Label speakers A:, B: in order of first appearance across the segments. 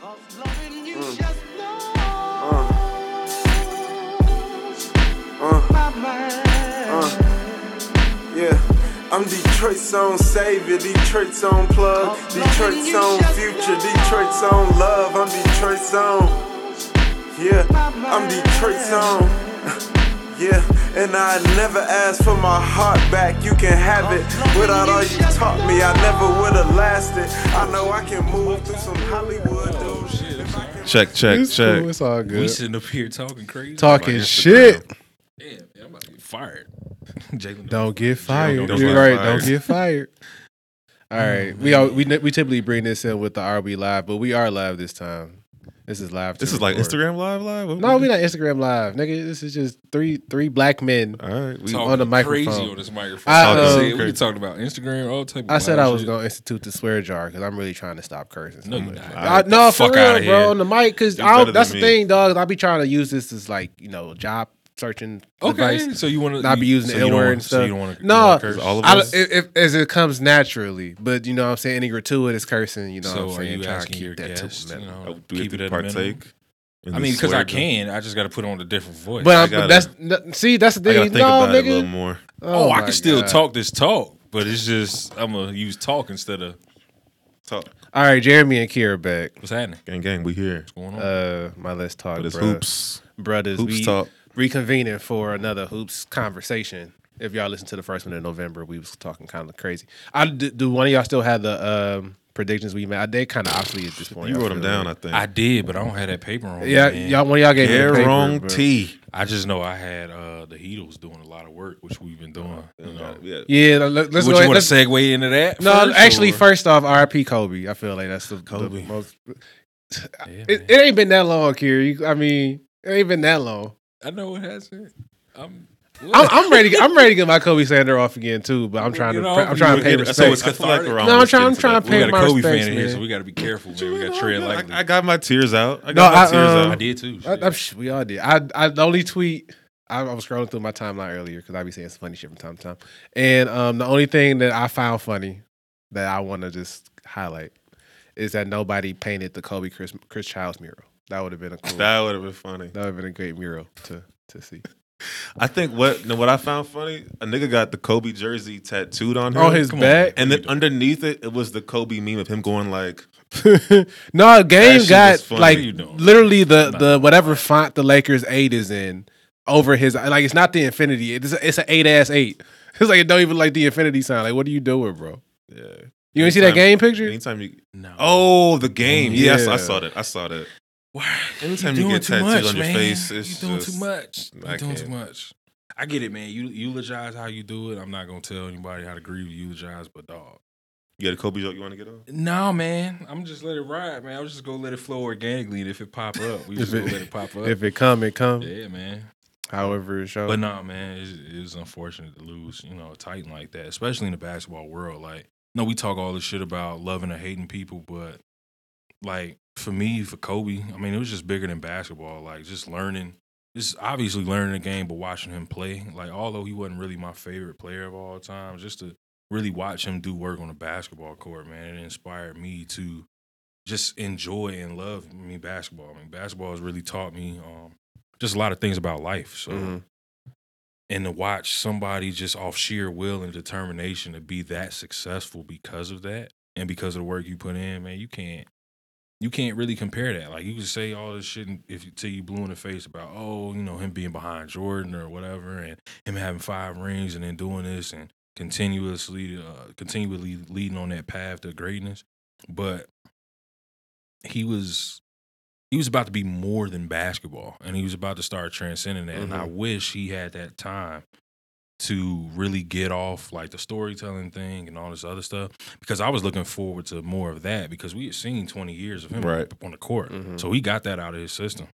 A: Mm. Uh. Uh. Uh. Yeah, I'm Detroit's own savior, Detroit's own plug, Detroit's own future, Detroit's own love. I'm Detroit's own. Yeah, I'm Detroit's own. yeah, and I never asked for my heart back. You can have it. Without all you taught me, I never would have lasted. I know I can move through some Hollywood though.
B: Check, check,
C: It's
B: check.
C: cool. It's all
D: We
C: good.
D: sitting up here talking crazy.
C: Talking
D: about Instagram.
C: shit.
D: Damn, man, I'm about to get fired. Jalen,
C: Don't get fired.
D: don't
C: You're
D: get
C: right.
B: fired.
C: Don't get fired. All right. We all, we ne- we typically bring this in with the Are We Live, but we are live this time. This is live. to
B: This is like
C: record.
B: Instagram live, live. What
C: No,
B: we
C: we're
B: do?
C: not Instagram live, nigga. This is just three three black men.
B: All right, we,
D: talking
C: on the microphone.
D: crazy on this microphone.
C: I, um,
B: uh,
D: See, we talking about Instagram, all type. Of
C: I said
D: wild
C: I was
D: shit.
C: gonna institute the swear jar because I'm really trying to stop cursing. so
D: No, you
C: much.
D: not.
C: I, no,
D: the
C: for
D: fuck outta
C: real,
D: here.
C: bro. On the mic, because
B: You're better
C: that's
B: than
C: the
B: me.
C: thing, dog. I'll be trying to use this as like you know job searching
D: Okay,
C: device.
D: so you want to
C: Not be using the L word and
D: So
C: stuff.
D: you don't want to.
C: No.
B: all of
C: I,
B: us.
C: if, if, as it comes naturally, but you know what I'm saying any gratuitous cursing, you know
D: So
C: what I'm
D: are
C: saying trying
D: you
C: to
D: asking your
C: keep that to
D: guest?
C: a
D: You
C: minimum.
B: Oh,
D: know,
B: do we
D: keep
B: have
D: it
B: to
D: at a minimum?
B: partake? in
D: I
B: the
D: mean, because I
B: swear jar?
D: can. I just got to put on a different voice.
C: But I'm,
B: gotta-
C: but that's n- see that's the
B: I gotta
C: thing.
B: think
C: no,
B: about it a little
C: nigga.
B: more.
D: oh, I
C: my
D: can still
C: God.
D: talk this talk, but it's just I'm gonna use talk instead of
B: Talk,
C: All right, Jeremy and Kira back.
D: what's happening.
B: gang, gang. We here,
D: What's going on?
C: Uh, my let's talk.
B: but it's
C: bruh.
B: hoops.
C: brothers.
B: Hoops
C: we
B: talk.
C: reconvening for another hoops conversation. If y'all listen to the first one in November, we was talking kind of crazy. I do, do one of y'all still have the um, predictions we made? I did kind of obsolete at this point.
B: You
C: I
B: wrote them
C: feel
B: down, I
C: like.
B: think.
D: I did, but I don't have that paper on. me,
C: yeah,
D: man.
C: y'all. One of y'all gave me the paper, bro.
B: T.
D: I just know I had uh, the Heatles doing a lot of work, which we've been doing. You know.
B: Yeah.
C: Yeah, let- let, let's
D: Would
C: go.
D: you
C: ahead-
D: want
C: let's-
D: to segue into that?
C: no,
D: first,
C: actually,
D: or-
C: first off, R.I.P. Kobe. I feel like that's the, the
B: Kobe.
C: most.
D: Yeah,
C: It,
D: man.
C: it ain't been that long, Kiri. You- I mean, it ain't been that long.
D: I know it hasn't. I'm.
C: I'm, I'm ready. I'm ready to get my Kobe slander off again too, but I'm trying to.
D: You know,
C: I'm trying to
D: you
C: pay
D: get
C: respect.
D: it.
B: So it's
D: I
B: I feel like
D: farted.
B: we're
C: No, I'm
B: almost
C: trying-
B: getting
C: I'm trying to
B: that
D: we
C: pay
D: got a
B: point.
C: my
D: Kobe
C: respects,
D: fan in here,
C: man.
D: so we got to be careful, man.
B: You
D: We got
B: know,
D: to tread
B: I got-
D: lightly.
B: I got my tears out. I
C: No,
B: got my
C: I,
B: tears
C: um,
B: out.
D: I did
C: I,
D: too. shit.
C: I'm, sh- we all did. I, I the only tweet I, I was scrolling through my timeline earlier because I be saying some funny shit from time to time, and um, the only thing that I found funny that I want to just highlight is that nobody painted the Kobe Chris Chris Childs mural. That would have been a cool. That,
B: That would have been funny.
C: would have been a great mural to to see
B: I think what no, what I found funny, a nigga got the Kobe jersey tattooed on him.
C: on his
D: come on,
C: back.
B: and then underneath it, it was the Kobe meme of him going like,
C: no, game
B: shit was
C: got
B: funny.
C: like
D: What are you doing?
C: literally the the whatever font the Lakers eight is in over his like it's not the infinity. It's it's an eight ass eight. It's like it don't even like the infinity sign. Like what are you doing, bro?
B: yeah.
C: You ain't see that
B: Anytime-
C: game picture?
B: Anytime you,
D: no.
B: oh, the game.
C: Yeah.
B: Yes, I saw that. I saw that.
D: Why?
B: Anytime you
D: doing
B: get
D: too
B: tattooed
D: much,
B: on your
D: man.
B: face, it's
D: you doing
B: just-
D: too much. You
B: I
D: are doing too
B: can't.
D: much. I get it, man. You eulogize how you do it. I'm not gonna tell anybody how to grieve you eulogize, but dog.
B: You got a Kobe joke you want to get on?
D: No, man. I'm just let it ride, man. I'm just gonna let it flow organically, and if it pop up, we
C: If
D: just gonna
C: it-
D: let it pop up.
C: If it come, it come.
D: yeah, man.
C: However it shows.
D: But no, man, it's, it's unfortunate to lose, you know, a titan like that, especially in the basketball world. Like, no, we talk all this shit about loving or hating people, but like for me, for Kobe, I mean, it was just bigger than basketball. Like, just learning, just obviously learning the game, but watching him play. Like, although he wasn't really my favorite player of all time, just to really watch him do work on the basketball court, man, it inspired me to just enjoy and love. I mean, basketball. I mean, basketball has really taught me um, just a lot of things about life. So
C: Mhm.
D: and to watch somebody just off sheer will and determination to be that successful because of that and because of the work you put in, man, you can't you can't really compare that. Like you can say all this shit and if you till you blue in the face about oh you know him being behind Jordan or whatever and him having five rings and then doing this and continuously uh, continually leading on that path to greatness, but he was he was about to be more than basketball and he was about to start transcending that and i wish he had that time to really get off like the storytelling thing and all this other stuff because i was looking forward to more of that because we had seen 20 years of him
B: Right.
D: on the court
C: Mhm.
D: so he got that out of his system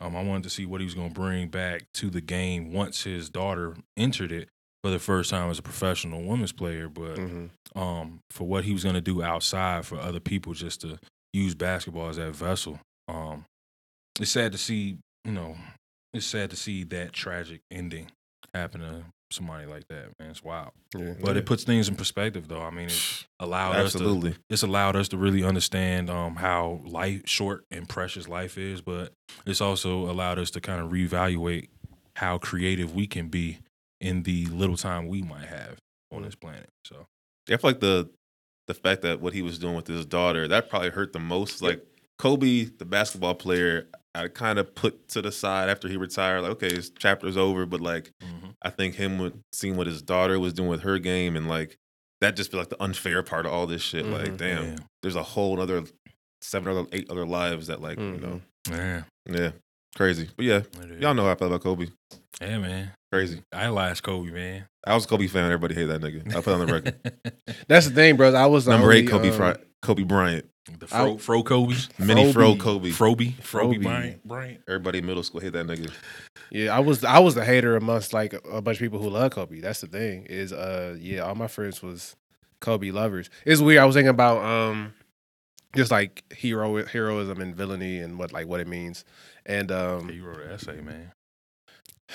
D: um, i wanted to see what he was going to bring back to the game once his daughter entered it for the first time as a professional women's player but
B: Mm.
C: Mhm.
D: um, for what he was going to do outside for other people just to use basketball as that vessel. Um, it's sad to see, you know, it's sad to see that tragic ending happen to somebody like that, man. It's wild.
C: Yeah.
D: But it puts things in perspective, though. I mean, it's allowed us
B: Absolutely.
D: to it's allowed us to really understand um, how life, short and precious life is. But it's also allowed us to kind of reevaluate how creative we can be in the little time we might have on this planet. So
B: I feel like the the fact that what he was doing with his daughter that probably hurt the most. Like Kobe, the basketball player, I kind of put to the side after he retired. Like, okay, his chapter's over. But like,
D: Mm-hmm.
B: I think him with seeing what his daughter was doing with her game and like that just be like the unfair part of all this shit. Like,
C: Mhm.
B: damn, there's a whole other seven other eight other lives that like you
C: Mhm.
B: know,
D: yeah,
B: yeah, crazy. But yeah,
D: yeah, it is.
B: y'all know how I feel about Kobe.
D: yeah, man.
B: Crazy.
D: I last Kobe, man.
B: I was a Kobe fan. Everybody hate that nigga. I put it on the record.
C: That's the thing, bro. I was the
B: Number
C: only,
B: eight, Kobe
C: um,
B: Fry- Kobe Bryant,
D: the fro,
C: I-
D: fro Kobe,
B: mini fro
C: Frobe.
B: Kobe.
D: Froby, Froby
C: Frobe.
D: Bryant, Bryant.
B: Everybody in middle school hate that nigga.
C: Yeah, I was I was a hater amongst like a bunch of people who love Kobe. That's the thing is, uh, yeah, all my friends was Kobe lovers. It's weird. I was thinking about um, just like hero heroism and villainy and what like what it means. And um,
D: Yeah, you wrote an essay, man.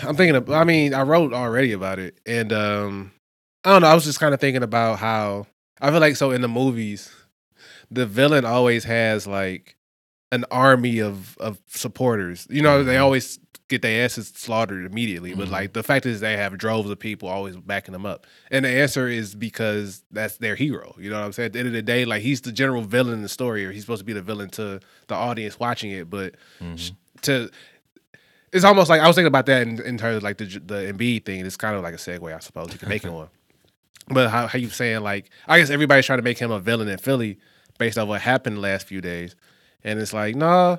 C: I'm thinking. Of, I mean, I wrote already about it, and um, I don't know. I was just kind of thinking about how I feel like so in the movies, the villain always has like an army of of supporters. You know, they
D: Mhm.
C: always get their asses slaughtered immediately, but
D: Mhm.
C: like the fact is they have droves of people always backing them up, and the answer is because that's their hero. You know what I'm saying? At the end of the day, like he's the general villain in the story, or he's supposed to be the villain to the audience watching it, but
D: Mhm.
C: to it's almost like I was thinking about that in, in terms of like the J- the Embiid thing. It's kind of like a segue, I suppose you can make it one. But how how you saying like I guess everybody's trying to make him a villain in Philly based on what happened the last few days, and it's like nah,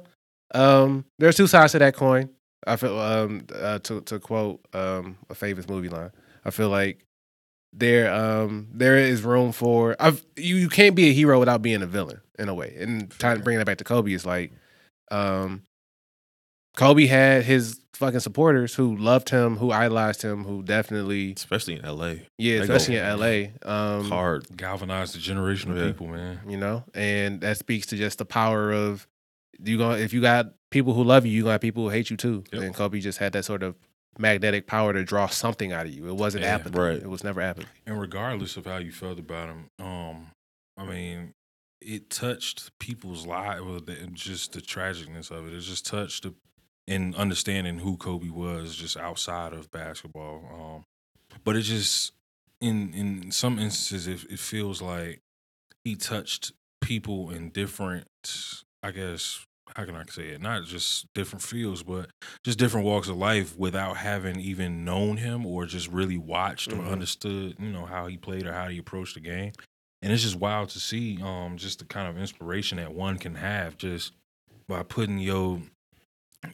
C: um, there's two sides to that coin. I feel um uh, to to quote um a famous movie line. I feel like there um there is room for I've you, you can't be a hero without being a villain in a way. And trying to bring that back to Kobe is like um Kobe had his fucking supporters who loved him, who idolized him, who definitely
B: especially in L.A.
C: yeah,
B: They go
C: especially in LA. Um
B: Hard.
D: Galvanized the generation of
B: Yeah.
D: people, man.
C: you know, and that speaks to just the power of you going if you got people who love you, you gonna have people who hate you too.
D: Yep.
C: And Kobe just had that sort of magnetic power to draw something out of you. It wasn't
D: Yeah,
C: apathy.
B: right.
C: It was never apathy.
D: and regardless of how you felt about him, um, I mean, it touched people's lives. Well, the- and just the tragicness of it. It just touched the, in understanding who Kobe was, just outside of basketball. Um, but it just in in some instances, it, it feels like he touched people in different. I guess how can I say it? Not just different fields, but just different walks of life without having even known him or just really watched
C: Mhm.
D: or understood, you know, how he played or how he approached the game. And it's just wild to see um just the kind of inspiration that one can have just by putting your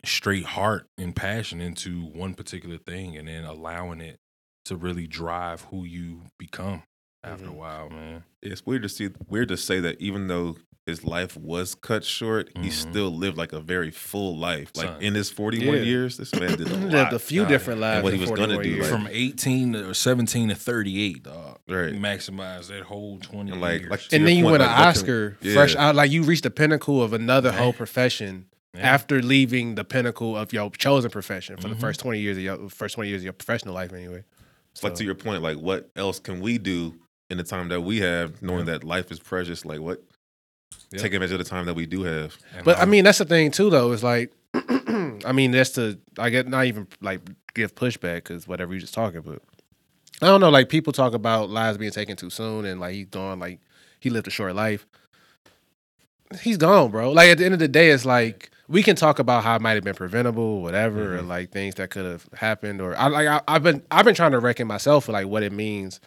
D: straight heart and passion into one particular thing and then allowing it to really drive who you become after
C: Mhm.
D: a while, man.
B: It's weird to see. Weird to say that even though his life was cut short, he
D: Mhm.
B: still lived like a very full life. Like
D: Son.
B: in his forty-one
C: Mm-hmm. Yeah.
B: years, this man did a lot.
C: lived a few
D: Nah,
C: different lives.
B: what
C: in
B: he was
C: 41
B: gonna do,
C: years.
B: like-
D: From 18 to or 17 to 38, dog.
B: right.
D: Maximize that whole 20
B: And like-
D: years.
B: like- to
C: and
B: your
C: then you
B: point,
C: win an
B: like, what can-
C: Oscar
B: Yeah.
C: fresh out. Like you reached the pinnacle of another
D: Yeah.
C: whole profession
D: Yeah.
C: after leaving the pinnacle of your chosen profession for the
B: Mm-hmm.
D: Mhm.
C: first twenty years of your first twenty years of your professional life. Anyway,
B: It's like to your point, like what else can we do in the time that we have, knowing that life is precious? Like what?
D: Yeah.
B: Take advantage of the time that we do have.
D: And
C: But I mean, that's the thing too, though. Is like, I mean, that's to I get not even like give pushback because whatever you just talking, but I don't know. Like people talk about lives being taken too soon, and like he's gone. Like he lived a short life. He's gone, bro. Like at the end of the day, it's like we can talk about how it might have been preventable, whatever, or
D: Mm-hmm.
C: like things that could have happened. Or I like I, I've been I've been trying to reckon myself for like what it means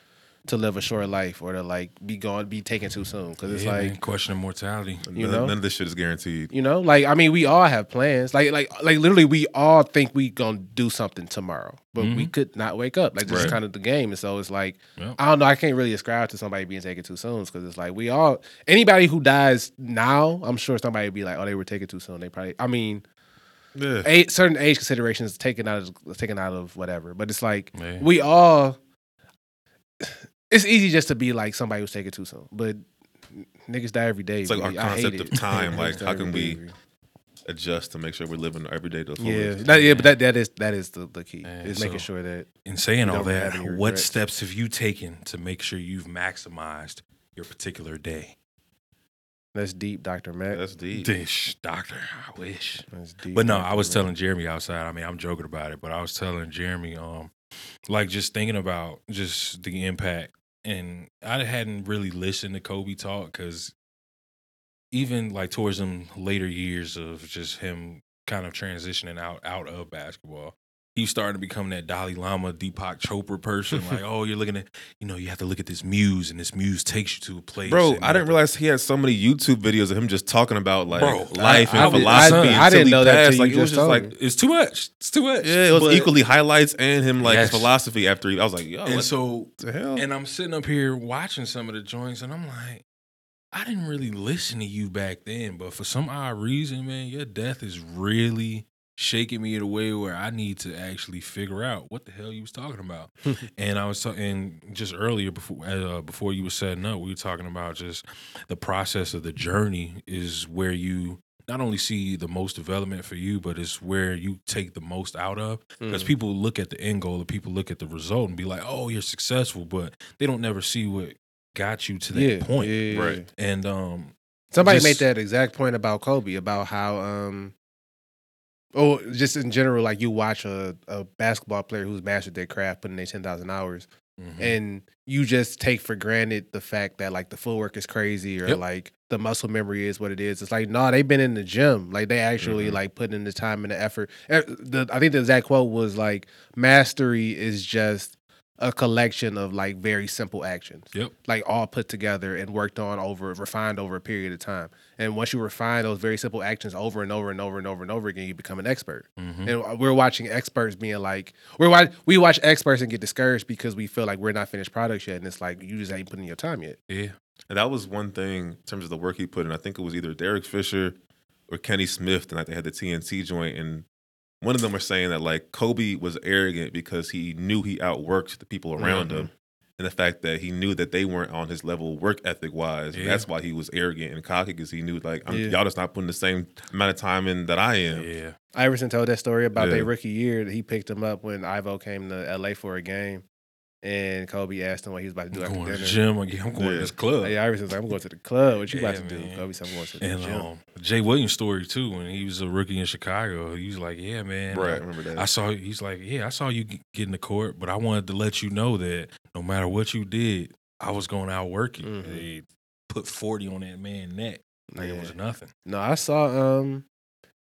C: to live a short life or to like be gone, be taken too soon. Because it's
D: Yeah,
C: like
D: man, question of mortality.
B: None,
C: You know?
B: none of this shit is guaranteed.
C: you know, like I mean, we all have plans. Like, like, like, literally, we all think we gonna do something tomorrow, but we could not wake up. Like, this
B: Mm-hmm.
C: is
B: Right.
C: kind of the game, and so it's like
D: Yeah.
C: I don't know. I can't really ascribe to somebody being taken too soon because it's like we all anybody who dies now, I'm sure somebody would be like, oh, they were taken too soon. They probably, I mean,
B: Yeah.
C: a, certain age considerations taken out of taken out of whatever. But it's like
D: Yeah.
C: we all. It's easy just to be like somebody who's taken too soon, but niggas die every day.
B: It's like
C: B.
B: our
C: I hate
B: concept
C: it.
B: of time,
C: Niggas
B: like,
C: die
B: how
C: every
B: can
C: day,
B: we-
C: B.
B: adjust to make sure we're living every day to the
C: Yeah,
B: fullest.
C: that, yeah, but that that is that is the, the key
D: Yeah,
C: is making
D: so-
C: sure that
D: In saying all
C: Don't have
D: that,
C: any
D: what
C: regrets.
D: steps have you taken to make sure you've maximized your particular day?
C: that's deep, Doctor Mac.
B: That's deep.
D: Dish, doctor, I wish.
C: That's deep.
D: But no, I
C: Dr.
D: was
C: Mac.
D: telling Jeremy outside. I mean, I'm joking about it, but I was telling Jeremy, um, like just thinking about just the impact, and I hadn't really listened to Kobe talk because even like towards them later years of just him kind of transitioning out out of basketball. He was starting to become that Dalai Lama, Deepak Chopra person. Like, oh, you're looking at, you know, you have to look at this muse, and this muse takes you to a place.
B: Bro,
D: and
B: I
D: you have
B: didn't
D: to-
B: realize he had so many YouTube videos of him just talking about like
D: Bro,
B: life
D: I-
B: and
D: I was-
B: philosophy.
D: I-
B: until
D: I
C: didn't
B: he
C: know that
B: passed.
C: till
B: Like
C: you
B: it was
C: just
B: just
C: told
B: like
C: me.
D: It's too much. It's too much.
B: yeah, it was
D: But-
B: equally highlights and him like
D: Yes.
B: his philosophy after. He, I was like, yo,
D: And
B: what
D: so
B: the hell?
D: And I'm sitting up here watching some of the joints, and I'm like, I didn't really listen to you back then, but for some odd reason, man, your death is really shaking me in a way where I need to actually figure out what the hell you was talking about. and I was talking just earlier before uh, before you were setting up, we were talking about just the process of the journey is where you not only see the most development for you, but it's where you take the most out of. Because
C: Mm.
D: people look at the end goal and people look at the result and be like, "Oh, you're successful," but they don't never see what got you to that
C: yeah,
D: point.
C: yeah, yeah,
B: Right.
C: yeah.
D: And um,
C: Somebody
D: Just-
C: made that exact point about Kobe about how um or just in general, like you watch a, a basketball player who's mastered their craft, putting in their ten thousand hours,
D: mhm.
C: and you just take for granted the fact that like the footwork is crazy or
D: Yep.
C: like the muscle memory is what it is. It's like no, they've been in the gym, like they actually
D: Mm-hmm.
B: Mhm.
C: like put in the time and the effort. Eh, The, I think the exact quote was like, "Mastery is just a collection of like very simple actions,
D: Yep.
C: like all put together and worked on over refined over a period of time. And once you refine those very simple actions over and over and over and over and over again, you become an expert."
D: mhm.
C: Mm-hmm. and uh, we're watching experts being like we're watch, we watch experts and get discouraged because we feel like we're not finished products yet and it's like you just ain't putting your time yet
D: yeah,
B: And that was one thing in terms of the work he put in. I think it was either Derek Fisher or Kenny Smith, and like they had the TNT joint. And one of them were saying that like Kobe was arrogant because he knew he outworked the people around him,
D: Mm-hmm.
B: and the fact that he knew that they weren't on his level work ethic wise.
D: Yeah.
B: And that's why he was arrogant and cocky because he knew like I'm,
C: Yeah.
B: y'all just not putting the same amount of time in that I am.
D: yeah,
C: iverson told that story about
B: Yeah.
C: their rookie year that he picked him up when ivo came to la for a game and kobe asked him what he was about to
D: I'm
C: do
D: going
C: after
D: to the
C: dinner
D: gym. I'm going to
B: Yeah.
D: this club.
C: Hey, Iverson's like, I'm going to the club. What you
D: Yeah,
C: about to do?
D: man.
C: Kobe said, I'm going to the
D: And
C: gym.
D: um, Jay Williams' story too. When he was a rookie in Chicago, he was like, "Yeah, man,
B: Right, I
D: I-
B: remember that.
D: I saw he's like, yeah, I saw you g- get in the court, but I wanted to let you know that no matter what you did, I was going to outwork you.
C: Mhm.
D: They put forty on that man's neck like it
C: Yeah.
D: was nothing.
C: No, I saw. Um,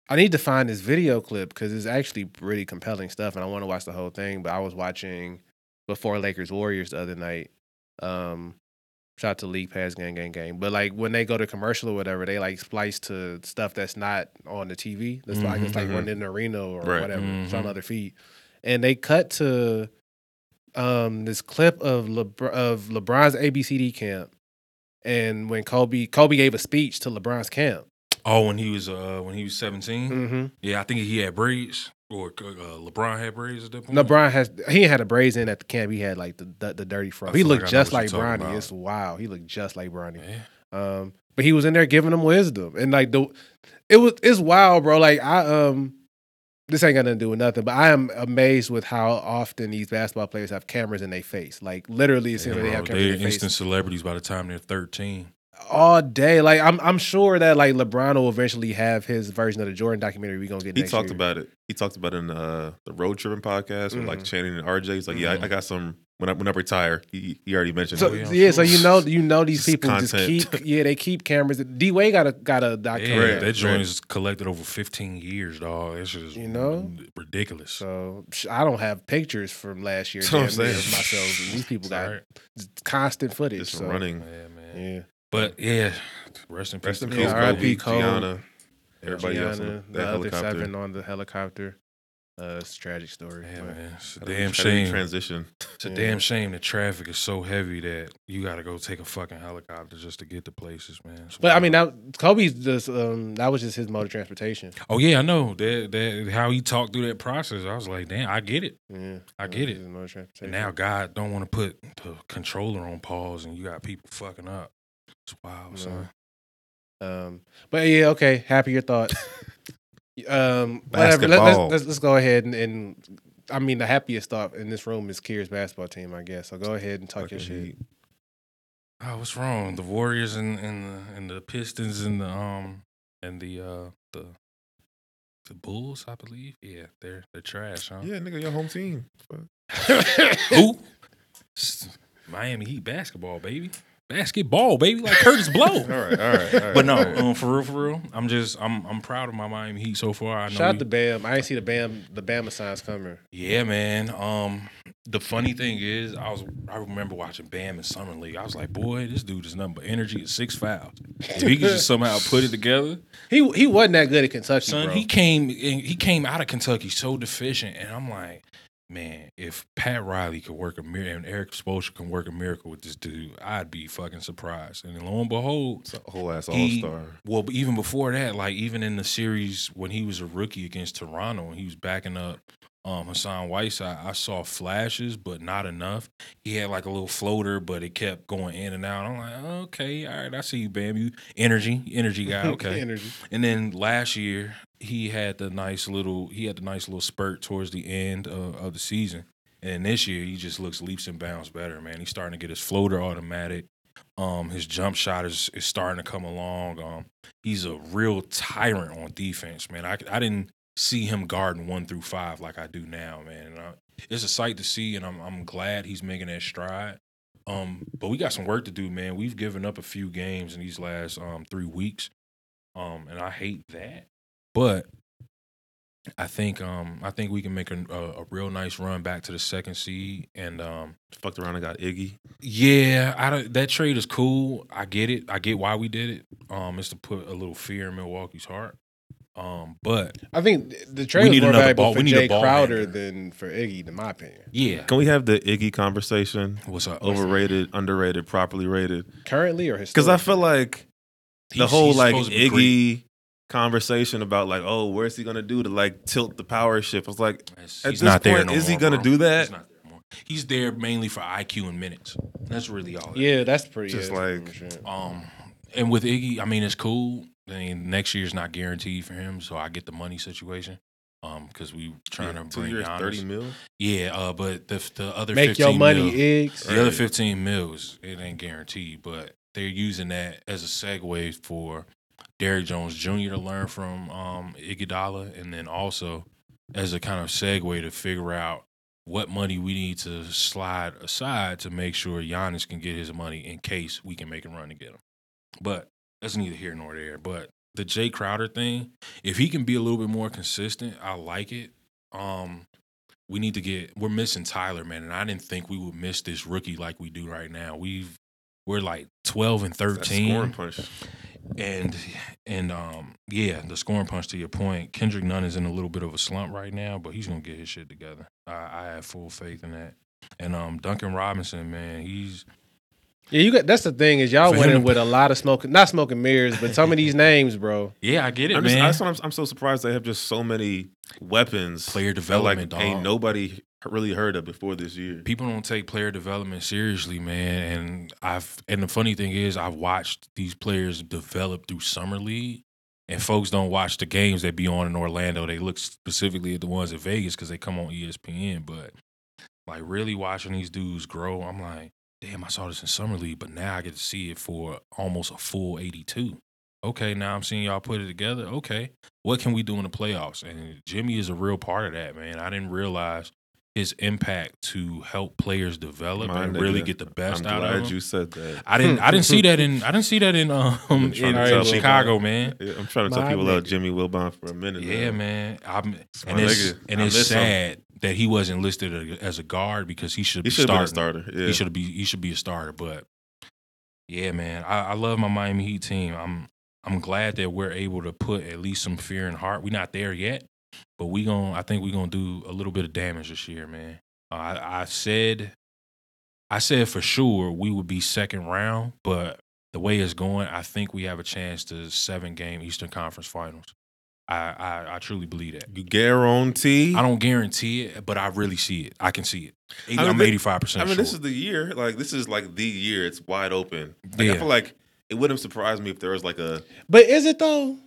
C: I need to find this video clip because it's actually really compelling stuff, and I want to watch the whole thing. But I was watching before Lakers Warriors the other night. Um, shout out to League Pass Gang Gang Gang. But like when they go to commercial or whatever, they like splice to stuff that's not on the TV. That's like it's like
B: Mhm.
C: running in the arena or
B: Right.
C: whatever,
D: Mhm.
C: some other feed, and they cut to um this clip of Lebr- of LeBron's ABCD camp. And when Kobe Kobe gave a speech to LeBron's camp,
D: Oh, when he was uh when he was 17
C: Mm-hmm.
D: yeah, I think he had braids or uh, LeBron had braids at that point.
C: LeBron has he had a braids in at the camp. He had like the the, the dirty fro.
D: I
C: He
D: feel
C: looked
D: like I know
C: just
D: what
C: like
D: you're talking
C: Bronny.
D: about.
C: It's wow. He looked just like Bronny.
D: yeah,
C: Um, but he was in there giving them wisdom, and like the it was it's wild, bro. Like I um, this ain't got nothing to do with nothing, but I am amazed with how often these basketball players have cameras in their face. Like literally, it seems like they have
D: bro,
C: cameras
D: they're
C: in their face
D: instant celebrities by the time they're thirteen.
C: all day. Like I'm I'm sure that like LeBron will eventually have his version of the Jordan documentary. We gonna get.
B: He
C: next
B: talked
C: year.
B: about it. He talked about it in uh, the road tripping podcast with like
D: Mm-hmm.
C: Mhm.
B: Channing and RJ. He's like, yeah,
D: Mhm.
B: I, I got some when I when I retire. He he already mentioned.
C: So
D: Oh, yeah,
B: it.
D: I'm
C: yeah, so
D: sure.
C: you know you know these
B: Just
C: people
B: content.
C: just keep yeah they keep cameras. D Wade got a got a
D: Yeah,
C: documentary.
D: that joint
B: right.
D: is collected over fifteen years, dog. That's just
C: You know?
D: ridiculous.
C: So sh- I don't have pictures from last year
B: That's what
C: damn
B: I'm
C: near
B: saying.
C: of myself. and These people
D: It's
C: got
D: all right.
C: constant footage.
B: Just
C: so,
D: yeah,
B: running.
D: man.
C: Yeah,
D: But yeah, rest in peace.
B: Rest in
D: to
B: peace,
D: Kobe.
C: Yeah, R.I.P.
B: Kobe,
C: Cole.
B: Gianna, everybody else. on
C: Gianna,
B: that
C: the other
B: helicopter.
C: seven on the helicopter. Uh, it's a tragic story.
D: Yeah,
C: but-
D: man. It's a
B: How do we-
D: damn
B: how do we
D: shame.
B: Transition.
D: It's a
C: Yeah.
D: damn shame that traffic is so heavy that you got to go take a fucking helicopter just to get to places, man. It's
C: But I
D: wild.
C: mean, that Kobe's just um, that was just his mode of transportation.
D: oh yeah, I know that that how he talked through that process. I was like, damn, I get it,
C: Yeah,
D: I
C: that
D: get
C: was
D: it.
C: his mode of
D: And
C: transportation.
D: now God don't want to put the controller on pause, and you got people fucking up. It's wild,
C: No.
D: son.
C: um, but yeah, okay. Happy your thoughts. Um, whatever. Let, let's,
B: Basketball.
C: let's let's go ahead and, and I mean the happiest thought in this room is Kier's basketball team, I guess. So go ahead and talk
B: Fucking
C: your shit.
B: heat.
D: Oh, what's wrong? The Warriors and, and the and the Pistons and the um and the uh the the Bulls, I believe. Yeah, they're they're trash, huh?
B: Yeah, nigga, your home team.
D: Who? S- Miami Heat basketball, baby. Basketball, baby, like Curtis Blow.
B: All right, all right. all right,
D: But no,
B: all right.
D: um, for real, for real, I'm just I'm I'm proud of my Miami Heat so far. I know
C: Shout out
D: we-
C: to Bam. I ain't see the Bam the Bama signs coming.
D: Yeah, man. Um, the funny thing is, I was I remember watching Bam in summer league. I was like, boy, this dude is nothing but energy and six fouls. If he could just somehow put it together,
C: He he wasn't that good at Kentucky,
D: son,
C: bro.
D: he came and he came out of Kentucky so deficient, and I'm like, man, if Pat Riley could work a miracle and Eric Spoelstra can work a miracle with this dude, I'd be fucking surprised. And lo and behold,
B: It's a whole ass all
D: he-
B: star.
D: well, but even before that, like even in the series when he was a rookie against Toronto and he was backing up um, Hassan Whiteside, I saw flashes, but not enough. He had like a little floater, but it kept going in and out. I'm like, okay, all right, I see you, Bam. You energy, energy guy. Okay.
C: Energy.
D: and then last year he had the nice little he had the nice little spurt towards the end of, of the season. And this year he just looks leaps and bounds better, man. He's starting to get his floater automatic. Um, his jump shot is, is starting to come along. Um, he's a real tyrant on defense, man. I, I didn't see him guarding one through five like I do now, man. And I, it's a sight to see, and I'm I'm glad he's making that stride. Um, but we got some work to do, man. We've given up a few games in these last um three weeks, um, and I hate that. But I think um I think we can make a a, a real nice run back to the second seed, and um
B: Fucked around and got Iggy.
D: yeah, I don't, that trade is cool. I get it. I get why we did it. Um, it's to put a little fear in Milwaukee's heart. Um, but
C: I think th- the trade
D: need
C: was more
D: another
C: valuable
D: ball-
C: for
D: we need a
C: Jay
D: ball
C: Crowder
D: handler.
C: than for Iggy, in my opinion.
D: yeah,
B: Can we have the Iggy conversation?
D: what's up?
B: Overrated, underrated, properly rated.
C: Currently or
B: Because
C: historically?
B: I feel like the
D: He's-
B: whole
D: he's
B: like
D: supposed to be great.
B: Iggy conversation about like, oh, where's he gonna do to like tilt the power shift? I was like,
D: He's,
B: at
D: he's
B: this
D: not there.
B: point,
D: no
B: is he
D: more,
B: gonna
D: bro.
B: do that?
D: He's not there, no more. He's there mainly for IQ and minutes. That's really all. it is.
C: Yeah, that's pretty.
B: Just
C: yeah, that's
B: like-
C: pretty much it.
D: Um, and with Iggy, I mean, it's cool. I mean, next year's not guaranteed for him, so I get the money situation. Um, because we trying
B: yeah,
D: to
B: two
D: bring
B: years,
D: Giannis.
B: thirty mil.
D: Yeah, uh, but the the other
C: make
D: 15
C: your money,
D: mil-
C: Iggs.
D: The other
B: Right.
D: 15 mils, it ain't guaranteed, but they're using that as a segue for Derrick Jones Jr. to learn from um, Iguodala, and then also as a kind of segue to figure out what money we need to slide aside to make sure Giannis can get his money in case we can make a run to get him. But that's neither here nor there. But the Jay Crowder thing, if he can be a little bit more consistent, I like it. Um, we need to get we're missing Tyler, man, and I didn't think we would miss this rookie like we do right now. We've we're like twelve and
B: That's scoring
D: thirteen,
B: punch.
D: and and um yeah, the scoring punch. To your point, Kendrick Nunn is in a little bit of a slump right now, but he's gonna get his shit together. I, I have full faith in that. And um Duncan Robinson, man, he's
C: Yeah, you got. That's the thing is y'all
D: For him
C: winning
D: to-
C: with a lot of smoking, not smoking mirrors, but some of these names, bro.
D: yeah, I get it,
B: I'm just,
D: man.
B: that's what I'm, I'm so surprised they have just so many weapons.
D: Player
B: that, like,
D: development,
B: ain't
D: dog.
B: nobody really heard of before this year.
D: people don't take player development seriously, man. And I've and the funny thing is I've watched these players develop through summer league. And folks don't watch the games that be on in Orlando. They look specifically at the ones in Vegas because they come on E ESPN. But like really watching these dudes grow, I'm like, damn, I saw this in summer league, but now I get to see it for almost a full 82. Okay, now I'm seeing y'all put it together. Okay, what can we do in the playoffs? And Jimmy is a real part of that, man. I didn't realize his impact to help players develop
B: My
D: and
B: nigga,
D: really get the best
B: I'm
D: out
B: glad
D: of them.
B: you said that.
D: I didn't. I didn't see that in. I didn't see that in um
B: I'm
D: in
B: trying to tell
D: Chicago,
B: people.
D: man.
B: Yeah, I'm trying to tell
C: My
B: people about
C: nigga.
B: Jimmy Wilbon for a minute.
D: Yeah,
B: now.
D: man. I'm,
B: Smart
D: and it's
B: nigga.
D: and
B: I
D: it's
B: miss him.
D: sad that he wasn't listed as a guard because he should
B: He
D: be
B: should have been a
D: starting.
B: starter. Yeah.
D: He should be he should be a starter. But yeah, man, I, I love my Miami Heat team. I'm I'm glad that we're able to put at least some fear in heart. We're not there yet, but we going I think we're gonna do a little bit of damage this year, man. Uh, I, I said I said for sure we would be second round, but the way it's going, I think we have a chance to seven game Eastern Conference Finals. I I, I truly believe that.
B: You guarantee?
D: I don't guarantee it, but I really see it. I can see it. Eighty-
B: I mean,
D: I'm
B: thi-
D: eighty five percent.
B: I mean, this is the year. Like, this is like the year. It's wide open. Like, I
D: Yeah.
B: feel like it wouldn't surprise me if there was like a.
C: But is it though?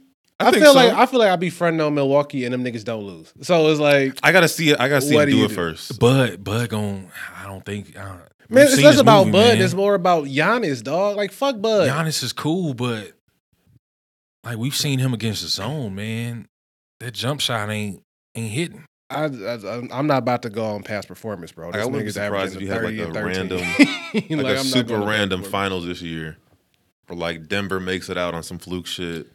B: I
C: I,
B: think
C: feel
B: so.
C: like I feel like I be fronting on Milwaukee and them niggas don't lose. So it's like
B: I gotta see it. I gotta see
C: What
B: him
C: do
B: do,
C: you
B: it
C: do?
B: first.
D: Bud, Bud, gon' I don't think. I don't, we've
C: man, it's
D: seen
C: less
D: this
C: about
D: movie,
C: Bud.
D: man.
C: It's more about Giannis, dog. Like fuck Bud.
D: Giannis is cool, but like we've seen him against the zone, man. That jump shot ain't ain't hitting.
C: I, I, I'm not about to go on past performance, bro.
B: Like, I
C: This
B: wouldn't be
C: nigga's
B: surprised if you had like
C: averaging
B: a
C: 30 and
B: random,
C: 13.
B: like,
C: Like, I'm
B: a
C: not
B: super
C: going back
B: random
C: for it.
B: finals this year, where like Denver makes it out on some fluke shit.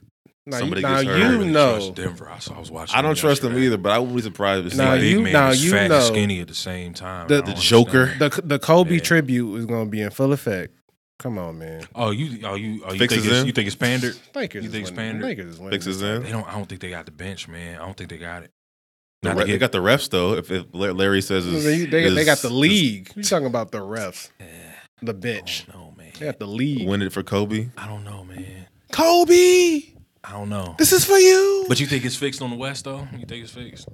C: Now
B: somebody
C: you, now
B: gets hurt.
C: you
B: I
D: I really
C: know.
D: trust Denver. I, saw, I was watching.
B: I don't trust him
D: yesterday.
B: either, but I wouldn't be surprised if it's
D: Now
C: Nah,
B: like
D: you,
C: you-
D: man
C: now
D: was
C: you
D: fat
C: know.
D: and skinny at the same time.
C: The-
D: I don't
C: the
D: understand.
B: Joker.
C: The the Kobe
D: Yeah.
C: tribute is gonna be in full effect. Come on, man.
D: Oh, you, oh, you, oh, you
B: Fixes
D: think it's,
B: him?
D: you think it's Pander?
C: Lakers
D: You
C: is
D: think
C: winning.
D: Spander
C: Lakers is winning.
B: fixes in.
D: They don't. I don't think they got the bench, man. I don't think they got it.
B: The
D: Not
B: re-
D: to
B: they got
D: get,
B: the refs though. If, if La- Larry says it's,
C: They, they, they
B: it's-
C: got the
B: it's-
C: league. You talking about the refs, the bench?
D: No, man.
C: They got the league.
B: win it for Kobe.
D: I don't know, man.
C: Kobe,
D: I don't know.
C: this is for you.
D: But you think it's fixed on the West, though? You think it's fixed?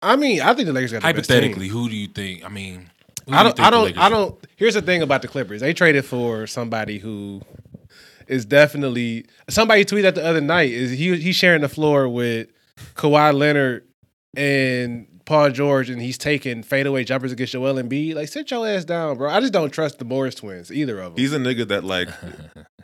C: I mean, I think the Lakers got the best team.
D: Hypothetically, who do you think? I mean, who
C: I
D: do you
C: don't.
D: think
C: I
D: the
C: don't.
D: Lakers
C: I
D: are?
C: don't. Here's the thing about the Clippers. They traded for somebody who is definitely somebody tweeted out the other night is he he's sharing the floor with Kawhi Leonard and Paul George, and he's taking fadeaway jumpers against Joel Embiid. Like sit your ass down, bro. I just don't trust the Morris twins, either of them. He's,
B: He's a nigga that like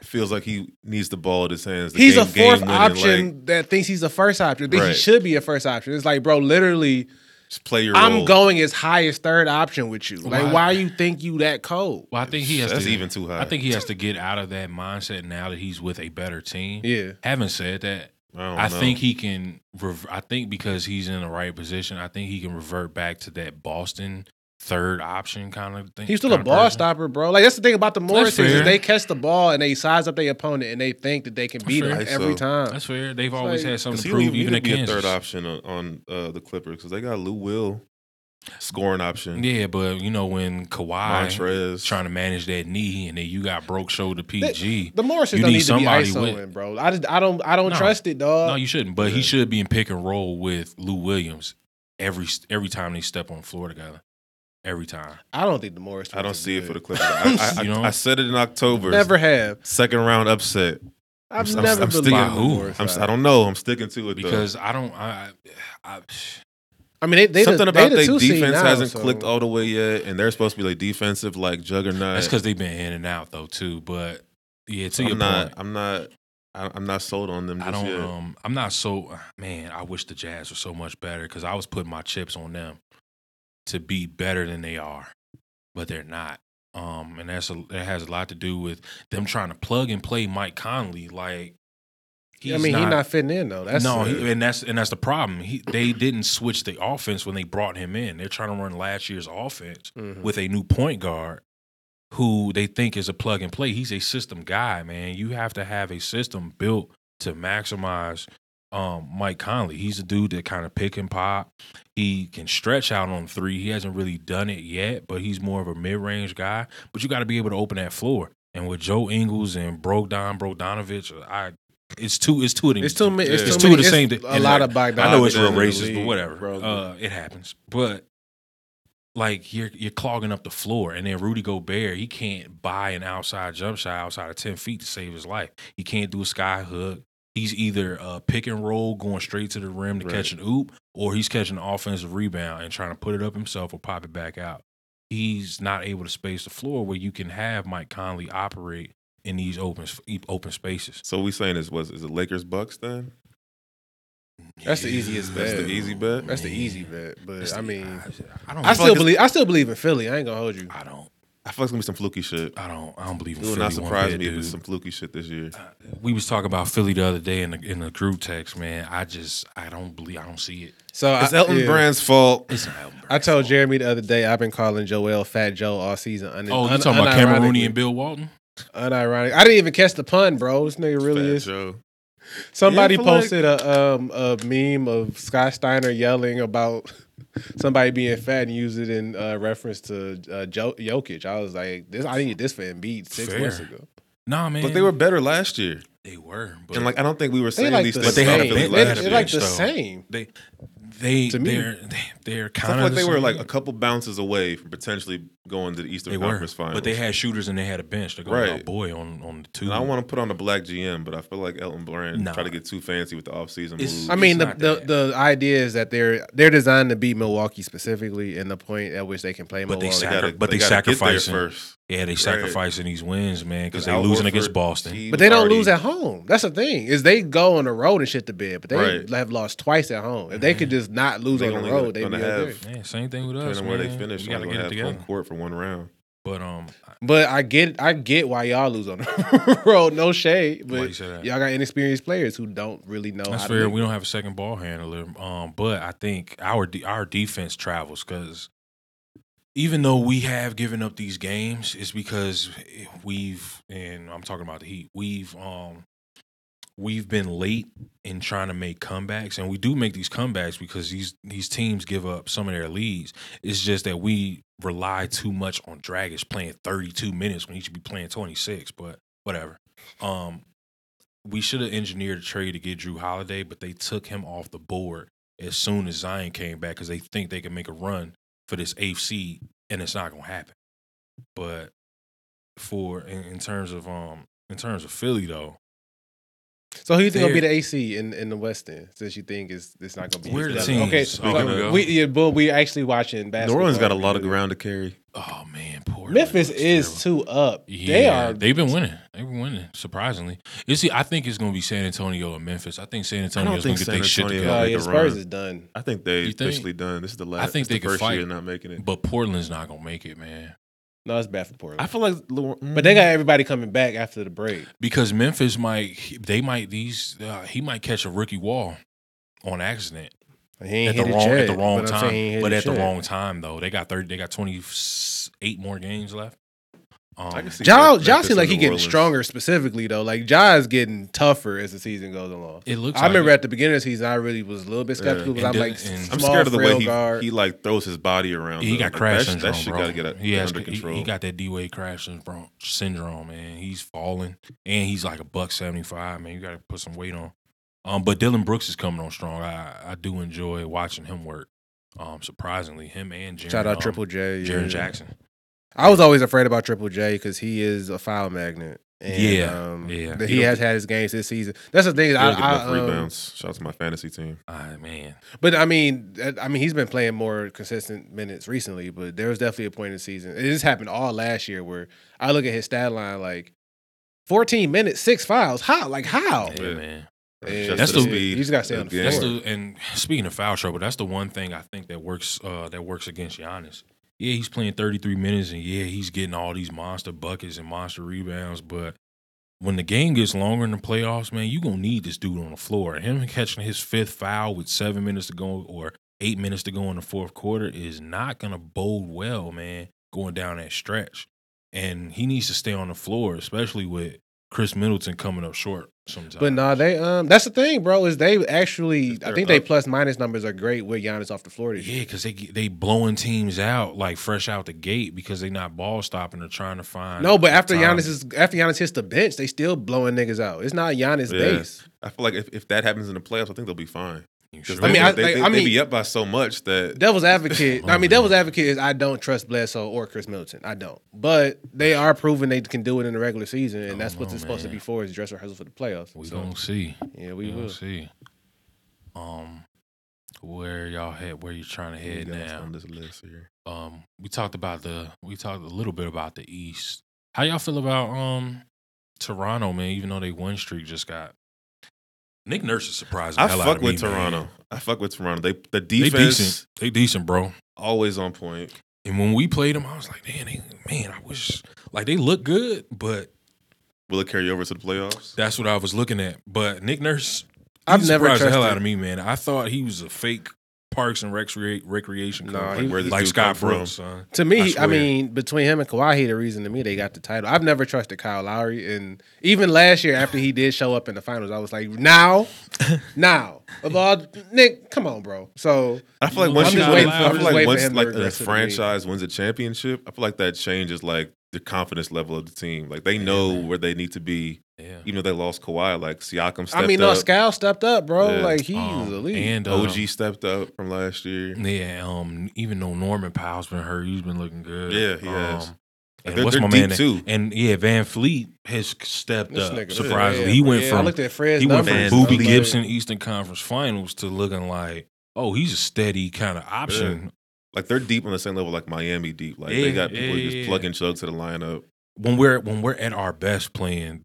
B: feels like he needs the ball in his hands. The
C: a
B: game- game
C: fourth
B: winning,
C: option
B: Like,
C: that thinks he's a first option. Thinks
B: Right.
C: he should be a first option. It's like, bro, literally,
B: just play your
C: I'm
B: role.
C: going as high as third option with you. Like,
D: Why-
C: why, you think you that cold?
D: Well, I think he has
B: That's
D: to.
B: even too high.
D: I think he has to get out of that mindset now that he's with a better team.
C: Yeah.
D: Having said that,
B: I, don't
D: I
B: know.
D: think he can. Rev- I think because he's in the right position, I think he can revert back to that Boston third option kind of thing.
C: He's still a
D: kinda
C: ball
D: person.
C: stopper, bro. Like that's the thing about the Morris is
D: fair.
C: they catch the ball and they size up their opponent and they think that they can beat
D: fair.
C: them
B: Like
C: every
B: so.
C: time.
D: That's fair. They've always
C: like-
D: had something
B: Because
D: to
B: he
D: prove,
B: don't
D: even
B: even
D: at
B: be a
D: Kansas.
B: third option on, on uh, the Clippers because they got Lou Will scoring option.
D: Yeah, but you know when Kawhi
B: Montrez
D: trying to manage that knee, and then you got broke shoulder PG.
C: The Morris
D: You
C: don't
D: need
C: need, to be
D: somebody
C: ISOing,
D: with-
C: bro. I just I don't I don't
D: No.
C: trust it, dog.
D: no, you shouldn't. But he should be in pick and roll with Lou Williams every every time they step on the floor together. Every time.
C: I don't think the Morris.
B: I don't
C: twins are
B: see it for the
C: good.
B: Clippers. I, I,
D: You know?
B: I, I said it in October.
C: Never have.
B: Second round upset.
C: I've
B: I'm-
C: never
B: I'm
C: believed
B: sticking-
C: in the
D: Who?
C: Morris.
B: I'm, s- I
C: side.
B: don't know. I'm sticking to it
D: Because I don't. I, I,
C: I mean, they, they
B: Something
C: the,
B: about
C: they
B: their
C: the two seed
B: defense
C: now,
B: hasn't
C: so-
B: clicked all the way yet, and they're supposed to be like defensive, like juggernaut.
D: that's because they've been in and out though too. But yeah, to your
B: I'm not,
D: point,
B: I'm not, I- I'm not sold on them. Just
D: I don't.
B: yet.
D: Um, I'm not so. Man, I wish the Jazz were so much better because I was putting my chips on them to be better than they are, but they're not. Um, and that's a, that has a lot to do with them trying to plug and play Mike Conley. Like, he's
C: I mean, he's not fitting in though. That's
D: no,
C: uh,
D: he, and that's and that's the problem. He, they didn't switch the offense when they brought him in. They're trying to run last year's offense
C: mhm.
D: with a new point guard who they think is a plug and play. He's a system guy, man. You have to have a system built to maximize um, Mike Conley. He's a dude that kind of pick and pop. He can stretch out on three. He hasn't really done it yet, but he's more of a mid range guy. But you got to be able to open that floor. And with Joe Ingles and Bogdan Bogdanovich, I it's two it's two of them.
C: it's too many. It's,
B: It's
C: too
D: two
C: many,
D: of the same
C: It's
D: thing.
C: a lot of by
D: I know it's real
B: Donovan in the
D: racist, but
B: league,
D: whatever.
B: bro.
D: Uh, it happens. But like you're you're clogging up the floor, and then Rudy Gobert, he can't buy an outside jump shot outside of ten feet to save his life. He can't do a sky hook. He's either uh, pick and roll, going straight to the rim to
B: Right.
D: catch an oop, or he's catching an offensive rebound and trying to put it up himself or pop it back out. He's not able to space the floor where you can have Mike Conley operate in these open open spaces.
B: So we saying is was is it Lakers Bucks then?
C: That's the easiest
B: That's the
C: bet.
B: easy bet.
C: That's the easy bet, but I mean,
D: I don't.
B: feel like
C: I still
B: it's-
C: believe. I still believe in Philly. I ain't gonna hold you.
D: I don't.
B: I feel like it's gonna be some fluky shit.
D: I don't. I don't believe in
B: It would
D: Philly.
B: not surprise
D: one bit,
B: me if
D: dude.
B: it's some fluky shit this year.
D: we was talking about Philly the other day in the in the group text, man. I just I don't believe I don't see it.
C: So
B: It's
C: I,
B: Elton
C: yeah.
B: Brand's fault.
D: It's not Alvin
C: I
D: Brand.
C: told Jeremy the other day I've been calling Joel Fat Joe all season. Un-
D: Oh, you
C: un-
D: talking about
C: unironically-
D: Camerooney and Bill Walton?
C: Unironic. I didn't even catch the pun, bro. This nigga really
B: Fat
C: is.
B: Joe.
C: Somebody
B: Yeah, I feel like-
C: posted a um a meme of Scott Steiner yelling about somebody being fat and used it in uh, reference to uh, jo- Jokic. I was like, this I needed this for Embiid six
D: Fair.
C: months ago.
D: Nah, man.
B: But they were better last year,
D: they were, but
B: and like I don't think we were
C: They
B: saying
C: like
B: these
C: the
B: things.
D: But they had
B: about
C: same.
D: a
B: Philly
C: They
D: bench-
B: last
D: had a
C: they
B: year.
C: like the
D: bench, though.
C: same.
D: they they
C: To me-
D: they're- they they're
B: I
D: kind
B: feel
D: of
B: like they were like a couple bounces away from potentially going to the Eastern
D: they were,
B: Conference Finals.
D: but they had shooters and they had a bench. They're going,
B: Right.
D: oh boy, on on the two.
B: And I want to put on the black GM, but I feel like Elton Brand
D: Nah.
B: tried to get too fancy with the offseason
D: It's-
B: moves.
C: I mean, the,
D: not
C: the
D: that.
C: the idea is that they're they're designed to beat Milwaukee specifically, and the point at which they can play
D: But they
C: Milwaukee.
B: They
D: sacri-
B: gotta-
D: but they
B: gotta get there
D: sacrificing.
B: first.
D: yeah, they sacrificing these wins, man, because they
B: Al
D: losing
B: Horford,
D: against Boston.
B: he
C: but they don't
B: already-
C: lose at home. That's the thing is they go on the road and shit to bed, but they
B: Right. Mm-hmm.
C: have lost twice at home. If they could just not lose
B: They
C: on the
B: only
C: road,
B: gonna-
C: they'd be
B: gonna
C: up there.
B: have-
D: Yeah, same thing with us.
B: Depending on where they
D: man.
B: finish,
D: we gotta
B: only
D: get it
B: gonna have
D: together.
B: home court for one round.
D: But um, I-
C: But I get I get why y'all lose on the road. No shade,
D: why you
C: but
D: say that?
C: y'all got inexperienced players who don't really know.
D: That's
C: how
D: fair.
C: To
D: We don't have a second ball handler, um, but I think our de- our defense travels because even though we have given up these games, it's because we've and I'm talking about the Heat. We've um we've been late in trying to make comebacks, and we do make these comebacks because these these teams give up some of their leads. It's just that we rely too much on Dragic playing 32 minutes when he should be playing 26. But whatever. Um, we should have engineered a trade to get Drew Holiday, but they took him off the board as soon as Zion came back because they think they can make a run for this eighth seed, and it's not gonna happen. But for in, in terms of um in terms of Philly though,
C: so who you think gonna be
D: They're-
C: the AC in, in the West End? Since you think it's it's not gonna be
D: We're the
C: level? Okay,
D: teams. Oh,
B: Speaking
C: so
B: of-
C: we yeah, but we actually watching basketball.
B: New Orleans got a lot of ground to carry.
D: oh man, poor
C: Memphis is two up. they are.
D: They've been winning. They've been winning. Surprisingly, you see, I think it's gonna be San Antonio and Memphis. I think San Antonio's
B: think
D: gonna get
B: San
D: their shit
B: Antonio-
C: Oh,
D: together,
B: Like
C: yeah,
B: the
C: Spurs
B: run.
C: is done.
B: I think they
D: You think?
B: officially done. This is the last.
D: think
B: it's
D: they
B: the
D: could
B: first year
D: fight.
B: not making it.
D: but Portland's not gonna make it, man.
C: No, it's bad for Portland.
B: I feel like,
C: but they got everybody coming back after the break.
D: because Memphis might they might these uh, he might catch a rookie wall on accident
C: He ain't
D: at
C: hit
D: the
C: it
D: wrong at
C: yet,
D: the wrong
C: but I'm saying he
D: time.
C: ain't
D: But
C: hit
D: at the
C: it yet.
D: wrong time though, they got thirty. They got twenty eight more games left. Um,
B: I can see
C: Ja,
B: Memphis
C: Ja seems like
B: and
C: he
B: New
C: getting
B: Orleans.
C: stronger specifically though. Like Ja is getting tougher as the season goes along.
D: It looks.
C: I remember
D: Like
C: at the beginning of the season, I really was a little bit skeptical,
D: Yeah.
C: but
D: And
C: I'm
D: then-
C: like,
D: and-
B: I'm
C: small,
B: scared of the way he,
C: guard.
B: he like throws his body around.
D: it. he
B: though.
D: got
B: Like,
D: crash
B: that,
D: syndrome.
B: That shit
D: bro.
B: gotta get a-
D: he has,
B: under control.
D: He, he got that D Wade crash syndrome, syndrome, man. He's falling, and he's like a buck seventy five, man. You got to put some weight on. Um, but Dylan Brooks is coming on strong. I I do enjoy watching him work. Um, surprisingly, him and Jaren,
C: Shout out
D: um,
C: Triple J, yeah.
D: Jaren Jackson.
C: I was always afraid about Triple J because he is a foul magnet. And,
D: Yeah,
C: um,
D: yeah.
C: that He
D: He'll-
C: has had his games this season. That's the thing. is
B: They
C: I,
B: don't get
C: I,
B: enough
C: um,
B: rebounds. Shout out to my fantasy team.
D: Ah man,
C: But I mean, I- I mean, he's been playing more consistent minutes recently. But there was definitely a point in the season. It just happened all last year where I look at his stat line like. 14 minutes, six fouls. How? Like how?
D: yeah,
B: yeah.
D: man.
C: And
B: Shout
D: That's
B: out to
D: the-
B: speed.
C: you just gotta stay on the
B: Again.
C: floor.
D: That's the and speaking of foul trouble, that's the one thing I think that works uh, that works against Giannis. Yeah, he's playing 33 minutes, and yeah, he's getting all these monster buckets and monster rebounds. But when the game gets longer in the playoffs, man, you gonna need this dude on the floor. Him catching his fifth foul with seven minutes to go or eight minutes to go in the fourth quarter is not gonna bode well, man. Going down that stretch, and he needs to stay on the floor, especially with Chris Middleton coming up short sometimes.
C: But no, they um that's the thing, bro, is they actually
B: If
C: I
B: they're
C: think they
B: up.
C: plus minus numbers are great with Giannis off the floor this
D: Yeah,
C: year.
D: because they get- they blowing teams out like fresh out the gate because they not ball stopping or trying to find.
C: No, but
D: the
C: after
D: time.
C: Giannis is after Giannis hits the bench, they still blowing niggas out. It's not Giannis
B: Yeah.
C: base.
B: I feel like if, if that happens in the playoffs, I think they'll be fine.
D: You
B: 'Cause
D: sure?
C: I
B: they-
C: mean, I-
B: they,
C: like,
B: they,
C: I
B: they
C: mean-
B: be up by so much that
C: Devil's advocate. I
D: Oh,
C: mean, devil's
D: man.
C: advocate is I don't trust Bledsoe or Chris Middleton. I don't. But they are proving they can do it in the regular season, and that's
D: Come
C: what
D: on,
C: it's supposed to
D: man.
C: be for is dress rehearsal for the playoffs.
D: we
C: So,
D: gonna see.
C: yeah,
D: We
C: we
D: gonna
C: will.
D: see. Um, where y'all head? Where you trying to head
B: Who else
D: now?
B: on this list here.
D: Um, we talked about the. We talked a little bit about the East. How y'all feel about um Toronto, man? Even though they win streak just got. Nick Nurse is surprising.
B: I
D: the hell out
B: fuck
D: of me,
B: with
D: man.
B: Toronto. I fuck with Toronto. They the
D: They
B: defense
D: decent. They decent, bro.
B: always on point.
D: And when we played them, I was like, man, they, man, I wish like they look good, but
B: Will it carry over to the playoffs?
D: that's what I was looking at. But Nick Nurse,
C: I've
D: he
C: never
D: surprised the hell
C: trusted-
D: out of me, man. I thought he was a fake Parks and Recre- Recreation
C: Nah,
D: coach,
C: he-
D: like,
B: Where this
D: like
B: dude
D: Scott
B: come from.
D: Brooks, son.
C: To me,
D: I
C: he- I,
D: swear.
C: mean, between him and Kawhi, he the reason to me they got the title. I've never trusted Kyle Lowry, and even last year after he did show up in the finals, I was like, now, now, of all Nick, come on, bro. So
B: I feel like
D: I'm
B: once you
D: just
B: win,
D: waiting-
B: I
D: I'm
B: feel
D: just
B: like
C: waiting for
B: once
C: him to
B: like a
C: regress to the league.
B: franchise wins a championship, I feel like that changes like the confidence level of the team. Like they know
D: man.
B: where they need to be.
D: Yeah.
B: Even though they lost Kawhi, like Siakam stepped
C: I mean, no,
B: up.
C: Scal stepped up, bro.
B: Yeah.
C: Like he's
D: Um,
C: the lead.
D: And uh,
B: OG stepped up from last year.
D: Yeah, um, even though Norman Powell's been hurt, he's been looking good.
B: Yeah, he has.
D: Um,
B: Like,
D: and
B: they're
D: what's
B: they're
D: my
B: deep
D: man?
B: too.
D: And yeah, Van Fleet has stepped
C: This
D: up.
C: nigga-
D: surprisingly,
C: yeah,
D: he went
C: yeah, I
D: from
C: looked at Fred's
D: he went from
C: numbers,
B: Man,
C: I was
D: Booby
C: like-
D: Gibson Eastern Conference Finals to looking like, oh, he's a steady kind of option.
B: Like they're deep on the same level like Miami deep. Like
D: Yeah,
B: they got people
D: yeah,
B: who
D: yeah.
B: just plug and chug to the lineup.
D: When we're when we're at our best playing,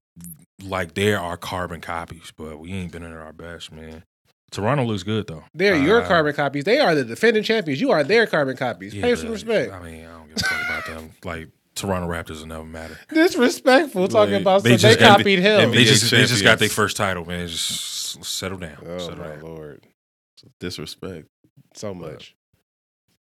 D: like they are carbon copies, but we ain't been at our best, man. Toronto looks good though.
C: They're your
D: Uh,
C: carbon copies. They are the defending champions. You are their carbon copies.
D: yeah,
C: Pay some
D: but,
C: respect.
D: I mean, I don't give a fuck about them. Like Toronto Raptors will never matter.
C: Disrespectful talking
B: Like,
C: about
D: they
C: they, they
D: just got
C: copied
B: and
C: him.
D: They
B: NBA
D: just they just got their
B: champions.
D: first title, man. Just s- settle down.
C: oh
D: settle
C: my
D: down.
C: lord,
B: Disrespect.
C: so much.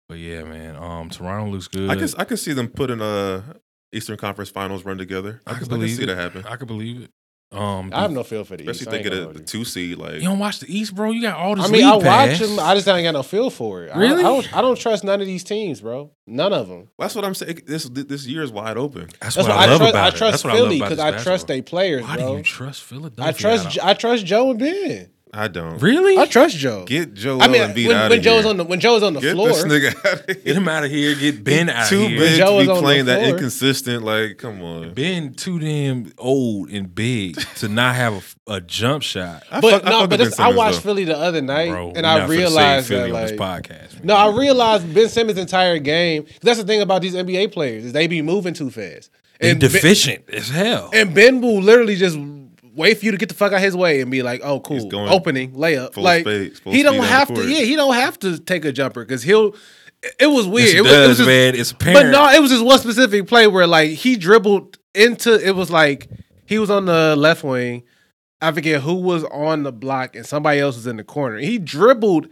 D: But yeah, man. Um, Toronto looks good.
B: I guess I could see them putting a Eastern Conference Finals run together.
D: I
B: I, could,
D: could
B: I could
D: believe
B: see
D: it.
B: that happen.
D: I could believe it. Um,
C: I have no feel for the East.
B: Especially
C: I
B: if they get
C: ain't gonna
B: a
C: hold
B: the
C: you.
B: two seed. Like
D: you don't watch the East, bro. You got all this.
C: I mean, I
D: league
C: watch
D: pass.
C: them. I just ain't got no feel for it. I don't-
D: Really?
C: I don't, I don't trust none of these teams, bro. None of them.
B: that's what I'm saying. This this year is wide open.
D: that's,
C: That's
D: what
C: why I,
D: I, love
C: trust.
D: about
C: I
D: it.
C: trust
D: That's what
C: Philly
D: I love
C: because
D: about
C: I
D: this
C: trust
D: basketball.
C: their players,
D: Why do
C: bro.
D: you trust Philadelphia?
C: I trust.
D: out
C: Jo- I trust Joe and Ben.
B: I don't.
D: of- really.
C: I trust Joe.
B: Get Joe
C: I mean,
B: and Embiid
C: when,
B: out
C: when
B: of
C: Joe's
B: here.
C: on the when Joe's on the
B: Get
C: floor,
B: this nigga out of
D: Get
B: here.
D: him out of here. Get Ben out
B: Too
D: of here.
B: big
C: Joe
B: to
C: is
B: be
C: on the
B: playing that
C: floor.
B: inconsistent. Like, come on.
D: Ben too damn old and big to not have a, a jump shot,
B: I
C: but
B: fuck- I
C: no,
B: fuck with Ben
C: but this, I
B: Simmons,
C: watched
B: though.
C: Philly the other night,
D: bro.
C: and
D: we
C: I
D: not finna save
C: realized
D: Philly
C: that
D: on
C: like.
D: this podcast. man.
C: No, I realized Ben Simmons' entire game. 'cause That's the thing about these NBA players is they be moving too fast.
D: and
C: Ben,
D: deficient as hell.
C: and Ben will literally just wait for you to get the fuck out his way and be like, "Oh,
B: He's
C: cool,
B: going
C: opening layup."
B: full
C: Like
B: speed- full
C: he
B: speed
C: don't
B: on the
C: have to.
B: court.
C: Yeah, he don't have to take a jumper because he'll. It was weird.
D: Yes, it
C: it was, it
D: does,
C: was just-
D: man. It's
C: But
D: apparent.
C: no, it was just one specific play where like he dribbled into. It was like he was on the left wing. I forget who was on the block and somebody else was in the corner. He dribbled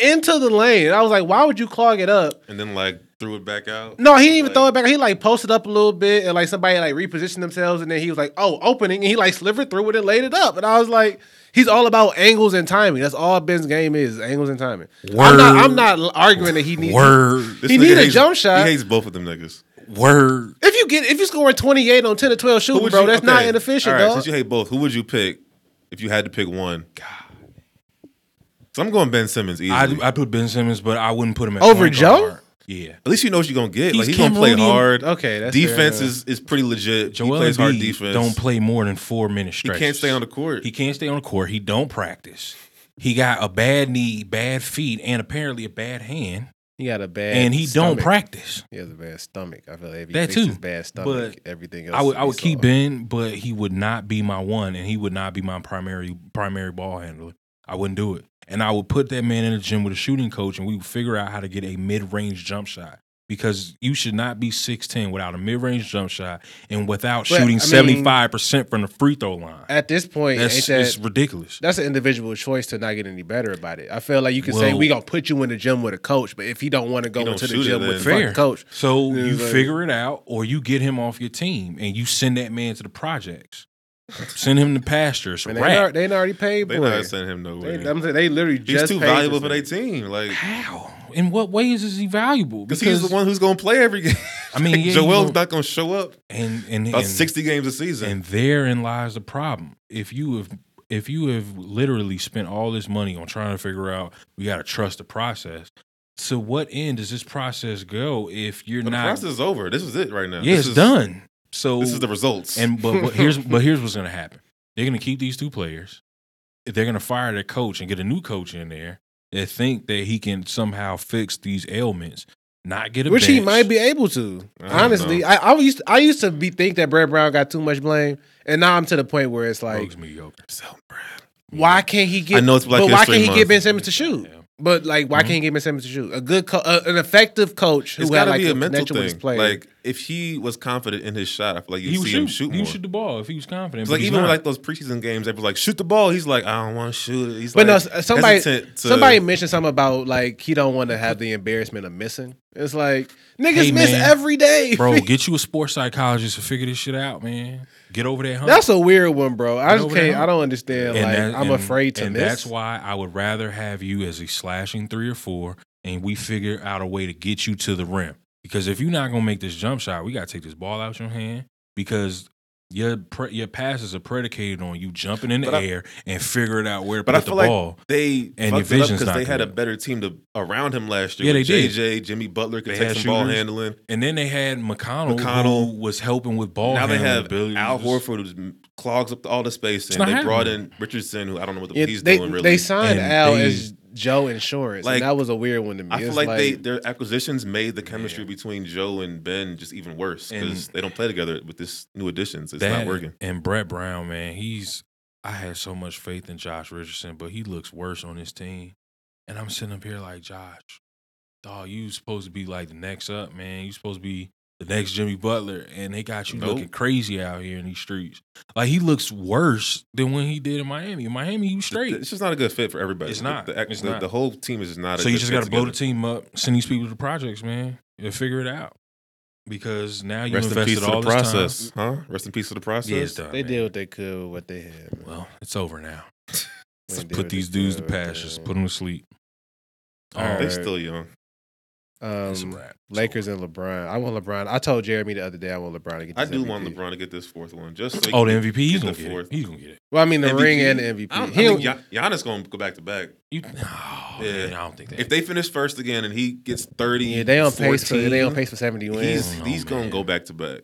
C: into the lane. I was like, why would you clog it up?
B: and then like threw it back out.
C: No, he didn't even
B: Like-
C: throw it back. He like posted up a little bit and like somebody like repositioned themselves and then he was like, oh, opening. And he like slivered through it and laid it up. And I was like, he's all about angles and timing. That's all Ben's game is, angles and timing. I'm not I'm not arguing that he needs
D: word,
B: This
C: He
B: nigga
C: need a
B: hates-
C: jump shot.
B: He hates both of them niggas.
D: word.
C: If you get if you scoring 28 on 10 or 12
B: Who
C: shooting,
B: would
C: bro,
B: you-
C: that's not
B: okay.
C: inefficient,
B: All right,
C: dog.
B: Since you hate both, who would you pick if you had to pick one? God. So I'm going Ben Simmons easily.
D: I, I put Ben Simmons, but I wouldn't put him at
C: Over
D: point
C: Joe?
D: guard. Yeah,
B: At least you know what you're gonna get.
D: He's
B: like he's gonna play
D: Cameroonian.
B: hard.
C: Okay, that's fair
B: defense
C: enough.
B: is, is pretty legit.
D: Joel
B: he plays hard
D: Embiid
B: defense.
D: don't play more than four minutes
B: He
D: straight.
B: can't stay on the court.
D: He can't stay on the court. He don't practice. He got a bad knee, bad feet, and apparently a bad hand,
C: He got a bad
D: and he
C: stomach.
D: don't practice.
C: He has a bad stomach. I feel like if he
D: That
C: fixed
D: too.
C: his bad stomach,
D: But
C: everything else.
D: I would
C: be
D: I would keep
C: solved.
D: Ben, but he would not be my one, and he would not be my primary primary ball handler. I wouldn't do it, and I would put that man in the gym with a shooting coach, and we would figure out how to get a mid range jump shot because you should not be six ten without a mid range jump shot and without
C: But, I
D: shooting
C: mean-
D: seventy five percent from the free throw line.
C: At this point, ain't
D: That's
C: that,
D: it's ridiculous.
C: that's an individual choice to not get any better about it. I feel like you can say
D: Well-
C: we gonna put you in the gym with a coach, but if he don't want to go
B: don't
C: into the
B: shoot it,
C: gym
B: then-
C: with the
D: Fair
C: fucking coach,
D: So
C: Yeah,
D: you
C: like-
D: figure it out, or you get him off your team, and you send that man to the projects. Send him to pasture. It's a
C: man, they,
D: wrap.
C: not, they not already paid
B: They
C: for
B: not
C: it.
B: sending him
C: They,
B: nowhere.
C: I'm saying they literally
B: he's
C: just
B: too
C: paid
B: valuable for
C: this
B: their
C: nigga.
B: team. Like
D: How? In what ways is he valuable?
B: because he's the one who's gonna play every game.
D: I mean, yeah, you
B: Joel's
D: gonna-
B: not gonna show up
D: and and
B: about
D: and,
B: sixty games a season.
D: and therein lies the problem. If you have if you have literally spent all this money on trying to figure out, we got to trust the process. To what end does this process go if you're
B: but the
D: not?
B: process is over. This is it right now.
D: yeah,
B: This
D: it's
B: is-
D: done. So
B: This is the results.
D: And but, but here's but here's what's gonna happen. They're gonna keep these two players. They're gonna fire their coach and get a new coach in there that think that he can somehow fix these ailments. Not get a
C: which he
D: bench.
C: might be able to.
B: I don't
C: Honestly,
B: know.
C: I, I used to, I used to be think that Brett Brown got too much blame, and now I'm to the point where it's like,
D: Rogue's mediocre.
C: why can't he get?
B: I know it's Black
C: but why
B: History
C: can't he
B: Month.
C: get Ben Simmons to shoot?
D: Yeah.
C: But like, why
D: Mhm.
C: can't he get Ben Simmons to shoot? A good, co- uh, an effective coach who
B: Mm-hmm. it's
C: had
B: gotta
C: like
B: be
C: a,
B: a mental
C: connection with his
B: thing.
C: player.
B: Like if he was confident in his shot, I feel like you
D: He
B: see
D: would
B: him
D: shoot.
B: shoot
D: he
B: more.
D: would shoot the ball if he was confident.
B: It's
D: But
B: like
D: he's
B: even with
D: not.
B: like those preseason games, they were like, shoot the ball. He's like, I don't want to shoot it. He's
C: But
B: like,
C: no, s- somebody
B: hesitant to-
C: somebody mentioned something about like he don't want to have the embarrassment of missing. It's like niggas
D: Hey,
C: miss
D: man.
C: every day,
D: bro, get you a sports psychologist to figure this shit out, man. Get over that hump.
C: That's a weird one, bro. I
D: Get
C: just
D: over that
C: can't. I
D: hump.
C: don't understand. like
D: that-
C: I'm afraid to
D: and
C: miss.
D: That's why I would rather have you as a slashing three or four, and we figure out a way to get you to the rim. Because if you're not gonna make this jump shot, we gotta take this ball out your hand because your pre- your passes are predicated on you jumping in the
B: But I-
D: air and figuring out where to
B: but I
D: put
B: feel
D: the
B: like
D: ball.
B: They
D: And
B: and
D: your
B: because
D: vision's not
B: they had a
D: good.
B: better team to around him last year.
D: Yeah,
B: with
D: they did.
B: JJ, Jimmy Butler could
D: They
B: take
D: had
B: some ball
D: shooters.
B: handling.
D: and then they had McConnell,
B: McConnell.
D: who was helping with ball.
B: now they
D: handling
B: have
D: abilities.
B: Al Horford who's m- clogs up all the space, and
D: not
B: they brought
D: happening.
B: in Richardson, who I don't know what the,
C: Yeah,
B: he's
C: they,
B: doing really.
C: they signed
D: And
C: Al
D: they-
C: as Joe Insurance,
B: Like,
C: and that was a weird one to me.
B: I feel
C: It's
B: like, they their acquisitions made the chemistry between Joe and Ben just even worse because
D: And-
B: they don't play together with this new additions. It's
D: That
B: not working.
D: And Brett Brown, man, he's I had so much faith in Josh Richardson, but he looks worse on his team. And I'm sitting up here like, Josh, dog, you supposed to be like the next up, man. You supposed to be the next Jimmy Butler, and they got you
B: Nope.
D: looking crazy out here in these streets. Like he looks worse than when he did in Miami. In Miami, he was straight.
B: It's just not a good fit for everybody.
D: It's not.
B: The, the-
D: It's
B: the-
D: not.
B: the whole team is just not.
D: So you just got to blow the team up, send these people to projects, man, and figure it out. Because now you
B: Rest in
D: invested
B: peace to
D: all
B: the
D: this
B: process,
D: time.
B: huh? Rest in peace to the process.
D: Yeah, it's done,
C: Mm, they
D: man.
C: did what they could with what they had. man.
D: Well, it's over now.
C: They
D: Just
C: did
D: put
C: what they
D: these dudes to
C: could with what they
D: pastures.
C: had.
D: Put them to sleep.
C: All
D: Um,
B: They
C: right.
B: still young.
D: it's a
C: Um,
D: wrap. It's
C: Lakers
D: over.
C: and LeBron. I want LeBron. I told Jeremy the other day I want LeBron to get.
B: I
C: This
B: do want
C: MVP.
B: LeBron to get this fourth one. Just so he
D: Oh,
B: can
D: the MVP. He's
B: He's
D: gonna
B: the
D: get it.
B: fourth.
D: He's gonna get it.
C: Well, I mean the
B: MVP.
C: ring and the MVP.
B: I, don't, I
C: He
B: think
C: don't-
B: Gian- Giannis gonna go back to back.
D: You, no, man, I don't think that.
B: If they finish first again and he gets thirty,
C: yeah, they on pace for
B: 14,
C: they on pace for seventy wins.
B: He's
D: Oh,
B: he's gonna
D: man.
B: go back to back.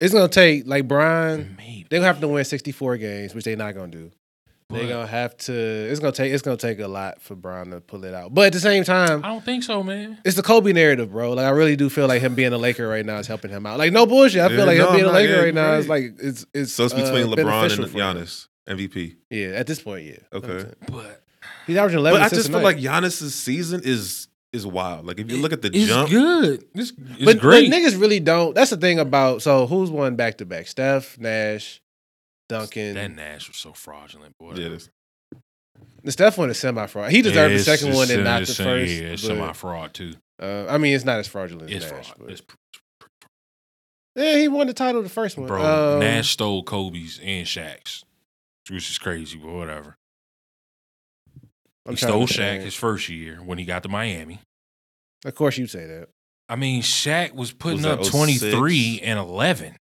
C: It's gonna take like Brian.
B: Mm-hmm.
D: maybe
C: They're gonna have to win sixty four games, which they're not gonna do. They're
D: but
C: gonna have to. It's gonna take. It's gonna take a lot for Brian to pull it out. But at the same time,
D: I don't think so, man.
C: it's the Kobe narrative, bro. Like I really do feel like him being a Laker right now is helping him out. Like no bullshit. I feel
B: Yeah,
C: like
B: no,
C: him being a
B: I'm not
C: Laker
B: getting
C: right now is
B: crazy.
C: like it's it's
B: So it's between
C: uh,
B: LeBron
C: beneficial
B: and
C: for him.
B: Giannis MVP.
C: Yeah, at this point, yeah.
B: Okay.
D: But
C: he's averaging eleven.
B: But I just feel like
C: you
B: Giannis's season is is wild. Like if you look at the
D: it's
B: jump,
D: good. It's, it's
C: but,
D: great.
C: but niggas really don't. That's the thing about so who's won back to back? Steph, Nash, Duncan.
D: that Nash was so fraudulent, boy.
B: yeah, that's-
C: The Steph won a semi fraud. He deserved
D: Yeah,
C: the
D: it's-
C: second
D: it's
C: one and
D: semi-
C: not the
D: it's
C: first.
D: semi- Yeah, it's
C: but,
D: semi fraud too.
C: uh, I mean, it's not as fraudulent as
D: It's
C: Nash.
D: fraud.
C: but-
D: It's
C: yeah, he won the title the first one.
D: Bro,
C: Um,
D: Nash stole Kobe's and Shaq's, which is crazy, but whatever.
C: I'm
D: he
C: trying
D: stole
C: to
D: Shaq
C: think.
D: his first year when he got to Miami.
C: Of course, you say that.
D: I mean, Shaq was putting
B: Was that
D: up 23
B: 06?
D: and 11.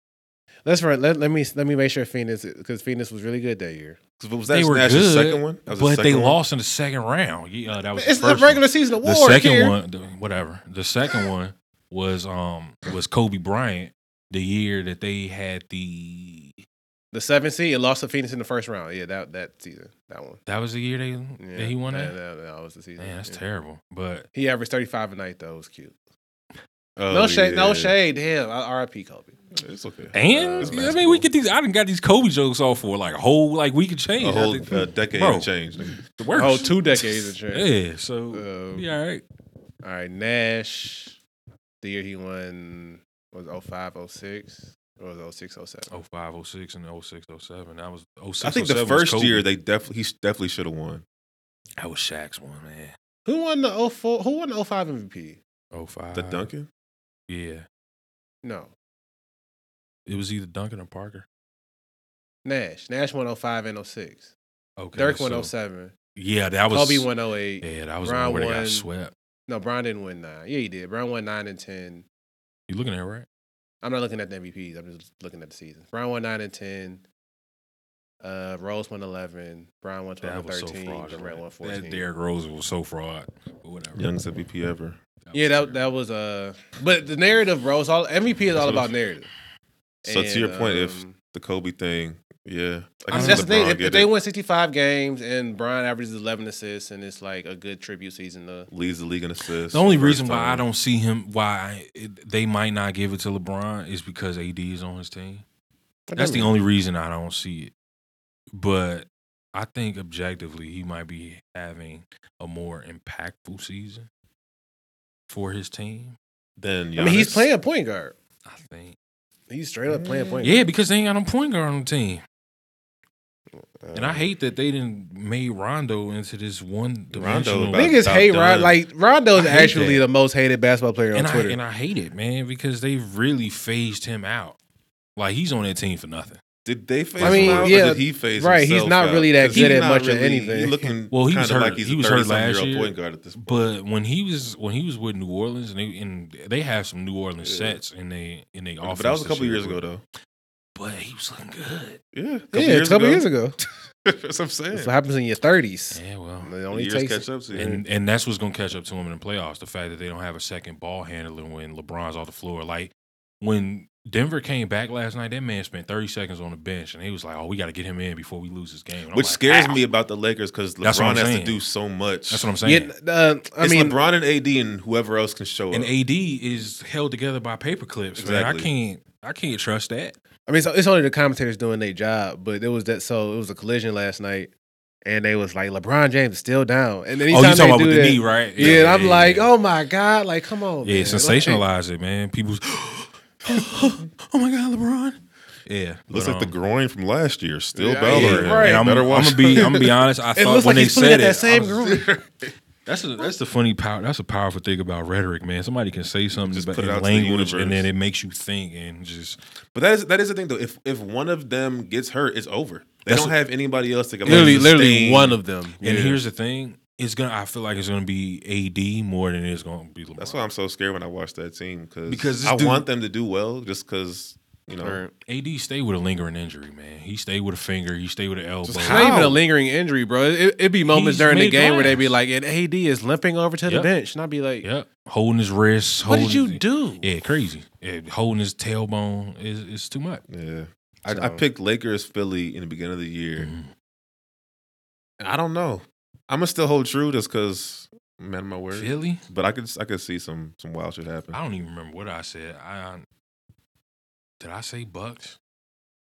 C: Let's run. Let, let me let me make sure Phoenix because Phoenix was really good that year.
B: 'cause was
D: They
B: that
D: were
B: Nash's
D: good,
B: second one? That was his
D: But they
B: second one?
D: lost in the second round. Yeah, that was
C: It's
D: the
C: a
D: first
C: regular
D: one.
C: season
D: The
C: award.
D: second
C: kid.
D: one, the- whatever. The second one was um was Kobe Bryant the year that they had the
C: the seventh seed, it lost to Phoenix in the first round. Yeah, that that season, that one.
D: that was the year they
C: Yeah,
D: that he won
C: that.
D: that.
C: That, that was the season.
D: Man, that's
C: yeah.
D: terrible. But
C: He averaged thirty five a night though. It was cute.
B: Oh,
C: no shade. No
B: yeah.
C: shade. Damn. I- R.I.P. Kobe.
B: It's okay.
D: and
C: That's
D: I mean,
B: basketball.
D: we get these. I done got these Kobe jokes off for like a whole like week of change.
B: A whole uh, decade
D: Bro.
B: and change. nigga.
D: the worst.
C: Oh, two decades of change.
D: Yeah, so
B: Uh,
C: Um,
D: yeah, all right.
C: All right, Nash. The year he won was 05, 06, or was it 06, 07?
D: 05, 06, and 06, 07. That was 06,
B: I think the
D: 07 was
B: first
D: Kobe.
B: year they definitely he sh- definitely should have won.
D: that was Shaq's one, man.
C: Who won the 04? Who won the 05 MVP?
D: 05.
B: The Duncan.
D: Oh, Yeah,
C: No,
D: it was either Duncan or Parker.
C: Nash. Nash won 05 and 06.
D: Okay,
C: Dirk won
D: so-
C: 07.
D: Yeah, that was
C: Kobe won 08.
D: Yeah, that was the
C: Brown
D: one where they
C: won.
D: got swept.
C: No, Brown didn't win nine. Yeah, he did. Brown won nine and 10.
D: You looking at it, right?
C: I'm not looking at the MVPs. I'm just looking at the season. Brown won nine and 10. Uh, Rose won 11. Brown won 12
D: That
C: and
D: was so
C: 13. Durant won
D: fraudulent.
C: 14.
D: That Derrick Rose was so fraud, but whatever.
B: Youngest MVP ever.
C: Yeah, that
D: was terrible.
C: that was uh but the narrative, bro, it's all MVP is
B: That's
C: all
B: what
C: about
B: it-
C: narrative.
B: So to your point, if-
C: um,
B: The Kobe thing. Yeah. I
D: I
B: can
D: mean,
B: see
C: that's the thing,
B: LeBron
C: if,
B: get
C: if they
B: it.
C: win sixty five games and Brian averages eleven assists and it's like a good tribute season to
B: leads the league in assists.
D: The only
B: first
D: reason why I
B: time.
D: don't see him, why I, it, they might not give it to LeBron, is because AD is on his team. That's the only reason I don't see it. But I think objectively, he might be having a more impactful season for his team.
B: Then
C: I mean he's
B: Giannis.
C: playing point guard.
D: I think.
C: He's straight up playing point guard.
D: Yeah, because they ain't got no point guard on the team.
C: Uh,
D: And I hate that they didn't made Rondo into this one dimensional.
B: about-
C: Niggas hate
B: about
C: Ron
B: done.
C: like Rondo
D: I
C: is
D: hate
C: actually
D: that.
C: the most hated basketball player on
D: and I
C: Twitter.
D: and I hate it, man, because they really phased him out. Like he's on that team for nothing.
B: Did they face
C: I mean,
B: him out
C: yeah,
B: or did he face
C: right, he's
B: himself
C: not
B: out?
C: really that
B: 'Cause he's
C: good at
B: not
C: much of
B: really-
C: anything.
B: He looking
D: Well, he
B: kinda
D: was hurt-
B: Like he's
D: he
B: a
D: was hurt
B: 30-something
D: last
B: year old
D: year.
B: Point guard at this point.
D: But when he was when he was with New Orleans and they and they have some New Orleans sets in they in they offense.
B: But that was a
D: this
B: couple
D: year,
B: years
D: but-
B: ago though.
D: But he was looking good.
B: Yeah, a couple
C: yeah, a couple years ago.
B: That's what I'm saying.
C: That's what happens in your thirties.
D: Yeah, well,
C: It only
B: years
C: takes
B: catch up to you.
D: and and that's what's gonna catch up to him in the playoffs. The fact that they don't have a second ball handler when LeBron's off the floor. Like when Denver came back last night, that man spent thirty seconds on the bench, and he was like, "Oh, we got to get him in before we lose this game." And I'm
B: Which
D: like,
B: scares
D: "Ow."
B: me about the Lakers because
D: That's what
B: LeBron
D: I'm
B: has to
D: saying.
B: do so much.
D: That's what I'm
C: Yeah,
D: saying.
C: uh, I
B: it's
C: mean,
B: LeBron and AD and whoever else can show up.
D: And AD is held together by paper clips. Man, I
B: Exactly.
D: can't. I can't trust that.
C: I mean, so it's only the commentators doing their job, but it was that. So it was a collision last night, and they was like, LeBron James is still down. And then
D: oh, you
C: anytime
D: talking
C: they
D: about
C: do
D: with
C: that,
D: the knee, right?
C: Yeah, and I'm like,
D: yeah.
C: oh my god, like come on,
D: yeah,
C: man. Like,
D: sensationalize it, man. People's, oh my god, LeBron. Yeah,
B: Looks
D: but,
B: like the
D: um,
B: groin from last year still
C: Yeah,
B: battling.
C: yeah, right.
D: And I'm,
B: Better watch
D: I'm gonna be. I'm gonna be honest. I
C: it
D: thought
C: looks like
D: when they
C: he's pulling
D: said
C: at that
D: it,
C: same
D: I was-
C: groove.
D: That's a, that's the funny power. That's a powerful thing about rhetoric, man. Somebody can say something
B: Just
D: but
B: put it
D: in
B: out to the
D: language, and
B: universe.
D: then it makes you think, and just
B: But that is that is the thing though. If if one of them gets hurt, it's over. They
D: That's
B: don't
D: what-
B: have anybody else that can
C: literally,
B: like,
C: literally
B: sustain-
C: one of them.
D: and here's the thing. It's gonna. I feel like it's gonna be AD more than it's gonna be LeBron.
B: That's why I'm so scared when I watch that team
D: Because
B: because
D: this
B: I
D: dude-
B: want them to do well just because you know.
D: AD stayed with a lingering injury, man. He stayed with a finger. He stayed with an elbow.
C: It's not
B: How?
C: even a lingering injury, bro. It, it be moments
D: He's
C: during the
D: made
C: game where they
D: glass.
C: be like, and AD is limping over to the
D: Yep.
C: bench. And I'd be like,
D: Yep. Holding his wrists.
C: what
D: holding
C: did you
D: his-
C: do?
D: Yeah, crazy. Yeah, holding his tailbone is is too much.
B: Yeah. I, I
C: So-
B: picked Lakers Philly in the beginning of the year.
D: Mhm.
B: And I don't know. I'm gonna still hold true just because man of my word.
D: Philly.
B: But I could I could see some some wild shit happen.
D: I don't even remember what I said. I did I say Bucks?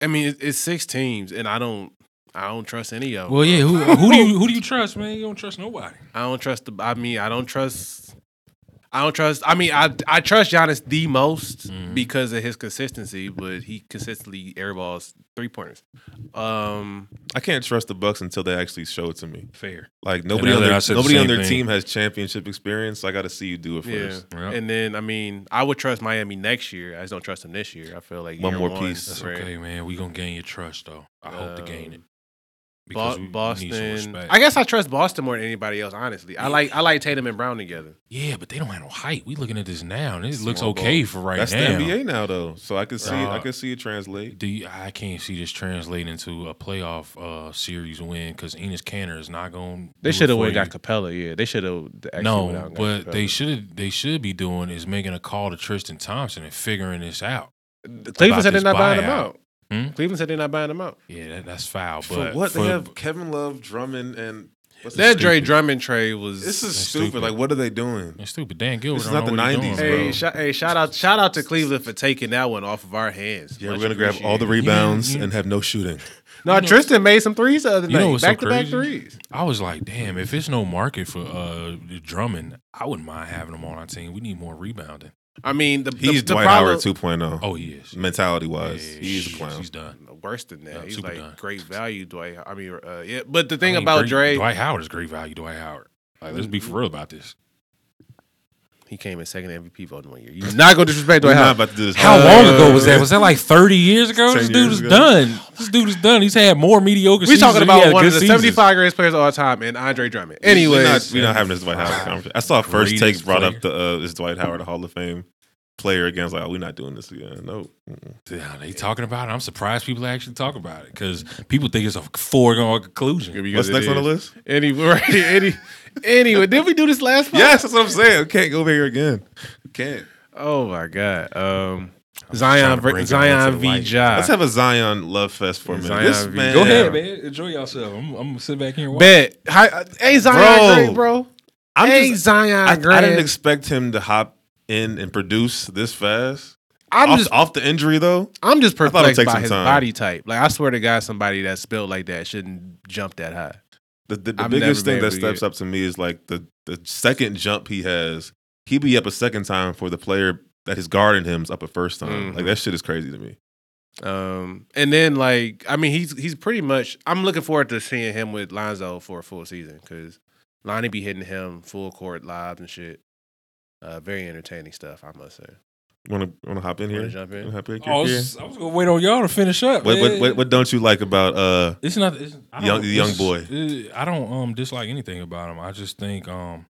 C: I mean, it, it's six teams, and I don't, I don't trust any of them.
D: Well, yeah. Who, uh, who do you who do you trust, man? You don't trust nobody.
C: I don't trust the. I mean, I don't trust. I don't trust. I mean, I I trust Giannis the most
D: Mhm.
C: because of his consistency, but he consistently airballs three pointers. Um,
B: I can't trust the Bucks until they actually show it to me.
D: Fair.
B: Like nobody
D: now
B: on
D: that
B: their
D: I said the
B: nobody on
D: same
B: their
D: thing.
B: team has championship experience. I got to see you do it
C: Yeah.
B: first.
D: Yep.
C: and then I mean, I would trust Miami next year. I just don't trust them this year. I feel like
B: One
C: year
B: more piece.
D: That's
C: right?
D: okay, man. We gonna gain your trust though. I hope to gain it.
C: Um,
D: Because we- we
C: Bo-
D: need some
C: Boston.
D: respect.
C: I guess I trust Boston more than anybody else. Honestly, I like I like Tatum and Brown together.
D: yeah, but they don't have no height. We looking at this now, and it
B: Small
D: looks okay
B: ball.
D: for right
B: That's
D: now.
B: the NBA now though, so I can see it, I
D: Uh,
B: can see it translate.
D: Do you, I can't see this translating into a playoff uh, series win because Enos Canner is not going.
C: They should have went got Capella. Yeah, they should have.
D: No, what they should they should be doing is making a call to Tristan Thompson and figuring this out.
C: Cleveland said they're
D: this
C: not buying them
D: buyout.
C: out.
D: Hmm?
C: Cleveland said they're not buying them out.
D: Yeah, that, that's foul. But
B: For what they have Kevin Love, Drummond, and what's
C: That
B: his-
C: Dre Drummond trade was.
B: This is
D: That's
B: stupid.
D: stupid.
B: Like, what are they doing?
D: It's stupid. Dan Gilbert.
B: This is
D: don't
B: not the
D: know what he
B: 90s,
D: doing,
C: hey,
B: bro.
C: sh- hey, shout out, shout out to Cleveland for taking that one off of our hands.
B: Yeah,
C: Much
B: we're gonna grab all the
C: appreciated.
B: rebounds
D: Yeah, yeah.
B: and have no shooting.
C: No,
D: You know-
C: Tristan made some threes the other
D: You know
C: night.
D: what's so
C: Back to back
D: crazy?
C: threes.
D: I was like, damn, if it's no market for uh Drummond, I wouldn't mind having him on our team. We need more rebounding.
C: I mean, the,
B: He's
C: the, the
B: Dwight
C: problem,
B: Howard 2.0
D: Oh, he is.
B: mentality wise.
D: Yeah,
B: he's a
D: shit,
B: clown.
D: He's done.
C: Worse than that,
D: Yeah,
C: he's
D: super
C: like
D: done.
C: great value, Dwight. I mean, uh, yeah. But the thing
D: I mean,
C: about
D: great-
C: Dre,
D: Dwight Howard is great value. Dwight Howard. Like, let's be for real about this.
C: he came in second MVP vote in one year. You're not gonna disrespect
B: We're
C: Dwight
B: not
C: Howard.
B: about to do this.
D: How
C: Uh,
D: long ago was that? Was that like thirty years ago?
B: 10
D: This dude
B: years
D: is
B: ago.
D: done. This dude is done. He's had more mediocre.
C: We're
D: seasons
C: talking
D: than he
C: about
D: had
C: one of
D: good
C: the
D: seasons.
C: 75 greatest players of all time, and Andre Drummond.
B: We're
C: Anyway,
B: not, we're not having this Dwight Howard conversation. I saw first
D: Greatest
B: takes brought up the uh, this Dwight Howard Hall of Fame player again. I was like, oh, we're not doing this again. No. Mm-mm.
D: Yeah, they talking about it. I'm surprised people actually talk about it because people think it's a foregone conclusion.
B: What's next on the list?
C: Anyway, right, any, anyway, did we do this last? Fight?
B: Yes, that's what I'm saying. We can't go over here again. We can't.
C: Oh my god. Um,
D: trying
C: Zion,
D: to bring
C: v,
D: it
C: Zion
D: into the
C: v.
D: light.
C: Ja.
B: Let's have a Zion love fest for a minute.
C: Zion
B: this
C: V.
B: man,
D: Go ahead, man. Enjoy yourself. I'm, I'm gonna sit back here and watch.
C: Bet. Hi, uh, hey Zion,
B: Bro.
C: great, bro.
B: I'm
C: hey
B: just,
C: Zion,
B: I,
C: great.
B: I didn't expect him to hop in and produce this fast.
C: I'm
B: off,
C: just,
B: off the injury though.
C: I'm just
B: it would
C: perplexed
B: take
C: by
B: some
C: his
B: time.
C: body type. Like I swear to God, somebody that's built like that shouldn't jump that high.
B: The, the, the
C: I've
B: biggest
C: never
B: thing
C: been
B: that
C: able to
B: steps up to me is like the the second jump he has. He be up a second time for the player that is guarding him's up a first time.
C: Mhm.
B: Like that shit is crazy to me.
C: Um, and then like I mean, he's he's pretty much. I'm looking forward to seeing him with Lonzo for a full season because Lonnie be hitting him full court live and shit. Uh, very entertaining stuff, I must say.
B: Want to want to hop in
C: You
B: here?
C: wanna jump in?
B: Hop in
D: I was, I was gonna wait on y'all to finish up.
B: What, what
D: man.
B: what what don't you like about uh?
D: It's not it's, I
B: Young-
D: don't-
B: young
D: it's-
B: boy.
D: it- I don't um dislike anything about him. I just think um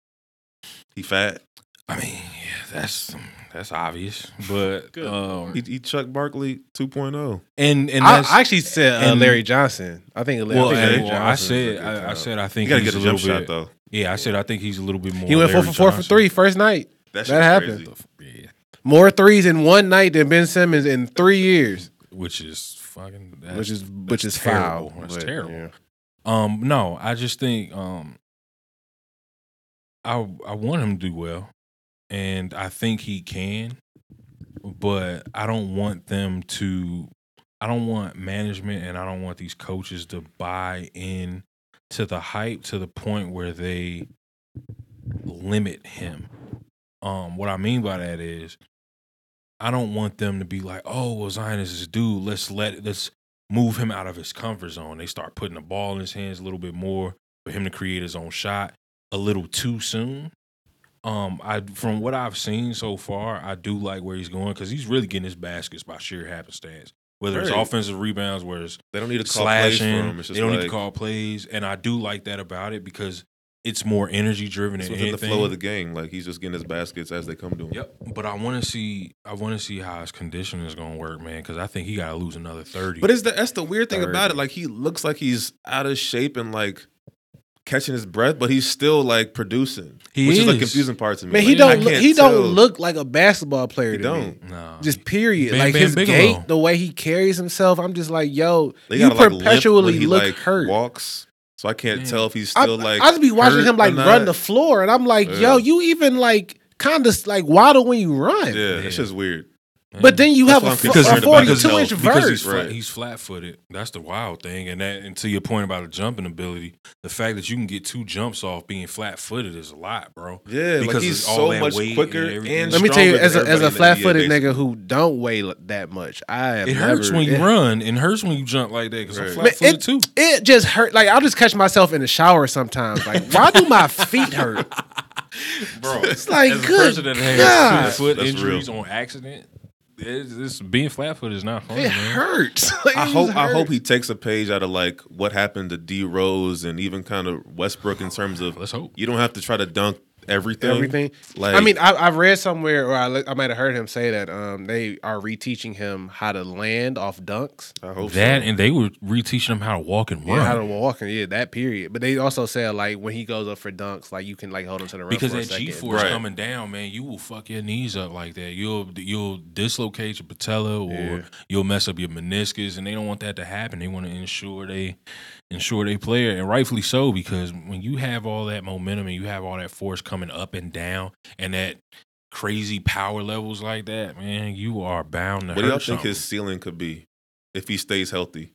B: He fat.
D: I mean yeah, that's that's obvious, but
C: Good
D: um
B: He, he Chuck Barkley oh. 2.0.
D: and and
C: I,
D: that's,
C: I actually said uh,
D: and-
C: Larry Johnson. I think, Larry,
D: well,
C: I, think Larry
D: and- well, I
C: Johnson is
D: said
C: a good
D: I, I
C: talent.
D: said I
B: You
D: think
B: gotta
D: he's
B: get a
D: little
B: jump shot
D: bit-
B: though.
D: Yeah, I said I think he's a little bit more.
C: he went four
D: Larry
C: for four for
D: Johnson.
C: three first night.
B: That,
C: That happened.
B: happened.
D: Yeah,
C: More threes in one night than Ben Simmons in three years,
D: which is fucking that's
C: which is which is
D: terrible.
C: foul.
D: That's
C: but,
D: terrible.
C: yeah.
D: Um, no, I just think um, I I want him to do well, and I think he can, but I don't want them to. I don't want management, and I don't want these coaches to buy in to the hype to the point where they limit him. Um, what I mean by that is, I don't want them to be like, "Oh, well, Zion is this dude. Let's let let's move him out of his comfort zone. They start putting the ball in his hands a little bit more for him to create his own shot a little too soon. Um, I from what I've seen so far, I do like where he's going because he's really getting his baskets by sheer happenstance. Whether it's
B: Right.
D: offensive rebounds, whether it's
B: They don't need to call plays for
D: slashing,
B: him. It's just
D: they don't need to
B: like,
D: call plays, and I do like that about it because it's more energy driven
B: It's
D: than
B: within
D: anything.
B: the flow of the game. Like he's just getting his baskets as they come to him.
D: Yep. But I want to see. I want to see how his conditioning is going to work, man. Because I think he got to lose another thirty.
B: But it's the that's the weird thing
D: Third.
B: about it. Like he looks like he's out of shape and like catching his breath, but he's still like producing,
D: He
B: which is. the
D: is.
B: confusing part to me.
C: Man, he
B: Like, I
C: don't look,
B: can't
C: he
B: tell.
C: don't look like a basketball player.
B: He
C: to Me.
B: don't.
D: no.
C: Just period.
D: Bam
C: like
D: Bam
C: his
D: Bigelow.
C: gait, the way he carries himself, I'm just like, yo,
B: They
C: you
B: gotta, like, limp when
C: perpetually
B: he,
C: look
B: like,
C: hurt.
B: Walks, so I can't
D: Man.
B: tell if he's
C: I,
B: still like.
C: I just be watching
B: hurt
C: him like
B: or
C: run the
B: not.
C: floor, and I'm like,
B: Yeah.
C: yo, you even like kind of like waddle when you run.
B: Yeah,
D: Yeah.
B: it's just weird.
C: But then you
B: That's
C: have
B: what
C: a,
B: I'm
C: fu-
B: concerned
C: a
B: about,
C: 42 inch
B: because- because
C: verse.
D: he's, flat,
B: Right.
D: he's flat-footed. That's the wild thing, and that and to your point about a jumping ability, the fact that you can get two jumps off being flat-footed is a lot, bro.
B: Yeah,
D: Because
B: like
D: of
B: he's
D: all
B: so
D: that
B: much
D: weight and
B: quicker. And,
D: everything.
C: Let me tell you,
B: stronger
C: as a
B: than
C: as
B: everybody
C: a
B: in
C: flat
B: the
C: footed
B: NBA,
C: nigga who don't weigh l- that much, I have
D: It hurts
C: never-
D: when you
C: it-
D: run, and hurts when you jump like that because I'm
B: Right.
C: Man,
D: flat-footed
C: it,
D: too.
C: it just hurt. Like I'll just catch myself in the shower sometimes. Like, why do my feet hurt?
D: bro.
C: It's like,
D: as a
C: good
D: person that has
C: God.
D: foot
B: That's
D: injuries
B: real.
D: on accident, it's, it's, being flat footed is not fun.
C: It
D: man.
C: hurts. Like,
B: I
C: it
B: hope
C: just
B: I hope
C: hurt.
B: he takes a page out of like what happened to D Rose and even kind of Westbrook in terms of
D: Let's hope.
B: you don't have to try to dunk everything.
C: everything.
B: Like
C: I mean, I, I've read somewhere, or I, li- I might have heard him say that um, they are reteaching him how to land off dunks.
B: I hope
D: That
B: so.
D: and they were reteaching them how to walk and
C: Yeah,
D: run.
C: how to walk and yeah, that period. But they also said like when he goes up for dunks, like you can like hold him to the rim
D: because
C: for a
D: that
C: second.
D: G force
B: Right.
D: coming down, man, you will fuck your knees up like that. You'll you'll dislocate your patella or
C: Yeah.
D: you'll mess up your meniscus, and they don't want that to happen. They want to ensure they ensure they player, and rightfully so, because when you have all that momentum and you have all that force coming up and down, and that crazy power levels like that, man, you are bound to.
B: what do
D: hurt
B: y'all think his
D: something.
B: ceiling could be if he stays healthy?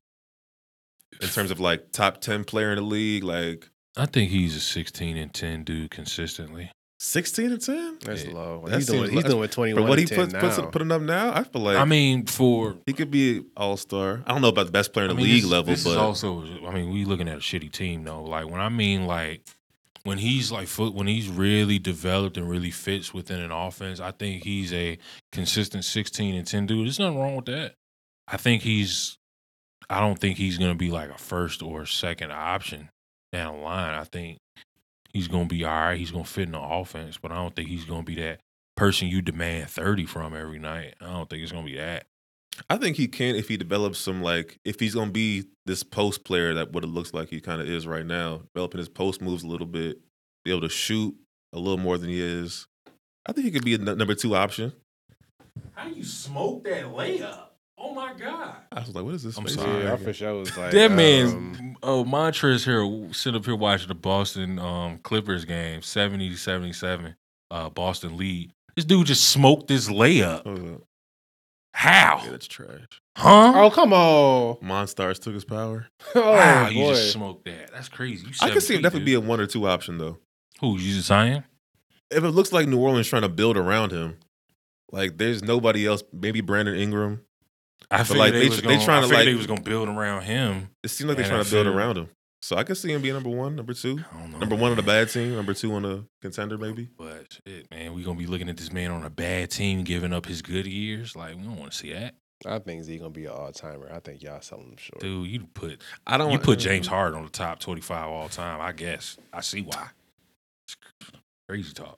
B: In terms of like top ten player in the league, like
D: I think he's a sixteen and ten dude consistently.
B: sixteen and ten.
C: That's
D: Yeah.
C: low.
B: That
C: he's doing
B: seems
C: he's
B: low.
C: doing twenty
B: But
C: one.
B: what he
C: puts,
B: puts, puts putting up now, I feel like
D: I mean, for
B: he could be all star. I don't know about the best player in the
D: I mean,
B: league
D: this-
B: level,
D: this is
B: but
D: also, I mean, we looking at a shitty team though. Like when I mean like when he's like foot, when he's really developed and really fits within an offense, I think he's a consistent sixteen and ten dude. There's nothing wrong with that. I think he's. I don't think he's gonna be like a first or second option down the line. I think he's gonna be all right. He's gonna fit in the offense, but I don't think he's gonna be that person you demand thirty from every night. I don't think it's gonna be that.
B: I think he can if he develops some like if he's gonna be this post player that what it looks like he kind of is right now, developing his post moves a little bit, be able to shoot a little more than he is. I think he could be a n- number two option.
D: How you smoke that layup? Oh my god!
B: I was like, what is this?
D: I'm
B: face?
D: sorry.
C: Yeah, I for sure was like
D: That
C: um,
D: man, oh Montrez here, sitting up here watching the Boston um, Clippers game, 70-77, uh, Boston lead. This dude just smoked this layup.
B: Hold up. Yeah,
D: How?
B: that's trash.
D: Huh?
C: Oh come on!
B: Monstars took his power.
C: Oh
D: wow, you
C: boy!
D: just smoked that. That's crazy. You
B: I can see him
D: 7'3",
B: definitely be
D: dude.
B: a one or two option though.
D: Who, you Zion?
B: If it looks like New Orleans trying to build around him, like there's nobody else. Maybe Brandon Ingram.
D: I feel
B: like,
D: like they,
B: they
D: was
B: tr- they
D: gonna,
B: trying
D: I
B: to,
D: figured
B: like-
D: they was gonna build around him.
B: It seems like they're
D: Man,
B: trying
D: I
B: to build
D: feel-
B: around him. So I could see him being number one, number two,
D: I don't know.
B: number one on a
D: man.
B: bad team, number two on a contender, maybe.
D: But shit, man, we gonna be looking at this man on a bad team giving up his good years. Like we don't want to see that,
C: I think Z gonna be an all timer. I think y'all selling him short.
D: dude. You put
B: I don't.
D: you
B: want-
D: put James Harden on the top twenty five all time. I guess I see why. It's crazy talk.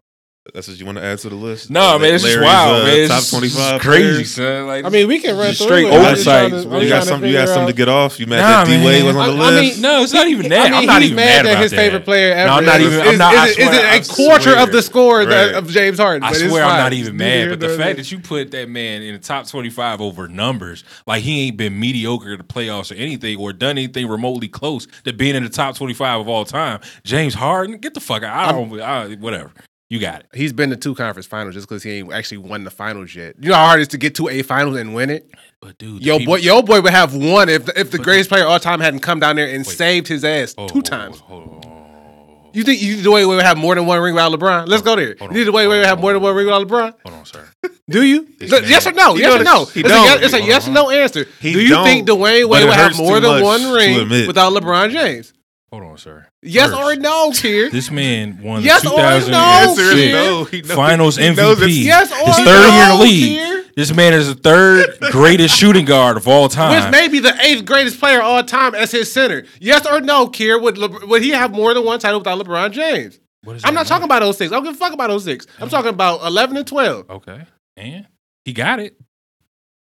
B: That's what you want to add to the list.
D: No, man, it's just
B: Larry's,
D: wild,
B: uh,
D: man. It's
B: Top
D: just-
B: twenty
D: it's
B: five.
D: crazy, son. Like,
C: I mean, we can run
D: just
C: through
D: straight
C: it. I'm just trying
D: oversight.
C: to- I'm
B: You got
C: trying to
B: something. You got
C: figure
B: something
C: out-
B: to get off. You mad that D Wade was on the
C: I- I
B: list?
C: mean,
D: no, it's not even that.
C: I mean,
D: am not
C: he's
D: even
C: mad
D: mad
C: that
D: about
C: his
D: that.
C: favorite player ever
D: No, I'm not
C: is,
D: even.
C: is,
D: I'm not, I
C: is-
D: swear,
C: is
D: I
C: it a quarter
D: swear.
C: of the score that,
B: Right.
C: of James Harden.
D: I
C: but it's
D: swear
C: fine.
D: I'm not even
C: You
D: mad,
C: hear
D: but the
C: the-
D: fact that you put that man in the top 25 over numbers, like he ain't been mediocre in the playoffs or anything, or done anything remotely close to being in the top 25 of all time. James Harden, get the fuck out! I don't, I, whatever. You got it.
C: he's been to two conference finals just because he ain't actually won the finals yet. You know how hard it is to get to a finals and win it.
D: But dude, the
C: Yo,
D: people-
C: boy, yo, boy would have won if if the Oh,
D: But-
C: greatest player of all time hadn't come down there and
D: Wait.
C: saved his ass
D: Hold on,
C: two
D: Oh, hold on,
C: times.
D: hold on, hold on,
C: You think you the way would have more than one ring without LeBron? Let's go there. You
D: hold
C: need the
D: on,
C: way
D: hold
C: would
D: on,
C: have more than one
D: hold
C: ring
D: on.
C: without LeBron?
D: hold on, sir.
C: Do you?
D: This
C: Look,
D: man-
C: yes or no?
B: He
C: Yes or
B: don't-
C: no? It's
B: he
C: a, yes,
B: don't.
C: it's a yes or no answer.
B: He
C: Do you think
B: don't,
C: Dwayne
B: but
C: Wade
B: it
C: would have
B: hurts
C: more
B: too
C: than
B: much
C: one
B: to
C: ring
B: admit.
C: without LeBron James?
D: Hold on, sir.
C: Yes
D: First,
C: or no, Kier?
D: This man won
C: Yes
D: the
C: or
D: 2000
C: no,
B: Answer is
C: shit.
B: no. He knows-
D: Finals
B: he knows it's-
D: MVP.
C: Yes or
D: His
C: no?
D: third year in the league.
C: Kier?
D: This man is the third greatest shooting guard of all time.
C: Which may be the eighth greatest player of all time as his center. Yes or no, Kier? Would Lebr- would he have more than one title without LeBron James?
D: What does
C: I'm
D: that
C: not talking
D: matter?
C: about 06. I don't give a fuck about 06. I'm talking about 11 and 12.
D: Okay. And he got it.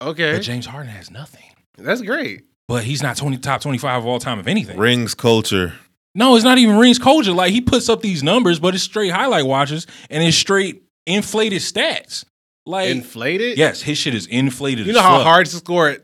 C: Okay.
D: But James Harden has nothing.
C: That's great.
D: But he's not 20, top 25 of all time of anything.
B: Rings culture.
D: No, it's not even rings culture. Like he puts up these numbers, but it's straight highlight watches and it's straight inflated stats. Like
C: Inflated?
D: yes, his shit is inflated.
C: You
D: as
C: know how
D: fuck
C: hard it's to score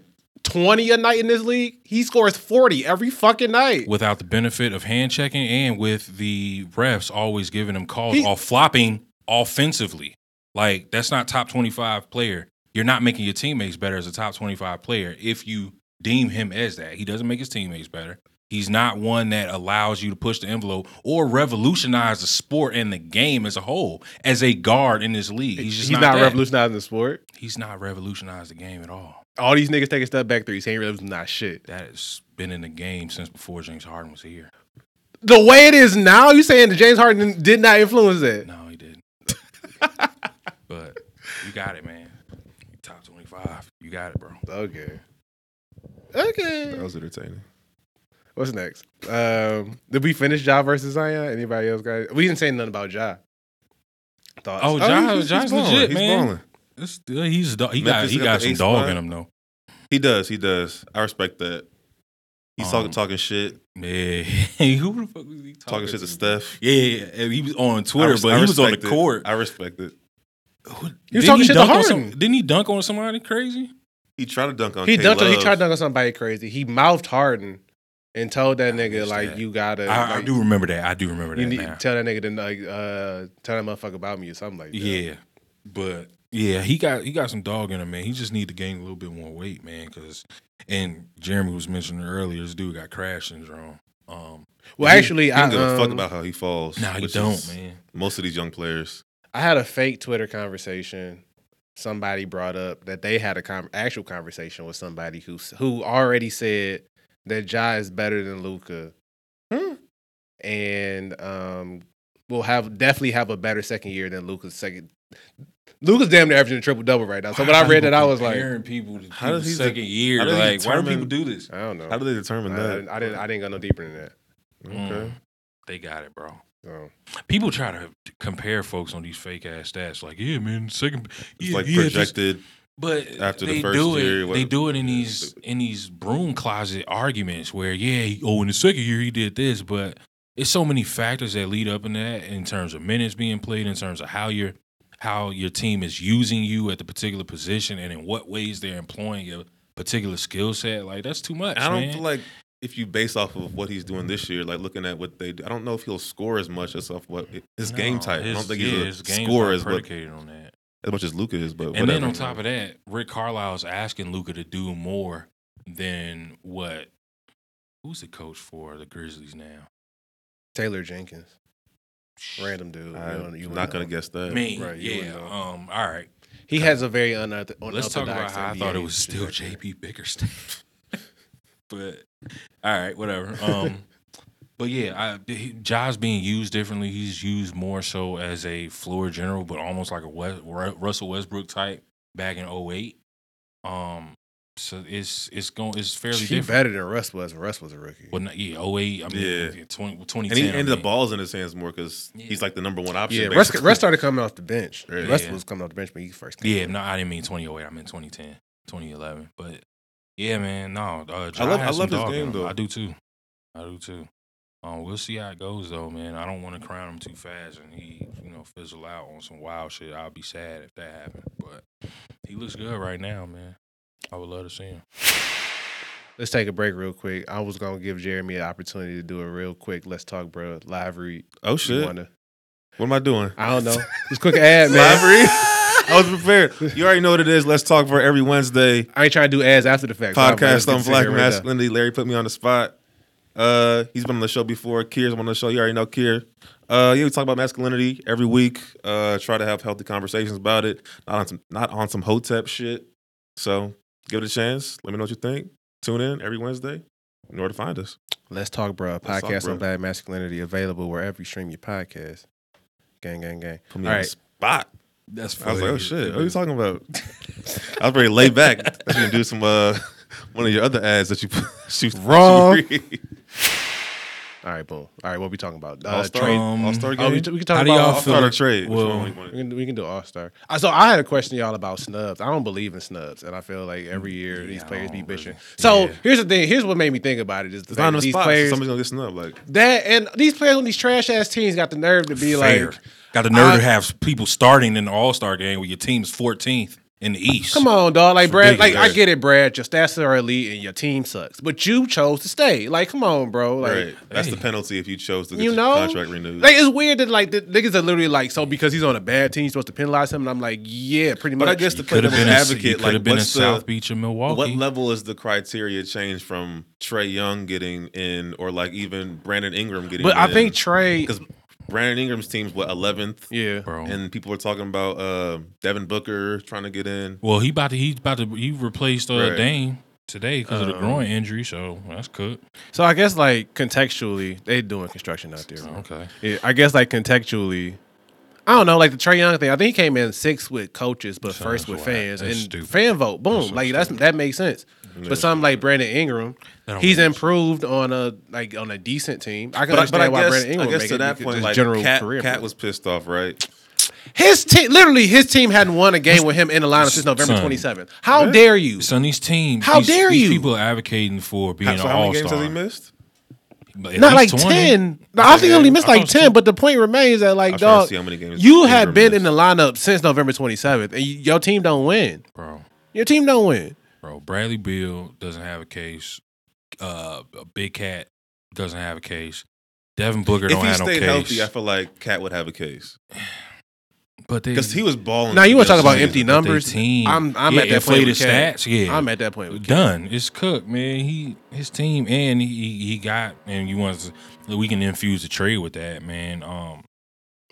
C: 20 a night in this league? He scores 40 every fucking night.
D: without the benefit of hand checking and with the refs always giving him calls
C: He-
D: off flopping offensively. Like that's not top 25 player. You're not making your teammates better as a top 25 player if you deem him as that. He doesn't make his teammates better. He's not one that allows you to push the envelope or revolutionize the sport and the game as a whole as a guard in this league. He's just
C: He's not
D: that.
C: revolutionizing the sport.
D: He's not revolutionized the game at all.
C: All these niggas taking step back threes. He ain't revolutionized shit.
D: That's been in the game since before James Harden was here.
C: The way it is now, you saying that James Harden did not influence that?
D: No, he didn't. but you got it, man. Top 25. You got it, bro.
C: Okay. Okay.
B: That was entertaining.
C: What's next? Um, did we finish Ja versus Zion? Anybody else got? We didn't say nothing about Ja. Thoughts? Uh,
D: Oh, Ja-
B: he's- he's
D: Ja's
B: balling.
D: legit,
B: he's
D: man.
B: balling.
D: It's, uh, he's do- he got
B: Memphis
D: he
B: got
D: got
B: the
D: some
B: ace
D: dog
B: spot.
D: in him though.
B: He does. He does. I respect that. He's talking
D: Um,
B: talking shit.
D: Man, who the fuck was he talking,
B: Talking shit to Steph.
D: Yeah, yeah, yeah. And he was on
B: I
D: Twitter,
B: res-
D: but
B: I
D: he was on the
B: respect it.
D: court.
B: I respect it.
C: He was
D: Didn't
C: talking shit to
D: dunk on
C: Harden.
D: some- didn't he dunk on somebody crazy?
B: He tried to dunk on.
C: he dunked. on- He
B: K-Love.
C: tried to dunk on somebody crazy. He mouthed Harden and told that nigga
D: missed
C: like
D: that.
C: you gotta.
D: I, I
C: like,
D: do remember that. I do remember that
C: You need
D: now.
C: tell that nigga to like uh, tell that motherfucker about me or something like that.
D: Yeah, but yeah, he got he got some dog in him, man. He just need to gain a little bit more weight, man. Because and Jeremy was mentioning earlier, this dude got crash syndrome. Um,
C: Well, actually,
B: He
C: I
B: don't give a fuck
C: um,
B: about how he falls.
D: nah, you
B: which
D: don't,
B: is
D: man.
B: Most of these young players.
C: I had a fake Twitter conversation. Somebody brought up that they had a con- actual conversation with somebody who s- who already said that Ja is better than Luca, and um, will have definitely have a better second year than Luca's second. Luca's damn near averaging a triple double right now. So when I read that, I was like, I
D: comparing people to
B: How does
D: people's
B: he de-
D: second year,
B: how does he
D: like, why do people
B: determine-
D: do this?
C: don't know.
B: How do they determine
C: I, I
B: that?
C: didn't, I didn't. I didn't go no deeper than that.
B: Okay.
D: Mm, they got it, bro.
C: So.
D: People try to compare folks on these fake ass stats, like, yeah, man, second,
B: It's
D: yeah,
B: like
D: yeah, this-
B: projected.
D: But
B: after the
D: they
B: first
D: do
B: year,
D: it.
B: what-
D: they do it in
B: yeah,
D: these
B: stupid.
D: in these broom closet arguments where, yeah, he- oh, in the second year he did this, but it's so many factors that lead up in that in terms of minutes being played, in terms of how your how your team is using you at the particular position, and in what ways they're employing your particular skill set. Like that's too much.
B: I don't
D: man.
B: feel like if you base off of what he's doing this year, like looking at what they do, I don't know if he'll score as much as off what his game
D: No,
B: type. I
D: his-
B: don't think
D: yeah,
B: he's
D: his
B: a
D: game's
B: scorer
D: not
B: as, much
D: predicated on that.
B: as much as Luca is. But
D: And then
B: whatever.
D: on top of that, Rick Carlisle's asking Luca to do more than what who's the coach for the Grizzlies now?
C: Taylor Jenkins, random
B: I'm
C: dude. You don't- you
B: not
C: wouldn't
B: gonna
C: know.
B: guess that.
D: Me,
C: right, you
D: yeah.
C: wouldn't know.
D: Um, all right.
C: He has a very unorthodox.
D: Let's talk about how I thought it was still JP Bickerstaff. but all right, whatever. Um, But yeah, I, he, Ja's being used differently. He's used more so as a floor general, but almost like a West, Ru- Russell Westbrook type back in 08. Um, so it's it's going it's fairly
C: He
D: different.
C: better than Russ was. when Russ was a rookie.
D: Well, not, yeah, 08. I mean,
B: Yeah.
D: yeah. 20, 2010.
B: And he
D: I
B: ended the
D: mean.
B: balls in his hands more because he's
D: Yeah.
B: like the number one option.
C: yeah, Russ,
B: basically.
C: Russ started coming off the bench.
B: Yeah.
C: Russ
D: Yeah.
C: was coming off the bench when he first came.
D: Yeah, no, I didn't mean 2008. I meant 2010, 2011. But yeah, man, no. Uh, Ja
B: I love-
D: has
B: I
D: some
B: love his
D: dog in
B: game,
D: him.
B: though.
D: I do too. I do too. Um, we'll see how it goes though, man. I don't want to crown him too fast and he, you know, fizzle out on some wild shit. I'll be sad if that happened. But he looks good right now, man. I would love to see him.
C: Let's take a break real quick. I was gonna give Jeremy an opportunity to do a real quick. Let's talk, bro. Live read.
B: Oh
C: You
B: shit!
C: wanna-
B: What am I doing?
C: I don't know. Just quick ad, man.
B: Live read? I was prepared. You already know what it is. Let's talk for every Wednesday.
C: I ain't trying to do ads after the fact. so I might as
B: podcast
C: well
B: on
C: sit here
B: black
C: right now.
B: masculinity. Larry put me on the spot. Uh, he's been on the show before. Kier's been on the show. You already know Kier. Uh, yeah, we talk about masculinity every week. Uh, try to have healthy conversations about it. Not on some, not on some hotep shit. So give it a chance. Let me know what you think. Tune in every Wednesday. You know where to find us.
C: Let's talk, bro. A
B: Let's talk,
C: podcast on
B: bro.
C: black masculinity available wherever you stream your podcast. Gang, gang, gang.
B: Put me
C: All
B: on
C: right.
B: the spot.
D: That's
B: I was like, oh shit, what are you talking about? I was ready to lay back. I can do some uh, one of your other ads that you shoot.
C: Wrong. All right, boom. All right, what we talking about? Uh,
B: All star,
C: trade.
D: um,
B: all star game.
C: Oh, we, t- we can talk
D: How do
C: about
D: y'all
B: I'll
C: all-
D: feel-
B: start a
D: like-
B: trade. Which
D: well-
B: one we want?
C: we can we can do all star. So I had a question y'all about snubs. I don't believe in snubs, and I feel like every year these
D: I
C: players be
D: don't
C: bitching.
D: really.
C: So
D: Yeah.
C: here's the thing. Here's what made me think about it is the
B: It's not
C: fact
B: in
C: that
B: the
C: these
B: spot. so
C: players
B: Somebody's gonna get snubbed. Like
C: that and these players on these trash ass teams got the nerve to be
D: Fair.
C: like,
D: Got the nerve
C: I-
D: to have people starting in the All Star game where your team's 14th in the East.
C: Come on, dog. Like Brad, like
D: ridiculous.
C: I get it, Brad. Your stats are elite and your team sucks, but you chose to stay. Like, come on, bro. Like,
B: right. That's the
D: hey.
B: penalty if you chose to get
C: you
B: your
C: know,
B: contract renewed.
C: Like, it's weird that like the niggas are literally like, so because he's on a bad team, you're supposed to penalize him. And I'm like, yeah, pretty much.
B: but I guess the play
D: Could have
B: devil's
D: been
B: advocate,
D: advocate. Could
B: like
D: have been in
B: what's
D: South
B: the,
D: Beach of Milwaukee.
B: what level is the criteria change from Trey Young getting in, or like even Brandon Ingram getting?
C: but
B: in?
C: I think Trey,
B: because Brandon Ingram's team's what eleventh,
C: yeah,
D: bro?
B: and people are talking about uh, Devin Booker trying to get in.
D: Well, he about to he about to he replaced uh,
B: Right.
D: Dame today because of the
B: Um,
D: groin injury, so that's good.
C: So I guess like contextually, they doing construction out there. bro.
D: Okay,
C: Yeah, I guess like contextually, I don't know, like the Trey Young thing. I think he came in sixth with coaches, but
D: Sounds
C: first with
D: whack.
C: fans
D: That's
C: and
D: stupid.
C: fan vote. Boom,
D: so
C: like that's that makes sense. But something like Brandon Ingram,
D: That don't
C: he's
D: make sense.
C: improved on a like on a decent team. I can
B: But, I- but I
C: understand why
B: guess,
C: Brandon
B: I
C: Ingram.
B: guess
C: make
B: to
C: it
B: that
C: because
B: point,
C: his
B: like
C: general
B: Cat,
C: career.
B: Cat
C: improvement.
B: was pissed off, right?
C: his team. Literally, his team hadn't won a game with him in the lineup since November
D: Son.
C: twenty seventh. How dare you?
D: so these teams,
C: How
D: these,
C: dare
D: these
C: you?
D: People are advocating for being
B: so
D: an
B: how many
D: all
B: games has he
D: star.
B: missed?
C: Not like ten. No, I think he only missed
D: I thought
C: like
D: it was
C: ten. But the point remains that like
B: was trying to
C: dog,
B: see how many games
C: you
B: Ingram
C: have been
B: missed.
C: in the lineup since November twenty seventh, and y- your team don't win.
D: bro.
C: Your team don't win.
D: Bro, Bradley Beal doesn't have a case. Uh, Big Cat doesn't have a case. Devin Booker
B: If
D: don't
B: he
D: have no
B: stayed
D: case.
B: healthy, I feel like Cat would have a case.
D: but they,
B: Because he was balling.
C: Now you want to talk
B: this
C: about
B: season.
C: empty
D: but they
C: numbers?
D: Team,
C: I'm I'm
D: yeah,
C: at that point
D: inflated
C: with Cat.
D: stats. Yeah,
C: I'm at that point with Cat.
D: done. It's cooked, man. He his team and he he he got and you want to, we can infuse the trade with that, man. Um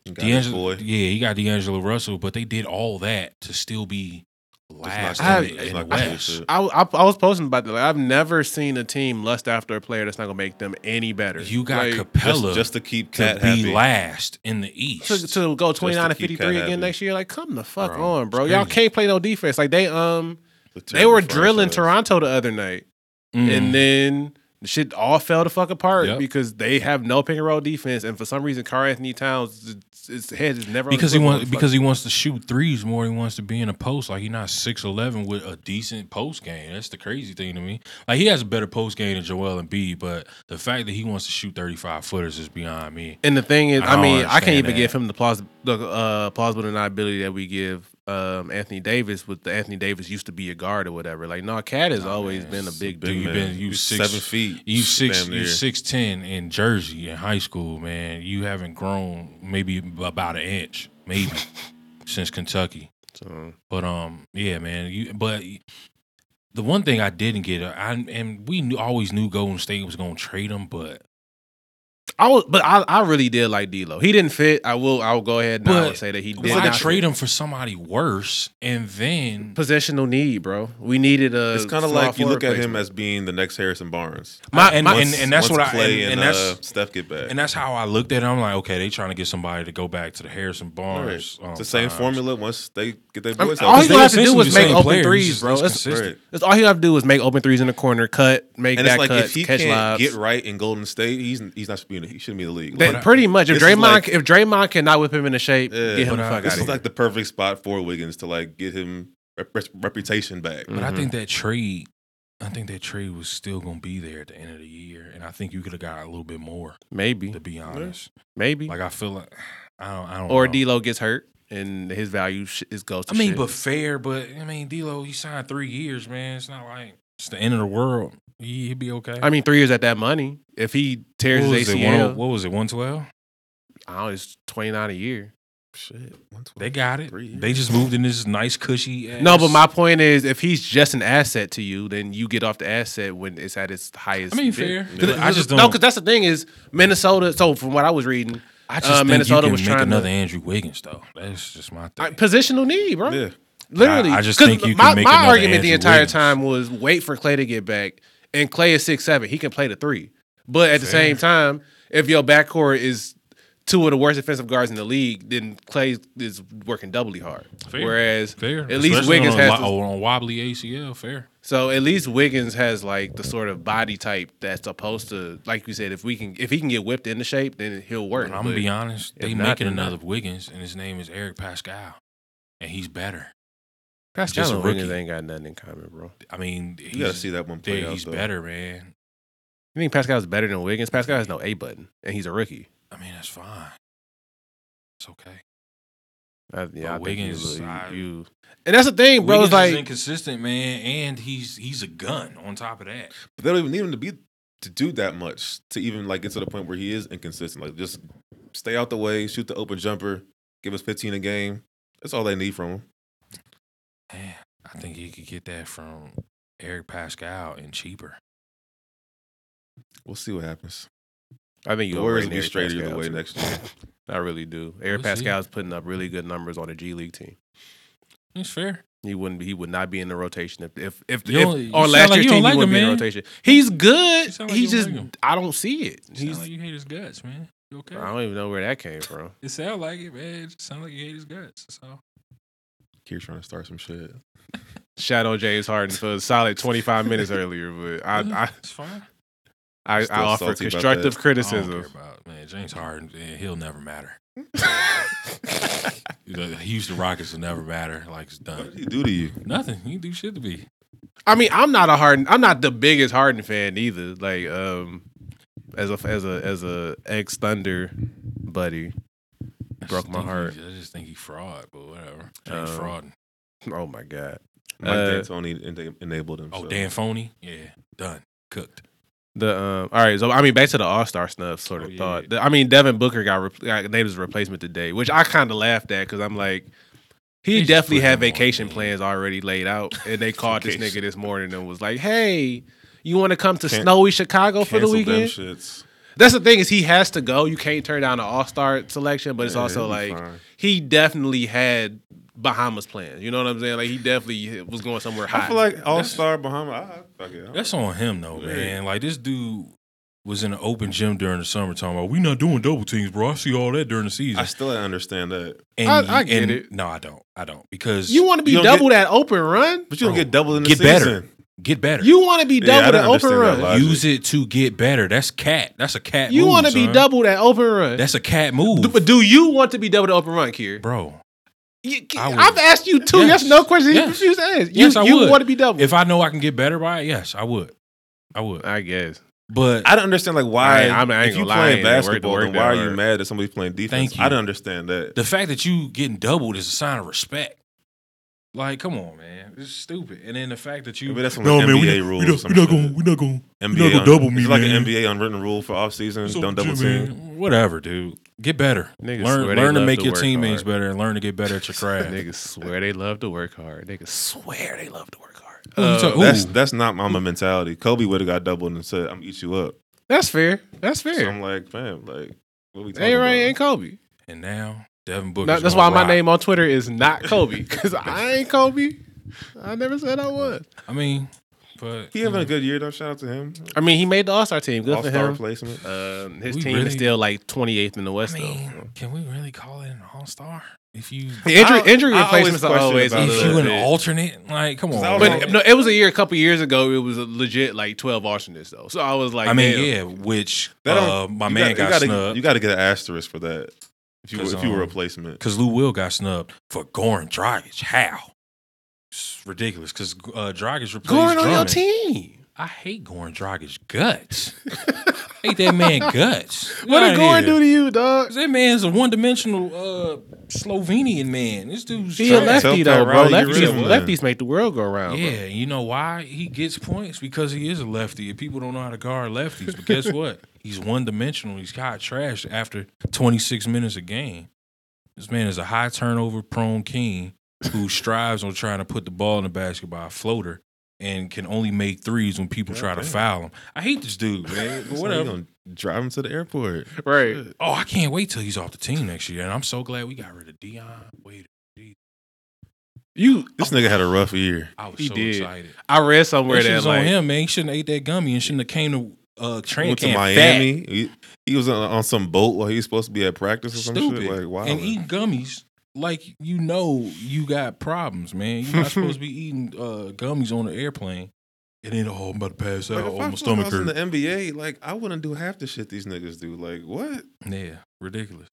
B: You got this
D: D'Angelo,
B: boy.
D: yeah, he got D'Angelo Russell, but they did all that to still be last
C: I-
D: in, the- in the
B: I-
D: West.
C: I, I, I was posting about that. Like, I've never seen a team lust after a player that's not gonna make them any better.
D: You got
C: Like,
B: Just,
D: Capella
B: just to keep
D: to
B: Cat
D: be
B: happy.
D: last in the East.
C: to, to go twenty nine and
B: keep
C: fifty
B: Cat
C: three
B: happy.
C: again next year. Like, come the fuck
D: Bro,
C: on, bro.
D: it's
C: Y'all
D: crazy.
C: can't play no defense. Like they um
B: It's a
C: they were
B: terrible
D: uh,
C: drilling
B: franchise.
C: Toronto the other night.
D: Mm.
C: and then the shit all fell the fuck apart
D: Yep.
C: because they have no pick and roll defense, and for some reason, Car Anthony Towns, his head is never on the
D: because he
C: football
D: wants
C: fuck.
D: because he wants to shoot threes more. than He wants to be in a post. Like he's not six eleven with a decent post game. That's the crazy thing to me. Like he has a better post game than Joel Embiid, but the fact that he wants to shoot thirty five footers is beyond me.
C: And the thing is,
D: Oh, I
C: I,
D: don't
C: mean, I can't
D: understand
C: even
D: that.
C: give him the plaus- the uh, plausible deniability that we give um, Anthony Davis with the Anthony Davis used to be a guard or whatever. Like, no, Cat has always been a big
D: Dude,
C: dude.
D: you
B: man.
D: been you
B: He's
D: six
B: seven feet,
D: You six
B: damn
D: you
B: near.
D: six ten in Jersey in high school, man. You haven't grown maybe about an inch, maybe since Kentucky.
C: So,
B: uh,
D: But um, yeah, man. You but the one uh, thing I didn't get, I and we knew, always knew Golden State was gonna trade him, but
C: I was, but I, I really did like D'Lo. He didn't fit. I will. I will go ahead now
D: But
C: and say that he did.
D: Why
C: not
D: trade
C: fit.
D: him for somebody worse and then
C: Positional need, bro. We needed a.
B: It's kind of
C: small
B: like you look
C: forward
B: at him
C: placement.
B: as being the next Harrison Barnes.
D: my,
C: and-
D: and,
C: and-
D: and that's
B: Once
D: what
B: Clay
D: I
B: and,
D: and, and that's
B: uh, Steph get back.
D: and that's how I looked at it. I'm like, okay, they trying to get somebody to go back to the Harrison
B: Right.
D: Barnes. um,
B: It's the same
D: times.
B: formula once they get their
C: I mean,
B: boys
C: all
B: out.
C: you
D: They
C: have to do
D: essentially
C: is
D: the
C: make
D: same
C: open
D: players,
C: threes,
D: just
C: bro.
D: less
C: That's,
D: consistent.
B: Right.
C: that's all you have to do is make open threes in the corner, cut, make
B: And
C: that
B: it's like
C: cut,
B: if he
C: catch
B: can't
C: lobs.
B: get right in Golden State, he's he's not being he shouldn't be in the league.
C: That-
B: Like,
C: pretty much, if
B: this is
C: Draymond,
B: like-
C: if Draymond cannot whip him into shape,
B: Yeah.
C: get him
D: But
C: the
D: I-
C: fuck
D: this
B: this
C: out of
B: is
C: here.
B: like the perfect spot for Wiggins to like get him rep- rep- reputation back.
D: But I think
C: Mm-hmm.
D: that trade, I think that trade was still going to be there at the end of the year, and I think you could have got a little bit more.
C: maybe,
D: To be honest,
C: maybe,
D: like I feel like I don't, I don't.
C: or
D: know.
C: D'Lo gets hurt and his value sh- is goes. To
D: I mean,
C: shit.
D: but fair. But I mean, D'Lo, he signed three years, man. It's not like it's the end of the world. He, he'd be okay.
C: I mean, three years at that money. If he tears
D: what
C: his
D: was, it, one oh-
C: ACL,
D: what was it? One twelve.
C: I don't. It's twenty nine a year.
B: Shit,
D: They got it.
B: Three
D: They just moved in this nice cushy. Ass.
C: No, but my point is, if he's just an asset to you, then you get off the asset when it's at its highest.
D: I mean,
C: bid.
D: fair.
B: Yeah.
D: I just don't.
C: No, because that's the thing is Minnesota. So from what I was reading,
D: I
C: uh,
D: just think
C: Minnesota
D: you
C: was
D: can make
C: trying to-
D: another Andrew Wiggins though. That's just my thing.
C: I, positional need, bro.
B: Yeah.
C: Literally,
D: I- I just
C: 'Cause
D: think you can
C: my,
D: make
C: my
D: another
C: argument the
D: Andrew
C: entire
D: Wiggins.
C: time was wait for Clay to get back, and Clay is six seven. He can play the three, but at the
D: Fair.
C: same time, if your backcourt is two of the worst defensive guards in the league, then Clay is working doubly hard.
D: Fair.
C: Whereas
D: Fair.
C: at least
D: Especially
C: Wiggins
D: on a
C: has
D: wa-
C: the-
D: on a wobbly ACL. Fair.
C: So at least Wiggins has like the sort of body type that's supposed to, like you said, if we can, if he can get whipped into shape, then he'll work.
D: But I'm gonna
C: But
D: be honest.
C: if
D: They
C: not,
D: making
C: then not.
D: another Wiggins, and his name is Eric Pascal, and he's better.
C: Pascal
D: just a
C: and Wiggins
D: rookie.
C: ain't got nothing in common, bro.
D: I mean,
B: You got to
D: he's,
B: see that one play
D: there,
B: out,
D: he's
B: though.
D: better, man.
C: You think Pascal's better than Wiggins? Pascal has no A button, and he's a rookie.
D: I mean, that's fine. It's okay.
C: I, yeah, I
D: But
C: think you-
D: Wiggins,
C: you,
D: I-
C: you- and that's the thing, bro.
D: Wiggins
C: It's like
D: is inconsistent, man, and he's he's a gun. On top of that,
B: But they don't even need him to be to do that much to even like get to the point where he is inconsistent. Like just stay out the way, shoot the open jumper, give us 15 a game. That's all they need from him.
D: man, I think you could get that from Eric Pascal and cheaper.
B: We'll see what happens.
C: I think
B: The
C: you
B: Warriors
C: overrate
B: will be
C: Eric
B: straight either
C: Pascal,
B: way
C: too.
B: next year.
C: I really do. Eric
D: We'll see.
C: Pascal's putting up really good numbers on a G League team.
D: It's fair.
C: He wouldn't. Be, he would not be in the rotation if if if,
D: You
C: if
D: don't-
C: on
D: you sound
C: last
D: like
C: year's
D: you don't
C: team
D: like
C: he
D: him,
C: wouldn't be in the
D: man.
C: rotation. He's good.
D: You sound like
C: he
D: you don't
C: just
D: like him.
C: I don't see it. He's
D: Sound like you hate his guts, man. You okay?
C: I don't even know where that came from.
D: It sound like it, man. It sound like you hate his guts. So
B: Here trying to start some shit.
C: Shadow James Harden for a solid 25 minutes earlier, but I
D: it's fine.
C: I, I, I
B: Still
C: offer
B: salty about
C: constructive
B: that.
D: I
C: criticism.
D: don't care about man James Harden. Man, he'll never matter. You know, the Houston Rockets will never matter. Like it's
B: What did
D: done.
B: he do to you?
D: Nothing. He do shit to me.
C: I mean, I'm not a Harden. I'm not the biggest Harden fan either. Like um, as a as a as a ex Thunder buddy.
D: I just
C: Broke my
D: think
C: heart.
D: he- I just think he fraud, but whatever. James
C: Um,
D: fraud.
C: Oh my god.
B: Mike
C: Uh,
B: D'Antoni en- enabled him.
D: Oh,
B: so.
D: Dan Phony. Yeah, done. Cooked.
C: The um, all right, so I mean, back to the All Star snuff sort of
D: Oh, yeah,
C: thought.
D: yeah.
C: The- I mean, Devin Booker got, re- got named as a replacement today, which I kind of laughed at because I'm like,
D: They
C: he
D: should
C: definitely
D: put
C: had
D: him on,
C: vacation
D: man.
C: plans already laid out, and they called this
B: Vacation.
C: nigga this morning and was like, "Hey, you want to come to
B: Can-
C: snowy Chicago for the
B: Cancel them
C: weekend?"
B: shits.
C: That's the thing is he has to go. You can't turn down an All Star selection, but it's
B: Yeah,
C: also
B: he'll be
C: like
B: fine.
C: he definitely had Bahamas plans. You know what I'm saying? Like he definitely was going somewhere hot.
B: I feel like All Star Bahama. I, fuck it.
D: That's on him though,
B: Yeah.
D: man. Like this dude was in an open gym during the summer talking about we not doing double teams, bro. I see all that during
B: I
D: the season.
B: still don't understand that.
D: and
C: I- I
D: you-
C: get
D: and-
C: it.
D: No, I don't. I don't because
C: you want to be
B: You don't
C: double that open run.
B: But you don't
D: Bro,
B: get double in the
D: get
B: season.
D: better. get better.
C: You want to be
B: Yeah, I
C: double
B: don't
C: that open
B: understand that
C: run.
B: logic.
D: use it to get better. That's cat. That's a cat.
C: You
D: want to
C: be double that open run.
D: That's a cat move,
C: Do- but do you want to be double the open run, Kier?
D: bro.
C: You-
D: I would.
C: I've asked you two yes,
D: Yes.
C: no questions. You
D: Yes.
C: refuse to answer. You,
D: Yes, I
C: you
D: would.
C: want to be double.
D: If I know I can get better by it, yes, I would. I would.
C: I guess.
D: But
B: I don't understand like why.
C: I- I mean, I ain't
B: if you
C: gonna lie,
B: playing
C: it ain't worth-
B: basketball,
C: worth
B: then
C: that
B: why are you
C: hard.
B: mad that somebody's playing defense?
D: Thank you.
B: I don't understand that.
D: the fact that you getting doubled is a sign of respect. Like, come on, man, it's stupid. And then the fact that you
B: Maybe that's some like NBA rule. or some shit.
D: not gonna
B: NBA
D: gonna
B: un-
D: double
B: uh, it's
D: me,
B: like
D: man.
B: an NBA unwritten rule for offseason.
D: So,
B: don't double
D: Jimmy,
B: team.
D: Whatever, dude. Get better.
C: Niggas swear
D: learn
C: they
D: learn to
C: love
D: make
C: to
D: your
C: work
D: teammates
C: hard.
D: better and learn to get better at your craft.
C: Niggas swear they love to work hard. Niggas swear they love to work hard.
D: Who you
C: Uh,
D: talk- who-
B: That's
D: Ooh.
B: that's not my mentality. Kobe would have got doubled and said, "I'm eat you up."
C: That's fair. That's fair.
B: So I'm like, fam, like, what we talking
C: ain't right. Ain't
B: about?
C: Kobe.
D: And now Devin Booker.
C: No, that's why my name on Twitter is not Kobe because I ain't Kobe. I never said I was.
D: I mean, but mm,
B: He
D: you
B: having a
D: know,
B: good year though. Shout out to him.
C: I mean, he made the All Star team. Good
B: All
C: for
B: star
C: him.
B: replacement.
C: Um, his
D: We
C: team
D: really-
C: is still like 28th in the
D: I
C: West though.
D: mean, can we really call it an all star? If you
C: The injury,
B: I-
C: injury
B: I always
C: replacements are
B: question
C: always
B: about
C: a
D: if you
C: little
D: an
C: bit.
D: alternate, like come on.
B: I was
D: man.
B: all-
C: But no, it was a year, a couple years ago. It was a legit like 12 alternates though. So I was like,
D: I mean,
C: damn.
D: yeah, which
B: That
D: uh,
B: don't-
D: my
B: you gotta-
D: man got,
B: you gotta,
D: snubbed
B: You got to get an asterisk for that. If you
D: 'Cause,
B: if you were
D: um,
B: a replacement,
D: because Lou Will got snubbed for Goran Dragic. How? It's ridiculous because uh, Dragic replaced
C: Goran on your
D: Drummond.
C: team.
D: I hate Goran Dragic's guts. hate that man guts.
C: What did
D: Get outta
C: Goran
D: here.
C: do to you, dog?
D: That man's a one dimensional uh, Slovenian man. This dude's
C: He a
D: trash.
B: Tell
C: lefty
B: Pat
C: though, bro.
B: Riley get
C: Lefties,
B: rid of him.
C: lefties make the world go round.
D: Yeah, you know why he gets points because he is a lefty. And people don't know how to guard lefties, but guess what? He's one dimensional. He's hot trash after 26 minutes a game. This man is a high turnover prone king who strives on trying to put the ball in the basket by a floater and can only make threes when people try to
B: damn.
D: foul him. I hate this dude, man. But
B: So
D: whatever.
B: You gonna drive him to the airport.
C: bro. right.
D: Oh, I can't wait till he's off the team next year. And I'm so glad we got rid of Dion. Wait,
C: You,
B: This nigga had a rough year.
D: I was
C: He
D: so
C: did.
D: excited.
C: I read somewhere
D: Where
C: that
D: on
C: like,
D: him, man. He shouldn't have ate that gummy and shouldn't have came to uh
B: He
D: train
B: went to
D: camp
B: Miami. He, he was on, on some boat while he was supposed to be at practice
D: fat,
B: or some
D: stupid,
B: shit. Like wow.
D: and eating gummies. Like you know, you got problems, man. You're not supposed to be eating uh, gummies on the airplane. And then oh, I'm about to pass out.
B: Like, if
D: oh,
B: I
D: my
B: was
D: stomach
B: in the
D: hurt.
B: NBA, like I wouldn't do half the shit these niggas do. Like what?
D: Yeah, ridiculous.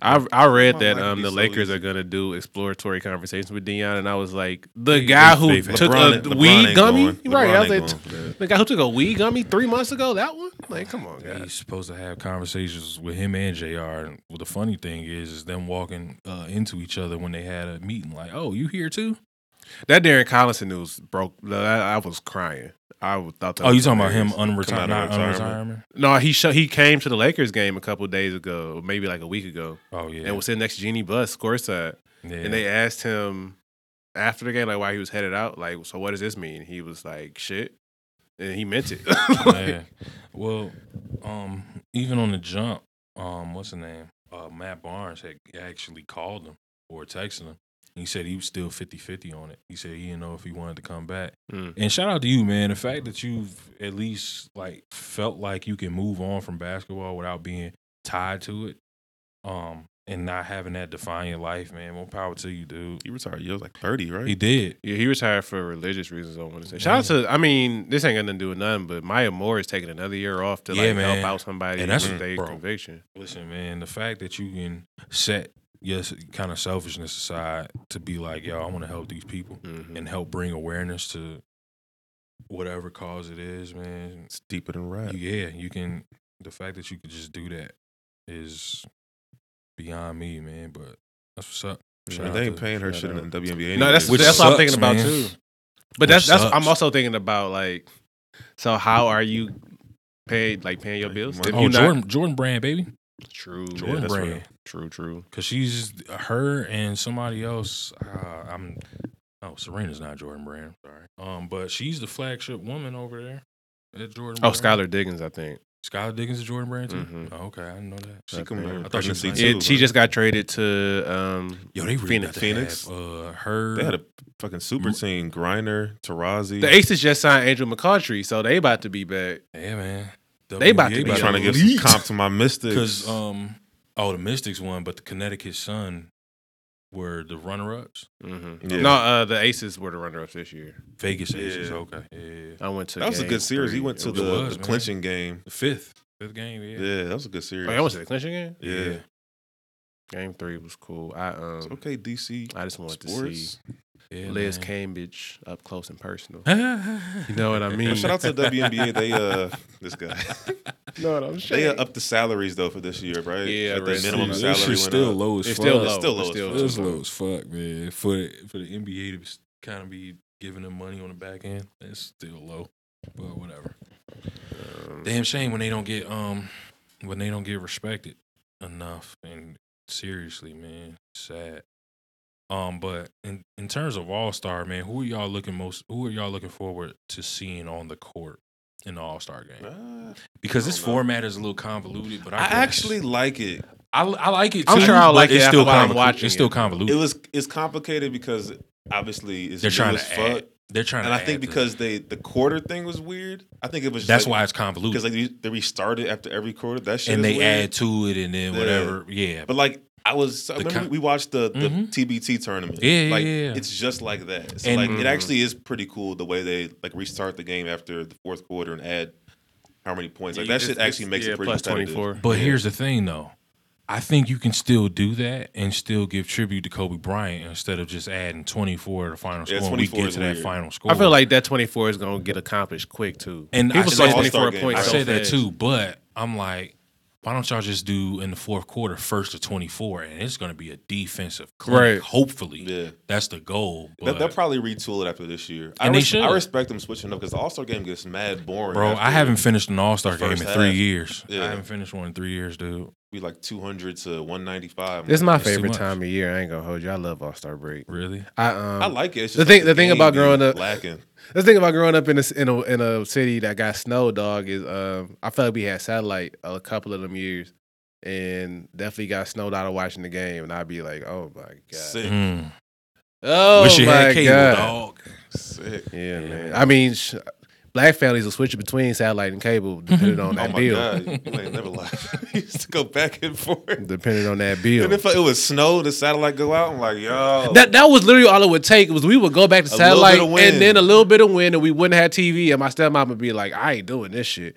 C: I I read
B: My
C: that
B: life would
C: um
B: be
C: the
B: so
C: Lakers
B: easy.
C: are gonna do exploratory conversations with Dion, and I was like, the
D: They-
C: guy
D: they-
C: who
D: they-
C: took
B: LeBron-
C: a
B: LeBron
C: weed
B: ain't
C: gummy,
B: going.
C: right?
B: LeBron
C: I was
B: ain't
C: like,
B: going for that.
C: the guy who took a weed gummy three months ago, that one. Like, come on, guys.
D: He's supposed to have conversations with him and Jr. And well, the funny thing is, is them walking uh, into each other when they had a meeting. Like, oh, you here too?
C: That Darren Collison news broke. I, I was crying. I thought. That
D: Oh, you
C: was
D: talking about him
C: hilarious.
B: Come
D: unretired?
B: out
D: Not
B: of
D: unretirement.
B: retirement.
C: No, he show, he came to the Lakers game a couple days ago, or maybe like a week ago,
D: Oh yeah.
C: and was sitting next to Jeannie Buss, courtside.
D: yeah.
C: And they asked him after the game, like why he was headed out, like, so what does this mean? He was like, shit. And he meant it.
D: yeah. Well, um, even on the jump, um, what's the name? Uh, Matt Barnes had actually called him or texted him. And he said he was still 50-50 on it. He said he didn't know if he wanted to come back.
C: Mm.
D: And shout out to you, man. The fact that you've at least like felt like you can move on from basketball without being tied to it, um, and not having that define your life, man. More power to you, dude.
B: He retired. You was like thirty, right?
D: He did.
C: Yeah, he retired for religious reasons. I want to say. Shout out to. I mean, this ain't got nothing to do with nothing, but Maya Moore is taking another year off to
D: Yeah,
C: like
D: man.
C: help out somebody
D: And that's-
C: with their
D: bro.
C: conviction.
D: Listen, man, the fact that you can set your kind of selfishness aside to be like, yo, I want to help these people
B: Mm-hmm.
C: Mhm.
D: and help bring awareness to whatever cause it is, man.
B: It's deeper than rap.
D: Yeah, you can. The fact that you could just do that is beyond me, man. But that's what's up.
B: Yeah,
D: Shout out
B: they ain't
D: to-
B: paying her
C: shout
B: shit
C: out.
B: in the WNBA.
C: No, that's
B: anyways.
D: Which
C: that's what I'm
D: sucks,
C: thinking about
D: man.
C: too.
D: Which
C: But that's that's.
D: sucks.
C: I'm also thinking about like, so how are you paid? Like paying your bills?
B: Like,
C: If
D: Oh,
C: you not-
D: Jordan, Jordan Brand, baby.
C: True.
D: Jordan
B: that's
D: Brand.
B: real.
C: True. True.
D: Cause she's her and somebody else. Uh, I'm oh Serena's not Jordan Brand. Sorry. Um, but she's the flagship woman over there at Jordan.
C: Oh,
D: Brand.
C: Skylar Diggins, I think.
D: Skylar Diggins is Jordan Brand too.
C: Mhm.
D: Oh, okay, I didn't know that.
B: She come
C: I
B: out.
D: thought
B: I thought
D: she was
B: she
D: nice.
B: too.
C: It, she
B: like,
C: just got traded to um,
D: Yo, they really
C: Phoenix.
D: got to
B: Phoenix.
D: have, uh, her.
B: they had a fucking super team. Griner, Tarazi.
C: The Aces just signed Andrew McCautry, so they about to be back.
D: yeah, man.
C: They about to
D: WNBA
C: be
B: trying to give some
D: elite.
B: comp to my Mystics.
D: Because um, oh, the Mystics won, but the Connecticut Sun were the runner-ups.
C: Mm-hmm.
B: Yeah.
C: No, uh, the Aces were the runner-ups this year.
D: Vegas
B: Yeah.
D: Aces. Okay, yeah,
C: I went to
B: that was a
C: game
B: good series. He
C: three.
B: went to
C: It was-
B: the,
D: was,
B: the
D: man.
B: clinching game.
D: the fifth, fifth game. Yeah,
B: Yeah, that was a good series.
C: Oh, I went to the clinching game.
B: yeah.
D: Yeah.
C: Game three was cool. I um,
B: It's okay, DC.
C: I just wanted
B: Sports.
C: to see
D: yeah
C: Liz
D: man.
C: Cambridge up close and personal.
D: you
C: You know what I mean?
B: Shout out to the WNBA. They uh, this guy.
C: No, I'm
B: They uh, up the salaries though for this year, right?
C: Yeah,
B: like
C: right.
B: the minimum
C: It's
B: salary went up.
D: low
C: It's still
B: It's
C: low.
B: still low
C: It's
B: as
C: still
B: fuck.
D: It was
C: low.
D: low as fuck, man. For for the NBA to kind of be giving them money on the back end, it's still low. But whatever.
C: Um,
D: Damn shame when they don't get um when they don't get respected enough and seriously, man, sad. Um, but in in terms of All Star, man, who are y'all looking most? Who are y'all looking forward to seeing on the court in the All Star game
B: Uh,
D: because this
B: know.
D: format is a little convoluted. But I,
B: I
D: guess.
B: actually like it.
D: I, I like it. Too,
C: I'm sure I'll
D: but
C: like it
D: It's
C: after
D: still
C: while I'm
D: convoluted.
C: watching
D: It's still
C: it.
D: convoluted.
B: It was it's complicated because obviously it's
D: they're
B: new
D: trying
B: as
D: to
B: fuck.
D: add. They're trying
B: And
D: to.
B: I think
D: add to-
B: because they the quarter thing was weird. I think it was just
D: that's
B: like-
D: why it's convoluted.
B: because like they- they restarted after every quarter. That shit
D: and
B: is
D: they
B: weird.
D: add to it and then
B: Yeah.
D: whatever. Yeah.
B: But like I was, I
D: The
B: remember
D: con-
B: we watched the, the
D: Mhm.
B: TBT tournament.
D: Yeah, yeah,
B: like
D: yeah.
B: it's just like that. So
D: And-
B: like
D: Mhm.
C: Mm-hmm.
B: it actually is pretty cool the way they like restart the game after the fourth quarter and add how many points. Like that shit actually makes it pretty
C: plus
B: competitive.
C: 24.
D: But here's the thing, though. I think you can still do that and still give tribute to Kobe Bryant instead of just adding 24 to the final
B: Yeah,
D: score. When we
B: 24
D: get
B: is
D: to that
B: weird.
D: final score.
C: I feel like that 24 is gonna get accomplished quick too.
D: And I
C: people
D: said
C: start
D: that-
C: 24
B: All-Star
D: I
C: points.
B: game.
C: so
D: say that
C: fast.
D: too, but I'm like, why don't y'all just do in the fourth quarter first to 24 and it's going to be a defensive clinic,
C: Right.
D: Hopefully,
B: Yeah.
D: that's the goal.
B: They'll,
D: but-
B: they'll probably retool it after this year. I,
D: And they
B: res- I
D: should.
B: respect them switching up because the All Star game gets mad boring.
D: bro, I
B: after
D: haven't finished an All Star game in
B: first
D: three
B: half.
D: years.
B: Yeah.
D: I haven't finished one in three years, dude.
B: be like two hundred to one ninety five.
C: This is my
D: It's too
C: favorite
D: much.
C: time of year. I ain't gonna hold you. I love All Star break.
D: Really?
C: I um
B: I like it. It's
C: The
B: just
C: thing-
B: like
C: the thing
B: game
C: about
B: be
C: growing up-
B: lacking.
C: The thing about growing up in a s- in a, in a city that got snow, dog, is um, I felt like we had satellite a couple of them years, and definitely got snowed out of watching the game, and I'd be like, oh my god,
B: Sick,
D: Mm.
C: oh
D: Wish you
C: my
D: had cable,
C: god,
D: dog.
B: sick.
C: yeah, man. I mean, sh- black families will switch between satellite and cable depending
B: Oh
C: on that
B: my
C: bill,
B: god, you ain't never lied. I used to go back and forth.
C: depending on that bill.
B: And if it was snow, the satellite go out. I'm like, yo,
C: That that was literally all it would take was we would go back to
B: little bit
C: satellite
B: of wind.
C: and then a little bit of wind and we wouldn't have TV and my stepmom would be like, I ain't doing this shit.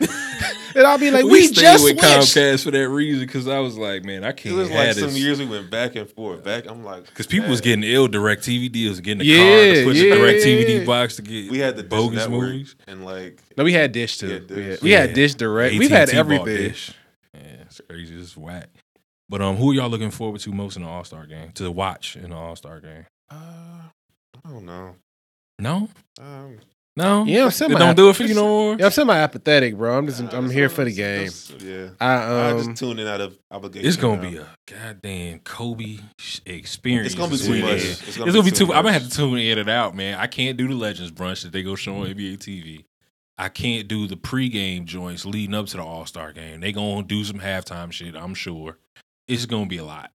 C: and I'd be like, We,
D: stayed
C: just
D: with
C: switched.
D: Comcast for that reason because I was like, man, I
B: it
D: can't.
B: was like
D: have
B: some
D: this.
B: years we went back and forth. Back, I'm like,
D: Because people was getting ill direct TV deals and getting a car
C: Yeah,
D: to put
C: yeah,
D: the
C: yeah.
D: direct TV box to get
B: we had the bogus
D: bogus
B: network
D: movies.
B: and like
C: No, we had Dish too.
B: Yeah,
C: we
B: Dish.
C: had, we had
D: Yeah.
C: Dish direct. We've had
D: AT&T bought
C: everything.
D: Dish. Yeah, it's crazy. It's whack. But um, who are y'all looking forward to most in the All Star game? To watch in the All Star game?
B: uh, I don't know.
D: No,
B: Um,
D: no.
C: Yeah, I'm
D: They
C: semi-
D: don't do it for you no more.
C: Yeah, I'm semi apathetic, bro. I'm just
B: I
C: I'm
B: just
C: here
B: don't-
C: for the game.
B: Yeah,
C: I
B: I
C: um
B: just tune in out of obligation.
D: It's gonna
B: now.
D: be a goddamn Kobe sh- experience.
B: It's gonna be
D: is
B: too
D: what it
B: much.
D: is.
B: It's
D: It's
B: gonna
D: gonna,
B: be
D: be
B: too
D: too. I'm gonna
B: much.
D: have to tune in and out, man. I can't do the Legends brunch that they go show on NBA TV. I can't do the pregame joints leading up to the All Star game. They gonna do some halftime shit. I'm sure. It's gonna be a lot,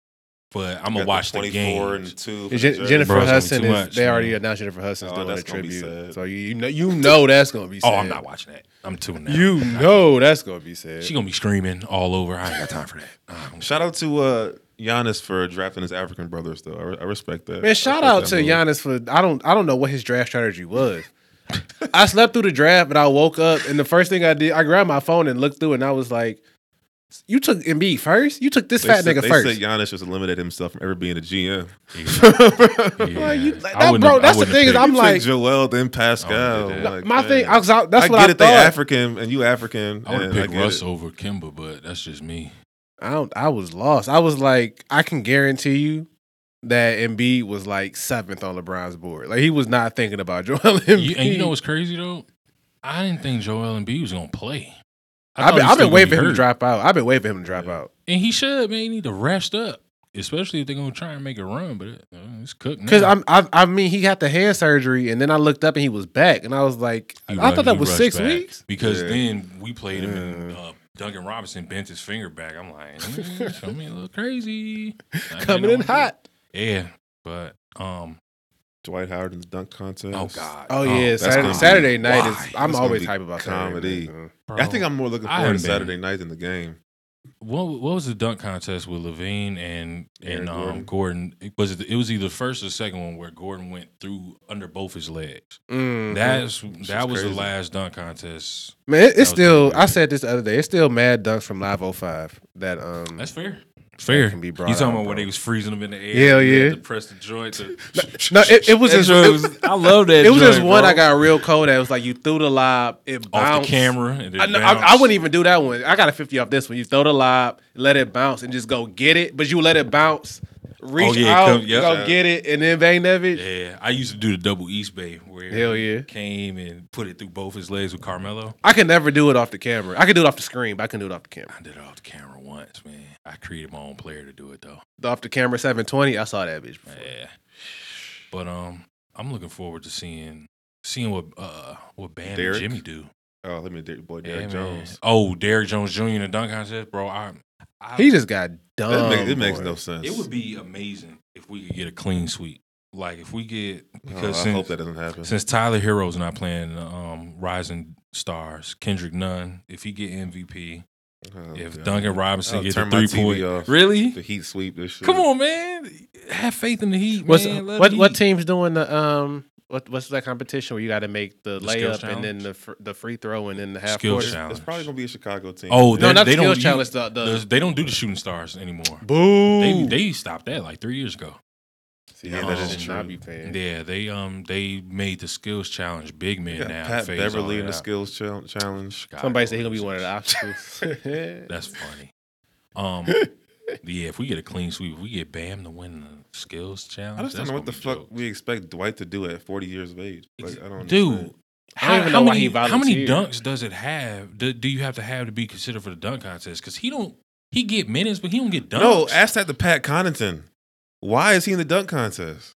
D: but I'm
B: You got
D: gonna watch the game.
B: and two. for the
C: Jen-
B: jersey.
C: Jennifer
D: Bro, it's gonna be
C: Hudson
D: too
C: is
D: much,
C: they already
D: man.
C: announced Jennifer Hudson's
B: Oh,
C: doing
B: that's
C: a
B: gonna be
C: tribute.
B: sad.
C: So you, you know you know that's gonna be sad.
D: Oh, I'm not watching that. I'm tuning out.
C: You
D: I-
C: know that's gonna be sad.
D: she gonna be screaming all over. I ain't got time for that. I don't-
B: Shout out to uh, Giannis for drafting his African brothers, though. I, re- I respect that.
C: Man, shout
B: I
C: out
B: respect
C: to
B: that move.
C: Giannis for I don't I don't know what his draft strategy was. I slept through the draft, but I woke up and the first thing I did, I grabbed my phone and looked through, and I was like, "You took Embiid first. You took this
B: They
C: fat
B: said-
C: nigga
B: they
C: first.
B: said Giannis just eliminated himself from ever being a GM.
D: Yeah. Yeah.
C: Like, you-
D: I
C: that-
D: wouldn't
C: bro,
D: have- I
C: that's the
D: wouldn't
C: thing is
D: have
C: I'm
B: You
C: like-
B: took Joel, then Pascal.
D: I don't do
B: I'm
D: that.
B: like,
C: My thing,
B: man.
C: I was out. That's
B: I
C: what
B: get
C: I
B: it. They
C: thought.
B: African and you African.
D: picked- I would
B: and
D: have picked
B: get
D: Russ
B: it.
D: over Kimba, but that's just me.
C: I don't, I was lost. I was like, I can guarantee you that Embiid was like seventh on LeBron's board. Like he was not thinking about Joel Embiid.
D: You, and you know what's crazy though? I didn't think Joel Embiid was gonna play. I
C: I've
D: thought
C: been,
D: he was
C: I've been
D: still
C: waiting for
D: gonna
C: him
D: be
C: to
D: hurt.
C: drop out. I've been waiting for him to drop out.
D: and he should. Man, he need to rest up, especially if they're gonna try and make a run. But it, uh, it's cooked
C: Because
D: now.
C: I'm, I, I mean, he got the hand surgery, and then I looked up and he was back, and I was like,
D: He
C: I thought
D: rushed-
C: that
D: he
C: was
D: rushed
C: six
D: back.
C: weeks.
D: Because
B: Yeah.
D: then we played him, and uh, Duncan Robinson bent his finger back. I'm like, mm, show me a little crazy. I didn't
C: Coming
D: know
C: in
D: what-
C: hot.
D: Yeah, but um,
B: Dwight Howard in the dunk contest.
D: oh god.
C: Oh yeah,
D: that's
C: Saturday,
D: gonna be
C: Saturday night
D: why.
C: is. I'm
B: That's gonna
C: always
B: be
C: hype about
B: comedy.
C: comedy. Saturday night,
B: I think I'm more looking
D: I
B: forward to
D: haven't been.
B: Saturday night than the game.
D: What what was the dunk contest with Levine and
B: Aaron
D: and um,
B: Gordon.
D: Gordon? It Was it? It was either the first or second one where Gordon went through under both his legs.
C: man. Mhm.
D: That's that was
B: crazy.
D: the last dunk contest.
C: man. it-
D: was
C: it's still.
D: pretty
C: I said this the other day. It's still mad dunks from Live 05 that um
D: That's fair. Fair.
C: can be
D: you
C: brought
D: talking
C: out,
D: about
C: bro.
D: when they was freezing them in the air?
C: Hell
D: and they had
C: yeah.
D: To press the joint. To,
C: No, it, it was
D: That
C: just.
D: joint
C: It,
D: was- I love that.
C: it was just
D: joint,
C: one
D: bro.
C: I got real cold at. It was like you threw the lob, it
D: off
C: bounced.
D: the camera. And it
C: I, know, I, I
D: bounced.
C: wouldn't even do that one. I got a 50 off this one. You throw the lob, let it bounce, and just go get it. But you let it bounce, reach
D: Oh, yeah,
C: out,
D: come- yep.
C: go get it, and then bang that bitch.
D: Yeah, I used to do the double East Bay where
C: Hell yeah.
D: he came and put it through both his legs with Carmelo.
C: I can never do it off the camera. I can do it off the screen, but I can do it off the camera.
D: I did it off the camera once, man. I created my own player to do it though.
C: The off the camera 720, I saw that bitch before.
D: Yeah. But um, I'm looking forward to seeing seeing what uh what Bam
B: Derek?
D: and Jimmy do.
B: Oh, let me Derek boy
D: Yeah,
B: Derrick
D: man.
B: Jones.
D: Oh, Derrick Jones Jr. in the dunk contest, bro. I, I
C: He just got dumb.
B: That makes, it makes
C: boy.
B: no sense.
D: Oh, It would be amazing if we could get a clean sweep. Like if we get
B: Oh,
D: because
B: I
D: since,
B: hope that doesn't happen.
D: since Tyler Hero's not playing um, Rising Stars, Kendrick Nunn, if he get MVP,
B: Oh,
D: if
B: God.
D: Duncan Robinson
B: I'll
D: get the
B: turn my
D: three
B: TV
D: point,
B: off.
D: really?
B: the Heat sweep this shit.
D: Come on, man, have faith in the Heat,
C: What's,
D: man. Love
C: what
D: the
C: what
D: Heat.
C: team's doing the um what what's that competition where you got to make the,
D: The skills
C: layup and then the fr- the free throw and then the half
D: Skills
C: court?
D: challenge.
B: It's probably gonna be a Chicago team.
D: Oh,
C: No,
D: they-
C: not
D: they
C: the
D: don't
C: skills
D: use-
C: challenge. The, the,
D: They don't do the shooting stars anymore.
C: boo.
D: They they stopped that like three years ago.
C: See,
B: Yeah,
C: I
D: Oh, that is
C: should
B: true.
C: not be paying.
D: Yeah, they um they made the skills challenge big
B: You
D: men
B: got
D: now.
B: Pat
D: phase
B: Beverly
D: all
B: in the
D: that out.
B: skills chal- challenge.
D: God,
C: Somebody
D: bro,
C: said he's gonna be
D: this
C: one of
D: is-
C: the obstacles.
D: That's funny. Um, yeah, if we get a clean sweep, if we get Bam to win the skills challenge.
B: I just don't
D: that's
B: know what
D: gonna
B: the
D: be
B: fuck
D: dope.
B: we expect Dwight to do at 40 years of age. Like, I don't
D: Dude,
B: understand.
C: I don't
D: how,
C: even
D: how
C: know why
D: many,
C: he
D: how many
C: volunteered.
D: dunks does it have? Do, do you have to have to be considered for the dunk contest? Because he don't he get minutes, but he don't get dunks.
B: No, ask that to Pat Connaughton. Why is he in the dunk contest?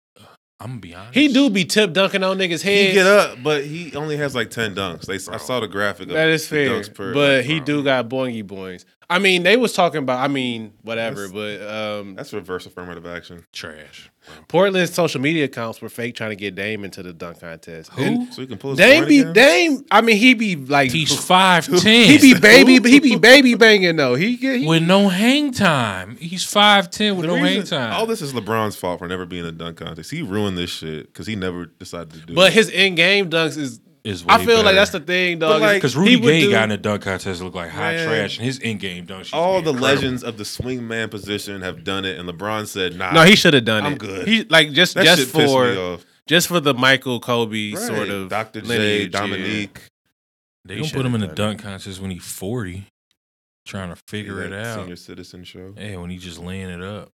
D: I'm gonna be honest.
C: he do be tip dunking on niggas'
B: He
C: heads.
B: get up, but he only has like 10 dunks. They, I saw the graphic. Of
C: That is
B: the
C: fair,
B: dunks per-
C: but
B: like,
C: he
B: bro.
C: do got boingy boings. I mean, they was talking about. I mean, whatever.
B: That's-
C: but um,
B: That's reverse affirmative action.
D: trash.
C: Portland's social media accounts were fake trying to get Dame into the dunk contest.
D: Who?
C: And
B: So we can pull his
C: Dame
B: point
C: be
B: again?
C: Dame. I mean, he be like
D: He's five ten.
C: he be baby, but he be baby banging though. He get he,
D: with no hang time. He's five ten with
B: The
D: no hang
B: reason-
D: time.
B: All this is LeBron's fault for never being in a dunk contest. He ruined this shit because he never decided to do
C: but
B: it.
C: his in game dunks is.
D: is
C: I feel like that's the thing, dog.
B: like,
D: because
C: he
D: Rudy
C: would
D: Gay
C: do-
D: got in a dunk contest looked like hot
B: Man.
D: trash, and his in game dunk. used to
B: All
D: be
B: the
D: incredible.
B: legends of the swingman position have done it, and LeBron said, "Nah,
C: No, he should have done
B: I'm
C: it.
B: good.
C: He like just
B: that
C: just
B: shit pissed me
C: for
B: off."
C: just for the Michael Kobe
B: Right.
C: sort of
B: Dr. J,
C: lineage, yeah.
B: Dominique.
D: They
C: He
D: gonna put
C: should've
D: him in a
C: done
D: dunk contest when he's forty, trying to figure it
B: that
D: out.
B: Senior citizen show,
D: Yeah, when he just laying it up.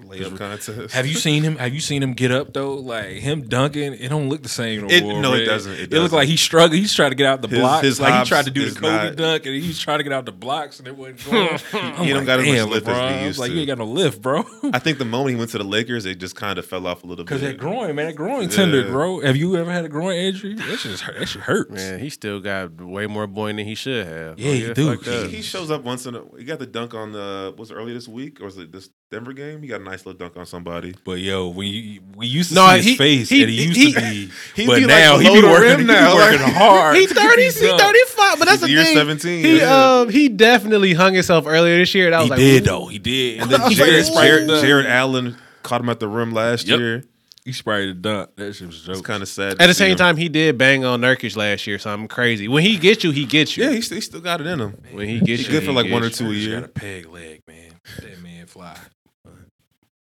B: layup contest.
D: Have you seen him? Have you seen him get up though? Like him dunking, it don't look the same.
B: It-
D: anymore,
B: no, it
D: man.
B: doesn't. It
D: It, look
B: doesn't.
D: like he's struggling. He's trying to get out the
B: His-
D: blocks.
B: his
D: like he
B: hops
D: tried to do
B: is
D: the Kobe
B: not-
D: dunk, and he was trying to get out the blocks, and it wasn't going. I'm
B: He don't got as much
D: "Damn,
B: lift as he
D: LeBron." I was
B: used
D: Like
B: to.
D: you ain't got no lift, bro.
B: I think the moment he went to the Lakers, it just kind of fell off a little bit.
D: Because that groin, man, that groin tendered,
B: Yeah.
D: bro. Have you ever had a groin injury? That shit, hurt, that shit hurts.
C: Man, he still got way more boing than he should have.
D: Yeah, he
C: Like,
D: do.
C: fucked up.
B: He, he shows up once in a. He got the dunk on the was it earlier this week or was it this Denver game? He got a nice little dunk on somebody.
D: But yo, when you we used to
C: No,
D: see his
C: he-
D: face,
C: he-
D: and he used
C: he-
D: to be,
B: he
D: but
B: be, like,
D: now he
B: below
D: be
B: the
D: working,
B: rim
D: he be
B: now, like-
D: working hard.
C: He 30, he
D: Dunk.
C: 35, but that's the
B: He's year
C: thing.
B: 17,
C: He
B: yeah.
C: um he definitely hung himself earlier this year, and I was
D: He
C: like,
D: did
C: "Ooh."
D: though. He did. And
B: Then
D: then
B: Jared,
D: Jared,
C: like,
B: Jared,
C: what?
B: Jared Allen caught him at the rim last
D: Yep.
B: year.
D: he sprayed a dunk. That shit was
B: It's
D: joke.
B: kind of sad.
C: At
B: to
C: the
B: see
C: same
B: him.
C: time, he did bang on Nurkic last year, so I'm crazy. When he gets you, he gets you.
B: yeah, he, st- he still got it in him.
D: Uh,
C: when he gets
B: He
C: you,
B: good for like
C: gets
B: one or
C: you.
B: two a
D: He
B: year.
D: got a peg leg, man. That man fly. That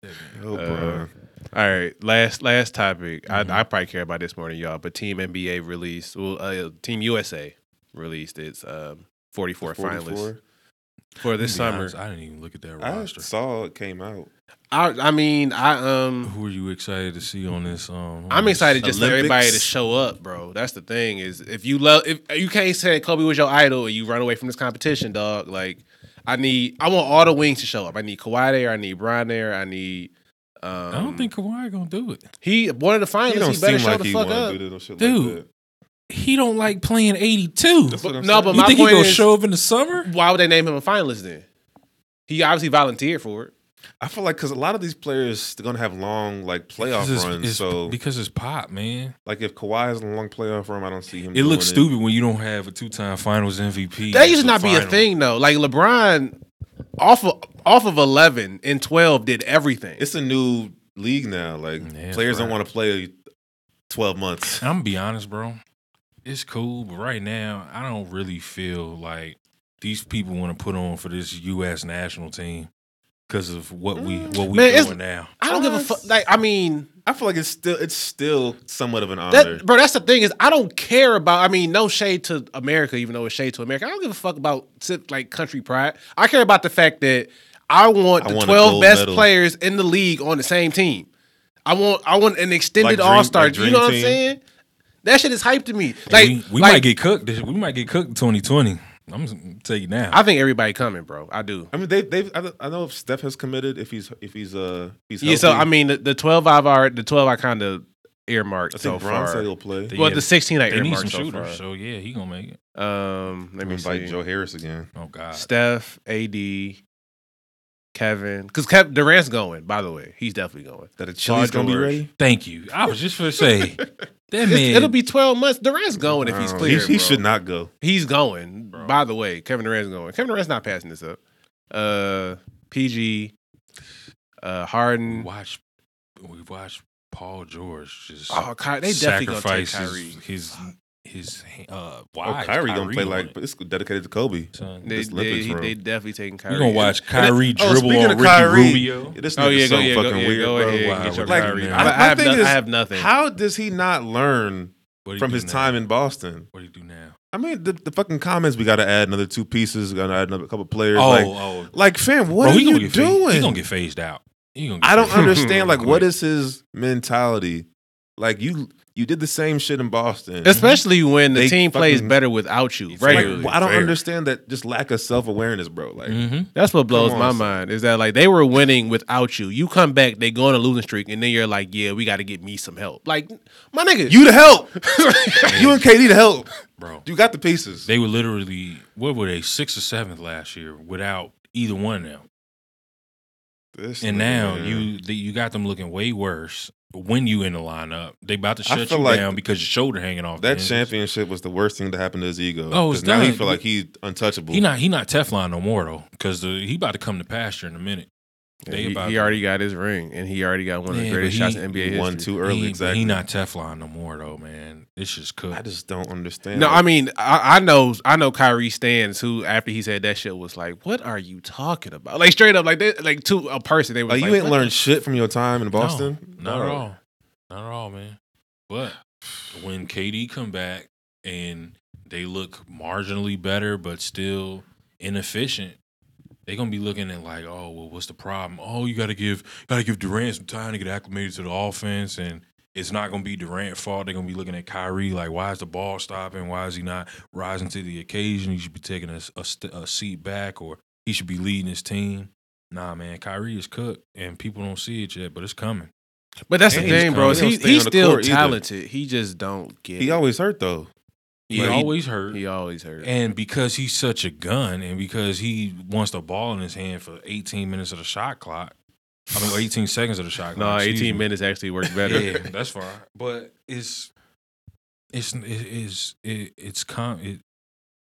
D: man.
B: Oh,
C: Uh,
B: bro.
C: All right, last last topic. I, I probably care about this more than y'all, but Team NBA released, well, uh, Team USA released its um, 44, finalists
B: 44.
C: for this
D: To be
C: summer.
D: honest, I didn't even look at that
B: I
D: roster.
B: saw it came out.
C: I I mean I um
D: Who are you excited to see on this? Um, on
C: I'm
D: this-
C: excited just for everybody to
B: Mm, Olympics.
C: show up, bro. That's the thing is if you love if you can't say Kobe was your idol and you run away from this competition, dog. Like I need I want all the wings to show up. I need Kawhi there. I need Brian there. I need. Um,
D: I don't think Kawhi gonna do it.
C: he one of the
B: He
C: finalists. He,
B: don't seem
C: better show
B: like
C: the
B: he
C: fuck
B: want
C: up.
B: to do no shit
D: Dude.
B: like
D: He don't like playing 82.
B: That's what I'm
C: No,
B: saying.
C: but
D: you
C: my
D: think he
C: point
D: gonna
C: is,
D: show up in the summer?
C: why would they name him a finalist then? He obviously volunteered for
B: that.
C: it.
B: I feel like because a lot of these players they're gonna have long like playoff
D: Because it's-
B: runs.
D: it's-
B: so
D: because it's pop, man.
B: like if Kawhi has a long playoff run, I don't see him.
D: It
B: doing
D: looks stupid when you don't have a two-time Finals MVP.
C: That used
D: as
C: to not be a
D: final.
C: thing though. Like LeBron, off of off of eleven and twelve, did everything.
B: It's a new league now. Like
D: Yeah,
B: players don't
D: right.
B: want to play twelve months.
D: And I'm gonna be honest, bro. It's cool, but right now I don't really feel like these people want to put on for this U.S. national team because of what we what we
C: Mm. Man, it's-
D: doing now.
C: I don't give a fuck. Like I mean,
B: I feel like it's still it's still somewhat of an honor.
C: That, bro, that's the thing is I don't care about. I mean, no shade to America, even though it's shade to America. I don't give a fuck about like country pride. I care about the fact that I want
B: I
C: the
B: want a
C: twelve
B: gold
C: best
B: medal.
C: players in the league on the same team. I want I want an extended
B: Like dream-
C: All Star.
B: like
C: you
B: dream
C: know what I'm
B: team?
C: saying? That shit is hype to me. Like
D: we we might
C: like,
D: get cooked. this- We might get cooked in 2020. I'm just gonna tell you now.
C: I think everybody coming, bro. I do.
B: I mean, they they I don't- I know if Steph has committed if he's if he's uh if he's
C: Yeah. So
B: healthy.
C: I mean, the, the twelve I've already the twelve I kind of earmarked
B: I
C: so
B: think Bron
C: far.
B: said he'll play.
D: They-
C: well,
D: yeah,
C: the 16 I
D: They need
C: earmarked
D: some
C: so
D: shooters,
C: far.
D: so yeah, he gonna make it.
C: Um, let me
B: invite
C: see.
B: Joe Harris again.
D: Oh
C: Uh,
D: God,
C: Steph, AD, Kevin, because Kev, Durant's going. By the way, he's definitely going.
B: That a Chili's gonna be
C: George.
B: ready.
D: thank you. I was just gonna say that
C: It's-
D: man.
C: it'll be 12 months. Durant's going if
B: I
C: he's
B: don't know.
C: clear.
B: he, he
C: bro.
B: should not go.
C: He's going.
D: Bro.
C: By the way, Kevin Durant's going. Kevin Durant's not passing this up. Uh, PG, uh,
D: we
B: Mm-hmm.
C: Harden.
D: watch. We watch Paul George just
C: Oh, Ky- they definitely gonna take
D: sacrifice
C: Kyrie.
D: his his, his uh.
B: Oh,
D: Why is
B: Kyrie, gonna play
D: on
B: like
D: it,
B: but it's dedicated to Kobe.
D: son?
C: They,
B: This
C: they,
B: Lakers
C: he-
B: room.
C: they definitely taking Kyrie.
D: You gonna watch Kyrie
B: oh,
D: dribble
B: speaking of
D: on Ricky
B: Kyrie,
D: Rubio?
B: This
C: Oh
B: nigga's
C: yeah,
B: so
C: go, yeah,
B: fucking
C: go, yeah,
B: weird,
C: go
B: bro.
C: ahead.
D: Wow,
C: get your
D: like,
C: Kyrie.
D: my-
C: I, I,
B: my
C: have
B: thing
C: no,
B: is,
C: I have nothing.
B: How does he not learn
D: What do you
B: from
D: do
B: his
D: now?
B: time in Boston?
D: What do you do now?
B: I mean, the, the fucking comments. We got to add another two pieces. We got to add another couple players.
D: oh,
B: like,
D: oh,
B: like, fam, what
D: Bro,
B: are
D: he gonna
B: you
D: get phased- he
B: doing?
D: gonna get phased out. He gonna get
B: I don't
D: phased out.
B: understand. Like, what
D: Quick.
B: is his mentality? Like, you you did the same shit in Boston.
C: Especially when the
B: They
C: team plays
B: fucking-
C: better without you.
D: Like,
B: like,
C: Regularly.
B: I don't
D: fair.
B: understand that. Just lack of self awareness, bro. Like,
D: Mhm.
C: That's what blows
B: Come
C: my
B: on, son.
C: mind is that like they were winning without you. You come back, they go on a losing streak, and then you're like, "Yeah, we got to get me some help." Like my nigga,
B: you to help. you and KD to help.
D: bro.
B: You got the pieces.
D: They were literally what were they sixth or seventh last year without either one of them,
B: This
D: and now
B: nigga.
D: you the, you got them looking way worse when you in the lineup. They about to
B: I
D: shut you
B: feel like
D: down because your shoulder hanging off. the
B: That
D: hinges.
B: championship was the worst thing to happen to his ego.
D: Oh, it's
B: 'Cause now he
D: done.
B: feel like he's untouchable.
D: He not he not Teflon no more though because he about to come to pasture in a minute. They
C: he,
D: about
C: he
D: to-
C: already got his ring, and he already got one of the
D: Yeah, but
C: greatest
D: he-
C: shots in NBA
B: he
C: history.
B: won too early.
D: He,
B: exactly.
D: he not Teflon no more though, man. It's just cooked.
B: I just don't understand.
C: No,
B: it.
C: I mean I, I know I know Kyrie stands who after he said that shit was like, "What are you talking about?" Like straight up, like they, like to a person they were
B: like,
C: like,
B: Oh, you ain't
C: "What
B: learned
C: the-
B: shit from your time in Boston.
D: No, not at
B: No.
D: all. Not at all, man. But when KD come back and they look marginally better, but still inefficient, they gonna be looking at like, oh, well, what's the problem? Oh, you gotta give gotta give Durant some time to get acclimated to the offense, and it's not gonna be Durant's fault. They're gonna be looking at Kyrie like, why is the ball stopping? Why is he not rising to the occasion? He should be taking a, a st- a seat back, or he should be leading his team. Nah, man, Kyrie is cooked, and people don't see it yet, but it's coming.
C: But that's the
D: And he's
C: thing, bro.
D: coming.
C: is
B: He
C: He,
B: don't stay
C: he's
B: on the
C: still
B: court either.
C: talented. He just don't get.
B: He
C: it.
B: always hurt though.
D: He
C: But he-
D: always hurt.
C: he always hurt.
D: And because he's such a gun, and because he wants the ball in his hand for 18 minutes of the shot clock, I mean, 18 seconds of the shot
C: no,
D: clock. excuse
C: eighteen
D: me.
C: minutes actually worked better.
D: Yeah, that's fine. But it's it's it is it, it's com it,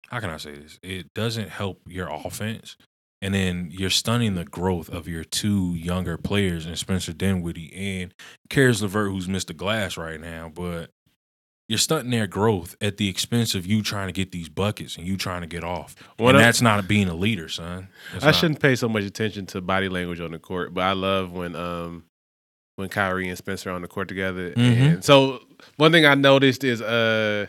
D: how can I say this? It doesn't help your offense. And then you're stunning the growth of your two younger players and Spencer Dinwiddie and Karis Levert, who's missed the glass right now, but you're stunting their growth at the expense of you trying to get these buckets and you trying to get off.
C: What
D: and
C: I-
D: that's not being a leader, son. That's
C: I
D: not-
C: shouldn't pay so much attention to body language on the court, but I love when um when Kyrie and Spencer are on the court together.
D: Mm-hmm.
C: And so one thing I noticed is uh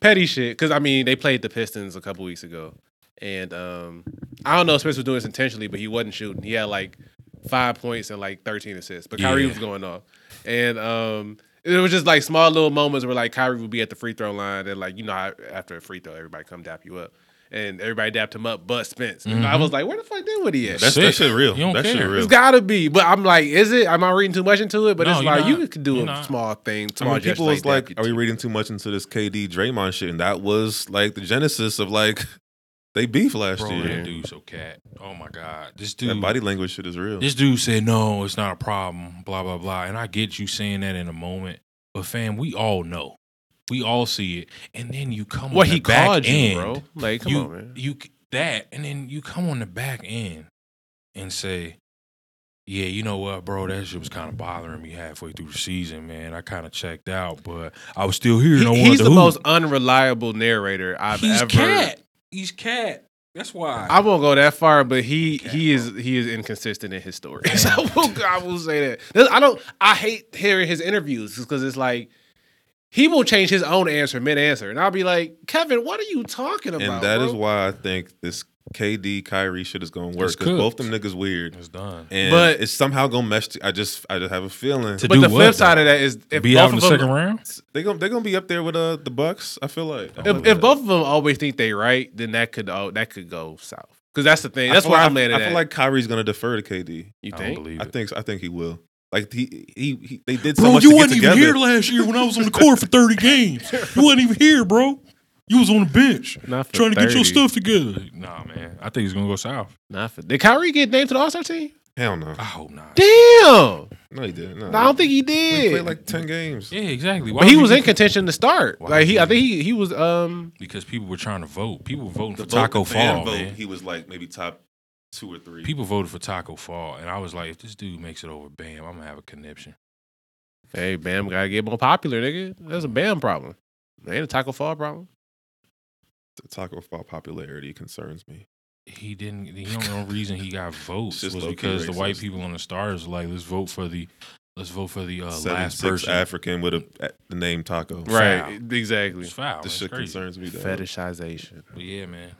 C: petty shit because I mean they played the Pistons a couple weeks ago, and um I don't know if Spencer was doing this intentionally, but he wasn't shooting. He had like five points and like thirteen assists, but Kyrie
D: Yeah.
C: was going off, and um. It was just like small little moments where like Kyrie would be at the free throw line and like you know how after a free throw everybody come dap you up and everybody dapped him up but Spence. And
D: Mm-hmm.
C: I was like, where the fuck did what he at?
B: That's that
D: Sick.
B: shit real.
D: You don't
B: that shit
D: care.
B: real.
C: It's gotta be, but I'm like, is it? Am I reading too much into it? But
D: No,
C: it's
D: you're
C: like you
D: not.
C: could do
D: You're
C: a
D: not.
C: small thing,
B: I
C: small
B: mean,
C: gesture
B: people was
C: like,
B: like,
C: that.
B: "Are we reading too much into this KD Draymond shit?" And that was like the genesis of like they beef last
D: Bro, that
B: year.
D: dude's so cat. Oh my God. This dude
B: That body language shit is real.
D: This dude said, no, it's not a problem, blah, blah, blah. And I get you saying that in a moment. But fam, we all know. We all see it. And then you come
C: What
D: on
C: he
D: the back
C: called you,
D: end.
C: bro? Like, come
D: you,
C: on, man.
D: You that, and then you come on the back end and say, Yeah, you know what, bro, that shit was kind of bothering me halfway through the season, man. I kind of checked out, but I was still here and I
C: He-
D: wanted
C: he's
D: to
C: the
D: hoop."
C: most unreliable narrator I've
D: He's
C: ever.
D: cat. He's cat. That's why.
C: I won't go that far, but he he is he is inconsistent in his stories. I will, I will say that. This- I don't. I hate hearing his interviews because it's like he will change his own answer mid answer, and I'll be like, Kevin, what are you talking about?
B: and that
C: bro?
B: is why I think this KD Kyrie shit is gonna
D: It's
B: work because
D: cooked.
B: both them niggas weird.
D: it's done.
B: And
C: But-
B: but it's somehow gonna mesh. t- I just I just have a feeling
D: To
C: But
D: do
C: the
D: what,
C: flip side
D: though?
C: of that is if
D: Be
C: both
D: out in the
C: of them
D: second round?
B: they gonna they gonna be up there with uh the Bucks. I feel like
C: If, if both of them always think they right, then that could oh, that could go south. Because that's the thing. That's
B: I feel
C: where
B: like-
C: I'm landing
B: I feel
C: at.
B: like Kyrie's gonna defer to KD.
C: you
D: I don't
C: think?
D: believe
B: I
D: it.
B: think I think he will. Like he, he, he they did so
D: Bro,
B: much
D: you
B: to get
D: wasn't even
B: together.
D: here last year when I was on the court for 30 games. You wasn't even here, bro. You was on the bench
C: Not for
D: trying to get
C: 30.
D: your stuff together. Nah, man. I think he's gonna go south.
C: Not for, did Kyrie get named to the All Star team?
B: Hell no,
D: I hope not.
C: Damn,
B: no, he didn't. No,
C: I don't think he
B: he
C: did.
B: played like ten games.
D: Yeah, exactly. Why
C: but he
D: would
C: was
D: you
C: in
D: get-
C: contention to start.
D: Why
C: like he, I
D: would
C: think he he was um
D: because people were trying to vote. People were voting
B: The
D: for
B: vote-
D: Taco
B: the fan
D: Fall,
B: vote,
D: man.
B: He was like maybe top two or three.
D: People voted for Taco Fall, and I was like, if this dude makes it over, bam, I'm gonna have a conniption.
C: Hey, Bam gotta get more popular, nigga. That's a Bam problem. That ain't a Taco Fall problem.
B: The Taco Fall popularity concerns me.
D: He didn't. The only reason he got votes
B: just
D: was
B: low-key
D: because the white
B: racist.
D: people on the stars were like, let's vote for the, let's vote for the uh,
B: Seven
D: last
B: six
D: person.
B: African with a a- the name Taco.
D: Right,
C: exactly.
D: It's foul.
B: This
D: It's
B: shit
D: crazy.
B: concerns me. dog.
C: Fetishization.
D: But yeah, man.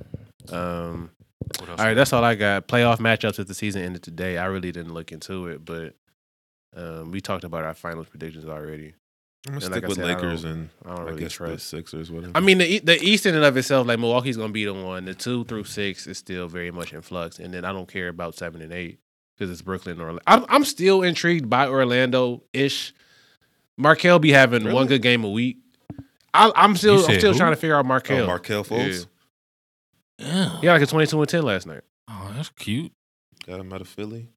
C: Um,
D: What else?
C: all right, that's all I got. Playoff matchups if the season ended today. I really didn't look into it, but um, we talked about our finals predictions already.
B: I'm gonna
C: And
B: stick
C: like I
B: with
C: said, I
B: Lakers
C: don't-
B: and
C: I
B: I,
C: don't really
B: guess the
C: trust.
B: Sixers. Whatever.
C: I mean, the E- the East in and of itself, like Milwaukee's gonna be the one. The two through six is still very much in flux, and then I don't care about seven and eight because it's Brooklyn or I'm I'm still intrigued by Orlando ish. Markel be having
B: Really?
C: one good game a week. I, I'm still
D: You
C: I'm
D: said
C: still
D: who?
C: trying to figure out
B: oh,
C: Markel.
B: Markel Fultz
D: Yeah.
C: yeah, like a 22 and 10 last night,
D: Oh, that's cute,
B: got him out of Philly.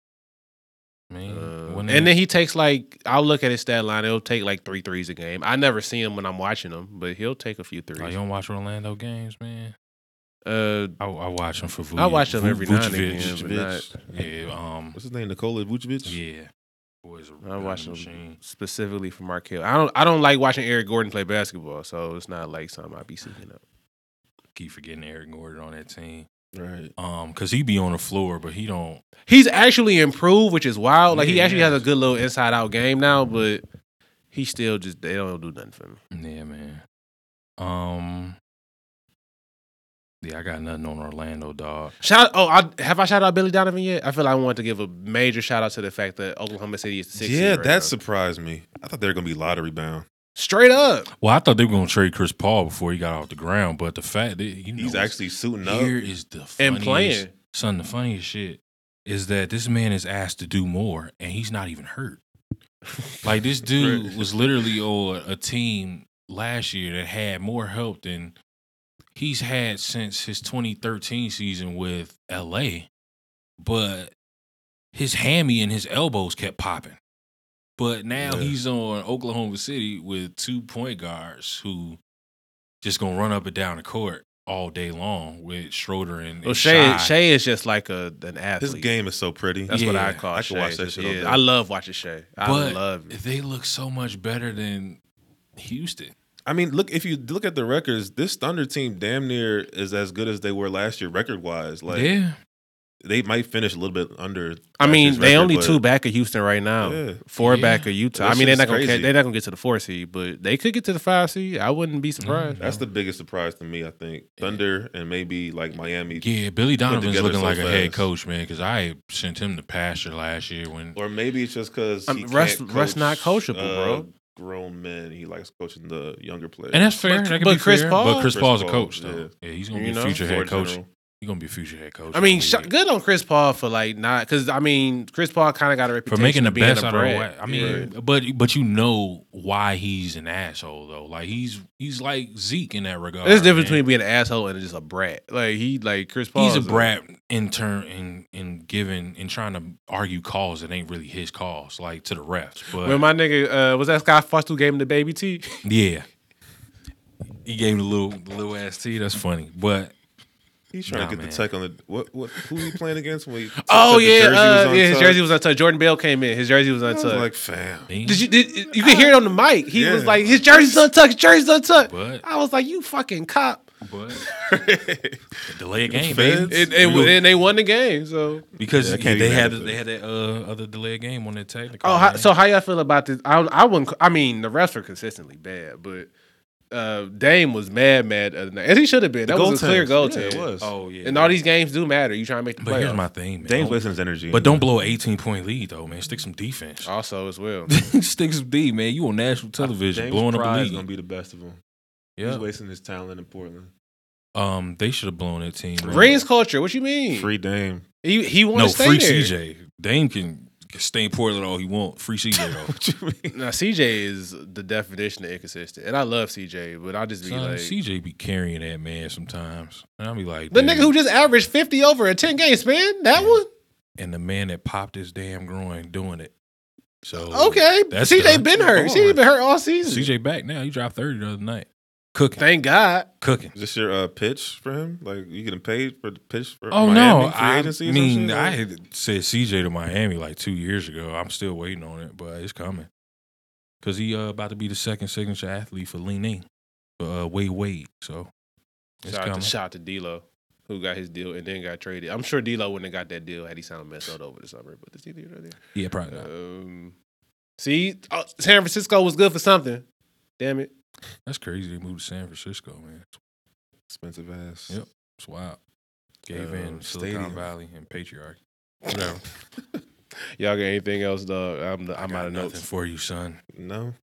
D: man.
C: Uh, and
D: When they-
C: then he takes like I'll look at his stat line. It'll take like three threes a game. I never see him when I'm watching him, but he'll take a few
D: Oh, you
C: threes.
D: don't watch Orlando games, man.
C: Uh,
D: I, I watch them for. Vuj-
C: I watch them
D: Vu-
C: every now and
D: Vucevic.
C: again, but not-
D: Yeah. Um.
B: What's his name? Nikola Vucevic.
D: Yeah. Boys are
C: I
D: running
C: watch them
D: machine.
C: specifically for Markel. I don't I don't like watching Eric Gordon play basketball, so it's not like something I'd be seeking out.
D: Keep forgetting Eric Gordon on that team.
B: Right.
D: Um, cause he be on the floor, but he don't.
C: He's actually improved, which is wild. Like he
D: Yeah,
C: actually
D: yeah.
C: has a good little inside out game now, but he still just they don't do nothing for me.
D: Yeah, man. Um. Yeah, I got nothing on Orlando, dog.
C: Shout oh, I, have I shout out Billy Donovan yet? I feel like I want to give a major shout out to the fact that Oklahoma City is the sixth.
B: yeah,
C: seed right
B: that
C: now.
B: surprised me. I thought they were gonna be lottery bound.
C: straight up.
D: Well, I thought they were gonna trade Chris Paul before he got off the ground, but the fact that you know
B: He's
D: what's-
B: actually suiting up.
D: Here is the funniest,
C: And playing.
D: Son, the funniest shit is that this man is asked to do more and he's not even hurt. Like this dude
B: Right.
D: was literally on a team last year that had more help than he's had since his 2013 season with LA. But his hammy and his elbows kept popping. But now
B: Yeah.
D: he's on Oklahoma City with two point guards who just gonna run up and down the court all day long with Schroeder and, and
C: Well, Shay
D: Shy.
C: Shay is just like a an athlete.
B: His game is so pretty.
C: That's what I
D: Yeah,
C: call.
B: I can watch
C: Shay.
B: that shit all
C: Yeah,
B: day.
C: I love watching Shay. I
D: But-
C: love it.
D: They look so much better than Houston.
B: I mean, look if you look at the records, this Thunder team damn near is as good as they were last year record wise. Like
D: yeah,
B: they might finish a little bit under.
C: I
B: last
C: mean,
B: year's
C: they
B: record,
C: only
B: but
C: two back of Houston right now.
B: Yeah.
C: Four
D: Yeah.
C: back of Utah.
B: That
C: I mean, they're
B: shit's
C: not gonna
B: crazy.
C: they're not gonna get to the four seed, but they could get to the five seed. I wouldn't be surprised.
B: Mm-hmm. That's the biggest surprise to me. I think Thunder and maybe like Miami
D: yeah. Billy Donovan's
B: together
D: looking
B: so
D: like a head
B: fast.
D: coach, man. Because I sent him to pasture last year when
B: Or maybe it's just because
C: I mean, Um, Russ- Russ not coachable, bro.
B: uh, Grown men, he likes coaching the younger players.
D: and that's fair.
C: But-
D: that could
C: but
D: be
C: Chris
D: fair.
C: Paul-
D: but Chris,
B: Chris
D: Paul's a
B: Paul,
D: coach though. Yeah, he's gonna
C: You
D: be a
C: know?
D: future
B: Floor
D: head coach.
B: general.
D: He's gonna be a future head coach.
C: I mean,
D: in
C: sh-
D: the league.
C: good on Chris Paul for like not because I mean Chris Paul kind of got a
D: for
C: reputation
D: making the
C: of being
D: best
C: a
D: out of
C: brat.
D: what I mean, but but you know why he's an asshole though. Like he's he's like Zeke in that regard.
C: There's a difference
D: man.
C: between being an asshole and just a brat. Like he like Chris Paul.
D: he's a
C: is
D: brat in turn in in giving and trying to argue calls that ain't really his calls, like to the refs. But
C: When my nigga uh, was that Scott Foster who gave him the baby T?
D: yeah, he gave him a little little ass tea. That's funny, but
B: He's trying
D: Nah,
B: to get
D: man.
B: the tech on the what? What? Who he playing against? When he t-
C: Oh
B: said the
C: yeah, uh,
B: was
C: yeah. His
B: untucked?
C: jersey was untucked. Jordan Bell came in. His jersey was
B: I was
C: untucked.
B: like, fam,
D: he-
C: Did you did you could hear it on the mic? He was
B: Yeah.
C: like, his jersey's untucked, his jersey's untucked.
D: But-
C: I was like, you fucking cop.
D: but delay a game,
B: feds?
D: baby.
C: It, it, was- and they won the game. So
D: because
B: Yeah, I can't
D: they
B: be mad
D: had
B: at
D: they had that uh, other delay a game on that technical.
C: oh, how,
D: man.
C: so how y'all feel about this? I don't- I wouldn't. I mean, the refs were consistently bad, but uh, Dame was mad, mad, the other night. as he should have been. That was a clear goal
B: Yeah,
C: to
B: it was.
D: oh yeah,
C: And all these games do matter. You trying to make the
D: But
C: playoffs
D: here's my thing, man.
B: Dame's
D: Don't-
B: wasting his energy.
D: But don't blow an 18 point lead though, man. Stick some defense.
C: also as well.
D: Stick some D, man. You on
C: Uh,
D: national television,
B: James
D: blowing up a
B: Pride's
D: league.
B: gonna be the best of them. He's
D: yeah.
B: wasting his talent in Portland.
D: Um, they should have blown that team. man.
C: Rings culture. What you mean?
B: Free Dame.
C: He he wants
D: no
C: to stay
D: free
C: there.
D: CJ. Dame can can stain Portland all he want. Free CJ though.
B: What you mean?
C: Now CJ is the definition of inconsistent, and I love CJ, but I just be
D: Son,
C: like
D: CJ be carrying that man sometimes, and I'll be like
C: the
D: "Damn."
C: nigga who just averaged fifty over a ten game span. That one,
D: and the man that popped his damn groin doing it. So
C: okay.
D: That's
C: CJ
D: done.
C: been hurt.
D: Come
C: CJ
D: on.
C: been hurt all season.
D: CJ back now. He dropped thirty the other night. Cooking,
C: Thank God.
D: cooking.
B: Is this your uh, pitch for him? Like you getting paid for the pitch for
D: Oh
B: Miami
D: no!
B: free
D: I
B: agency or some
D: mean,
B: shit?
D: I had said CJ to Miami like two years ago. I'm still waiting on it, but it's coming. Cause he uh, about to be the second signature athlete for Lean In, for uh, Wade Wade. So it's
C: Shout out, to,
D: coming.
C: shout out to D'Lo, who got his deal and then got traded. I'm sure D'Lo wouldn't have got that deal had he signed a mess out over the summer. But this either right there.
D: yeah, probably not.
C: Um, see, oh, San Francisco was good for something. Damn it.
D: That's crazy. They moved to San Francisco, man. It's,
B: expensive ass.
D: Yep. it's wild. Gave
B: Uh,
D: in Silicon
B: stadium.
D: Valley and patriarchy. Whatever.
C: Y'all got anything else, dog? I'm, the, I'm
D: Got
C: out of
D: nothing
C: notes.
D: for you, son.
B: No,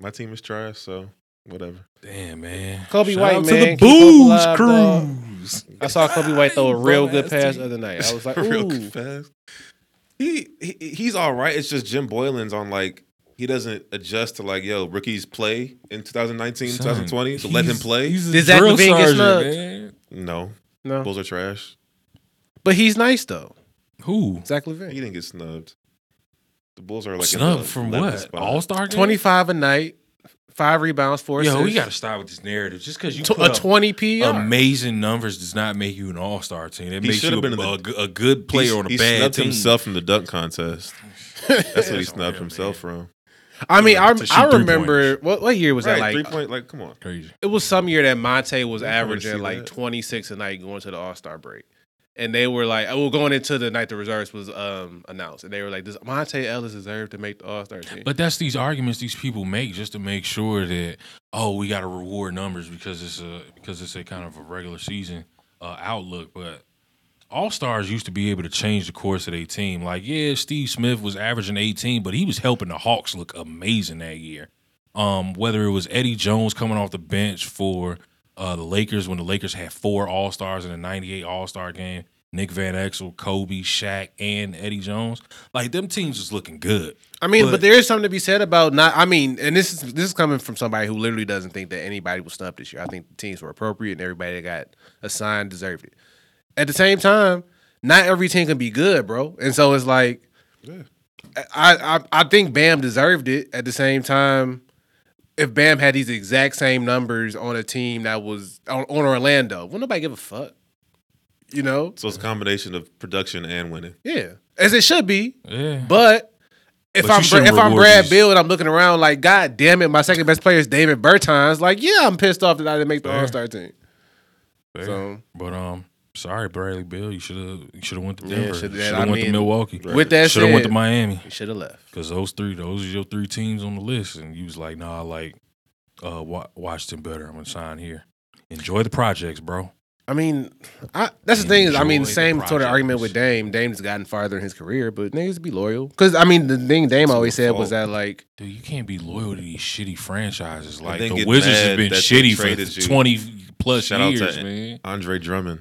B: my team is trash, so whatever.
D: Damn, man.
C: Kobe
D: Shout
C: White,
D: out
C: man. Keep
D: To
C: us alive,
D: the
C: dog.
D: booze cruise.
C: I saw Kobe White throw a real good
D: Bum-ass
C: pass
D: team.
C: the other night. I was like,
B: real
C: ooh.
B: confess. He, he he's all right. It's just Jim Boylan's on like he doesn't adjust to like yo rookies play in 2019,
D: Son,
B: 2020. So let him
D: he's-
B: play.
D: He's a
C: Did Zach
D: drill
C: Levine get
D: sergeant,
C: snubbed?
D: man.
B: No,
C: No.
B: Bulls are trash.
C: But he's nice, though.
D: Who?
C: Zach
B: He
C: Levine.
B: didn't get snubbed. The Bulls are like
D: Snubbed from
B: 11th
D: what?
B: spot.
D: All star
C: 25 Mm-hmm. a night, five rebounds, four
D: Yo, we
C: assists.
D: got to stop with this narrative. Just because you
C: Tw-
D: put
C: a
D: up
C: 20 PR.
D: amazing numbers does not make you an all star team. It
B: He
D: makes
B: should
D: you
B: have
D: a,
B: been in
D: a g- a good player
B: he,
D: on a
B: he
D: bad
B: snubbed
D: team.
B: himself from the dunk contest. That's what he
D: That's
B: snubbed
D: unreal,
B: himself from.
C: I mean, I,
D: to shoot
C: I
D: three
C: remember what, what year was
B: right,
C: that?
B: three
C: Like,
D: uh,
B: point. Like, come on.
D: Crazy.
C: it was some year that Monte was
B: I wanna see
C: averaging like
B: that.
C: 26 a night going to the All Star break. And they were like, oh, well, going into the night the reserves was um, announced. And they were like, does Monte Ellis deserve to make the All Star team?
D: But that's these arguments these people make just to make sure that oh we got to reward numbers because it's a because it's a kind of a regular season uh, outlook. But all stars used to be able to change the course of their team. Like yeah, Steve Smith was averaging eighteen, but he was helping the Hawks look amazing that year. Um, whether it was Eddie Jones coming off the bench for uh, the Lakers when the Lakers had four All Stars in the '98 All Star game. Nick Van Exel, Kobe, Shaq, and Eddie Jones. Like them teams was looking good.
C: I mean, but,
D: But-
C: there is something to be said about not. I mean, and this is this is coming from somebody who literally doesn't think that anybody was snubbed this year. I think the teams were appropriate and everybody that got assigned deserved it. At the same time, not every team can be good, bro. And so it's like, I, I I think Bam deserved it. At the same time, if Bam had these exact same numbers on a team that was on, on Orlando, would nobody give a fuck? You know?
B: So it's a combination of production and winning.
C: Yeah, as it should be.
D: Yeah.
C: But if
D: But you
C: I'm Bra-
D: shouldn't
C: if I'm
D: reward
C: Brad
D: these.
C: Bill and I'm looking around like, God damn it, my second best player is David Bertans. Like, yeah, I'm pissed off that I didn't make the
D: Fair.
C: All Star team. So
D: But um, sorry, Bradley Bill, you should have you should have went to
C: Yeah,
D: Denver.
C: shoulda-
D: should
C: I
D: have went
C: mean,
D: to Milwaukee.
C: with that
D: should have went to
C: said-
D: Miami.
C: he should have left.
D: Cause those three, those are your three teams on the list, and you was like, nah, I like uh, Wa- Washington better. I'm gonna sign here. Enjoy the projects, bro.
C: I mean, I, that's the thing is, I mean,
D: Enjoy the
C: same sort of
D: project.
C: argument with Dame. Dame's gotten farther in his career, but niggas be loyal. Because I mean, the thing Dame
B: It's
C: always
B: their
C: said was
B: fault.
C: that like,
D: Dude, you can't be loyal to these shitty franchises. Like
B: then
D: the
B: get
D: Wizards
B: mad
D: have been
B: that they
D: shitty
B: traded
D: for
B: you.
D: 20 plus
B: Shout out to-
D: years, man.
B: Andre Drummond.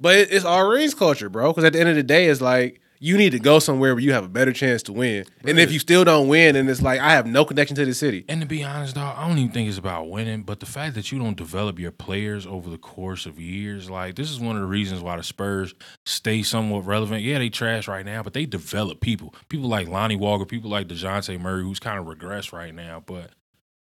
C: but it, it's all rings culture, bro. Because at the end of the day, it's like you need to go somewhere where you have a better chance to win. And if you still don't win, and it's like I have no connection to the city.
D: And to be honest, dog, I don't even think it's about winning, but the fact that you don't develop your players over the course of years, like this is one of the reasons why the Spurs stay somewhat relevant. Yeah, they trash right now, but they develop people. People like Lonnie Walker, people like DeJounte Murray, who's kind of regressed right now, but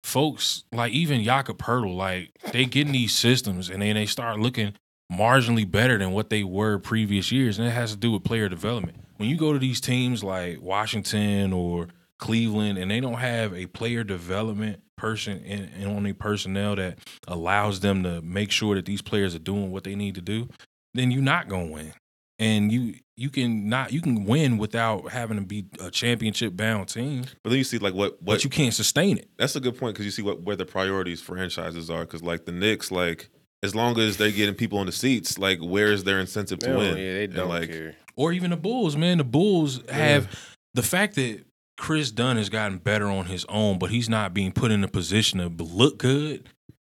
D: folks like even Jakob Pertl, like they get in these systems and then they start looking marginally better than what they were previous years, and it has to do with player development. When you go to these teams like Washington or Cleveland, and they don't have a player development person in, in on their personnel that allows them to make sure that these players are doing what they need to do, then you're not gonna win. And you you can not you can win without having to be a championship bound team,
B: But then you see like what what
D: but you can't sustain it.
B: That's a good point because you see what where the priorities franchises are. Because like the Knicks, like as long as they're getting people in the seats, like where is their incentive to
C: Oh,
B: win?
C: yeah, they
B: And,
C: don't
B: like,
C: care.
D: or even the Bulls, man. The Bulls have the fact that Chris Dunn has gotten better on his own, but he's not being put in a position to b- look good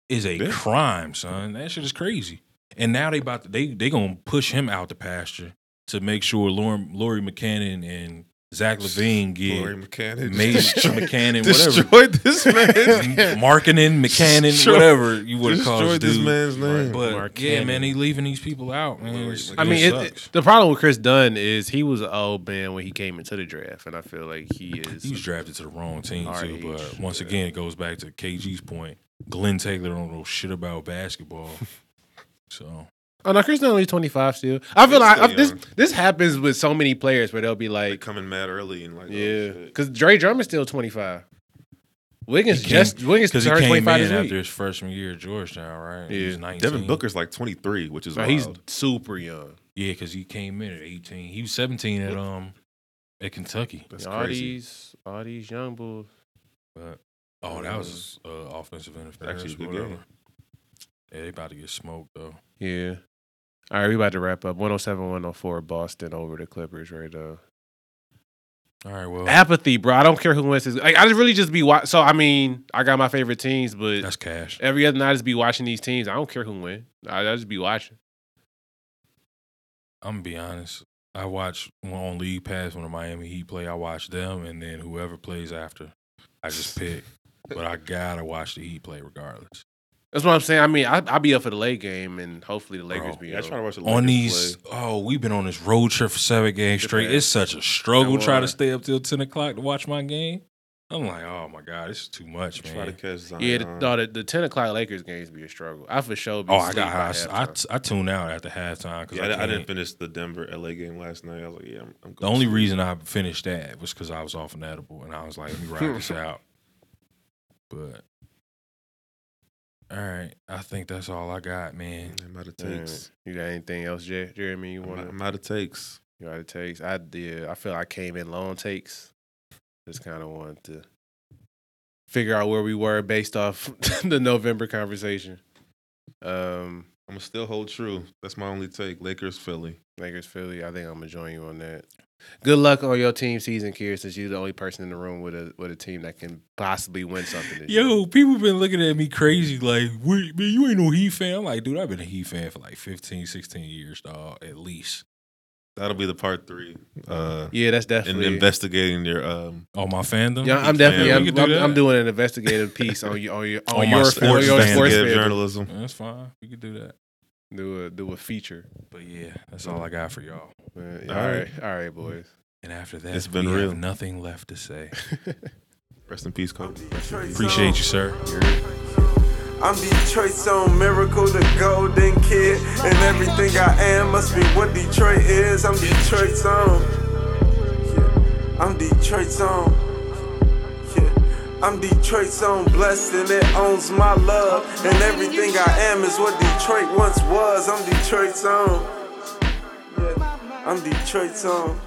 D: is a
B: Yeah.
D: crime, son. That shit is crazy. And now they about to, they they gonna push him out the pasture to make sure Lauren, Laurie McCannon and Zach Levine
B: Corey
D: get
B: McCann
D: made McCannon, whatever.
B: destroyed this man.
D: Markinen, McCannon,
B: Destroy-
D: whatever you would have called
B: destroyed this
D: dude.
B: man's name.
D: But
E: Mark
D: yeah,
E: Cannon.
D: man, he leaving these people out, man. It's-
B: I
D: it
E: I mean, it,
D: sucks.
E: it- the problem with Chris Dunn is he was an old man when he came into the draft, and I feel like he is.
D: he was drafted to the wrong team
E: Our
D: too. But
E: age,
D: once
E: yeah.
D: again, it goes back to KG's point. Glenn Taylor don't know shit about basketball, so
C: Oh no, Chris Dunn only twenty five still. I
B: He's
C: feel like
B: still
C: I- this
B: young.
C: this happens with so many players where they'll be
B: Like
C: like,
B: coming mad early and like, oh,
C: yeah,
B: shit.
C: because Dre Drummond's still twenty five. Wiggins
D: He came-
C: just Wiggins
D: because he
C: turned twenty
D: came in
C: five this
D: after
C: week.
D: his freshman year at Georgetown, right? He
C: Yeah.
D: was 19.
B: Devin Booker's like 23, which is
C: So
B: wild.
C: he's super young.
D: yeah, because he came in at eighteen. He was seventeen at um at Kentucky.
B: That's
E: all
B: crazy.
E: these, all these young bulls.
D: But oh, that was uh, offensive interference.
B: Actually,
D: or
B: good game.
D: whatever. Yeah, they about to get smoked though.
E: Yeah.
C: All right, we about to wrap up. 107, 104, Boston over the Clippers right now.
D: All right, well,
C: Apathy, bro. I don't care who wins this. Like, I just really just be wa- so. I mean, I got my favorite teams, but
D: that's cash.
C: every other night I just be watching these teams. I don't care who win. I, I just be watching.
D: I'm gonna be honest. I watch when on League Pass when the Miami Heat play. I watch them, and then whoever plays after, I just pick. but I gotta watch the Heat play regardless.
C: That's what I'm saying. I mean, I I be up for the late game, and hopefully the
D: Bro,
C: Lakers
B: Yeah,
C: be
B: I
C: up.
B: try to watch the
D: on
B: Lakers
D: these, oh, we've been on this road trip for seven games straight. It's such a struggle
C: That
D: trying to
C: was.
D: stay up till ten o'clock to watch my game. I'm like, oh my god, this is too much,
B: play. Try to
D: man.
B: catch Zion.
C: Yeah, the, no, the, the ten o'clock Lakers games be a struggle. I for sure. Be
D: Oh, I
C: asleep
D: got
C: by
D: high. I,
C: halftime.
D: t- I tune out after halftime because
B: Yeah,
D: I,
B: I, I
D: can't-
B: didn't finish the Denver LA game last night. I was like, yeah, I'm, I'm
D: The
B: going
D: only
B: to sleep.
D: reason I finished that was because I was off an edible, and I was like, "Let me ride this out." But all right, I think that's all I got, man.
B: I'm out of
C: Damn.
B: takes.
C: You got anything else, Jer- Jeremy? You
B: I'm,
C: want
B: out,
C: to?
B: I'm out of takes.
C: You got it takes. I did. I feel I came in long takes. Just kind of wanted to figure out where we were based off the November conversation. Um,
B: I'm gonna still hold true. That's my only take. Lakers, Philly.
C: Lakers, Philly. I think I'm gonna join you on that. Good luck on your team season, Kier, since you're the only person in the room with a with a team that can possibly win something. This year.
D: Yo, people been looking at me crazy, like, Wait, man, you ain't no Heat fan. I'm like, dude, I've been a Heat fan for like 15, 16 years, dog, at least.
B: That'll be the part three. Uh,
C: yeah, that's
B: and
C: definitely.
B: investigating their um,
D: Oh, my fandom.
C: yeah, I'm
B: Heat
C: definitely.
B: fan.
C: I'm,
D: We can do
C: I'm,
D: that.
C: I'm doing an investigative piece on you on your on,
D: On my
C: your,
D: sports
C: on your
D: fan.
C: sports
B: investigative
C: fan.
B: journalism.
D: That's fine. We could do that.
C: Do a do a feature.
D: But yeah, that's all I got for y'all.
C: Man,
B: All
C: all
B: right.
C: right, all right, boys.
D: And after that,
B: It's been
D: we
B: real.
D: have nothing left to say.
B: Rest in peace, Kobe.
D: Appreciate you, sir.
A: I'm Detroit's own miracle, the golden kid. And everything I am must be what Detroit is. I'm Detroit's own. Yeah. I'm Detroit's own. Yeah. I'm Detroit's own blessed and it owns my love. And everything I am is what Detroit once was. I'm Detroit's own. Yeah. I'm Detroit's own.